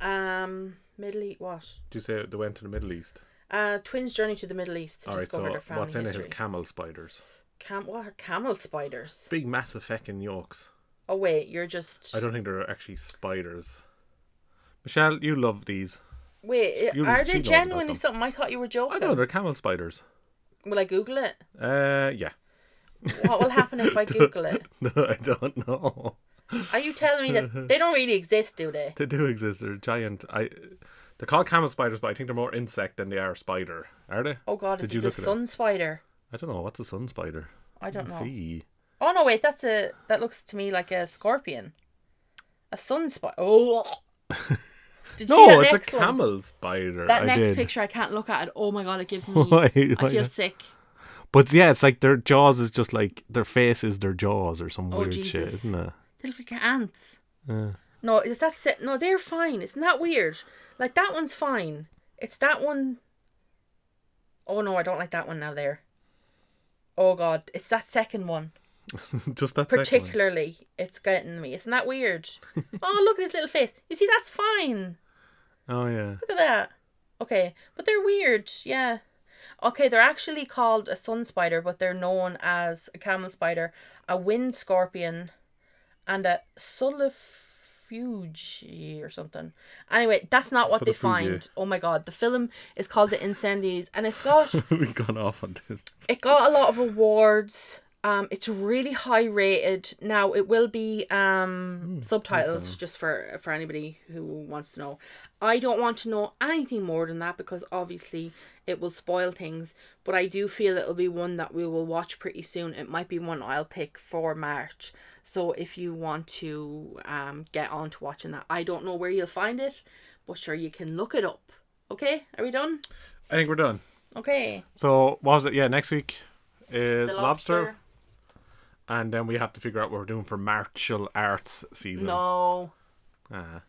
Um, Middle East. What?
Do you say they went to the Middle East?
Uh, twins journey to the Middle East to
All right.
discover
So
their family
what's in it
history.
is camel spiders.
Cam- what are camel spiders?
Big massive feckin' yolks.
Oh wait, you're just
I don't think they're actually spiders. Michelle, you love these.
wait.
you-
are
she
they
knows about
genuinely
them.
something? I thought you were
I
joking.
know they're camel spiders.
Will I Google it?
Uh, yeah.
What will happen if I Google it?
No, I don't know.
Are you telling me that they don't really exist, do they?
They do exist. They're giant. I. They're called camel spiders, but I think they're more insect than they are spider. Are they?
Oh god, is
Did you
it the
look at it?
sun spider?
I don't know. What's a sun spider?
I don't know.
See.
Oh no, wait, that's a that looks to me like a scorpion, a sun spider. Oh. Did you see
No,
that
it's a
next one?
camel spider.
That
I
next
did.
picture I can't look at it. Oh my god, it gives me.
Why-
I
why-
feel sick.
But yeah, it's like their jaws is just like their face is their jaws or some
Oh,
weird shit,
Jesus.
isn't it?
They look like ants.
Yeah.
No, is that se- no? They're fine. Isn't that weird? Like that one's fine. It's that one Oh no, I don't like that one now. There. Oh god, it's that second one
just that second one.
particularly. It's getting me. Isn't that weird? oh look at his little face. You see, that's fine.
Oh yeah.
Look at that. Okay, but they're weird. Yeah. Okay, they're actually called a sun spider, but they're known as a camel spider, a wind scorpion, and a solifuge or something. Anyway, that's not what they
Solifuge.
find. Oh my god, the film is called The Incendies, and it's got
We've gone off on this.
it got a lot of awards. Um, it's really high rated. Now it will be um subtitled just for for anybody who wants to know. I don't want to know anything more than that because obviously it will spoil things. But I do feel it'll be one that we will watch pretty soon. It might be one I'll pick for March. So if you want to um get on to watching that, I don't know where you'll find it, but sure you can look it up. Okay, are we done?
I think we're done.
Okay.
So what was it? Yeah, next week is lobster.
lobster.
and then we have to figure out what we're doing for martial arts season.
No.
Ah,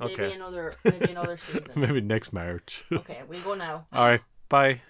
Maybe
okay.
another maybe another season.
Maybe next March.
okay, we go now.
All right. Bye.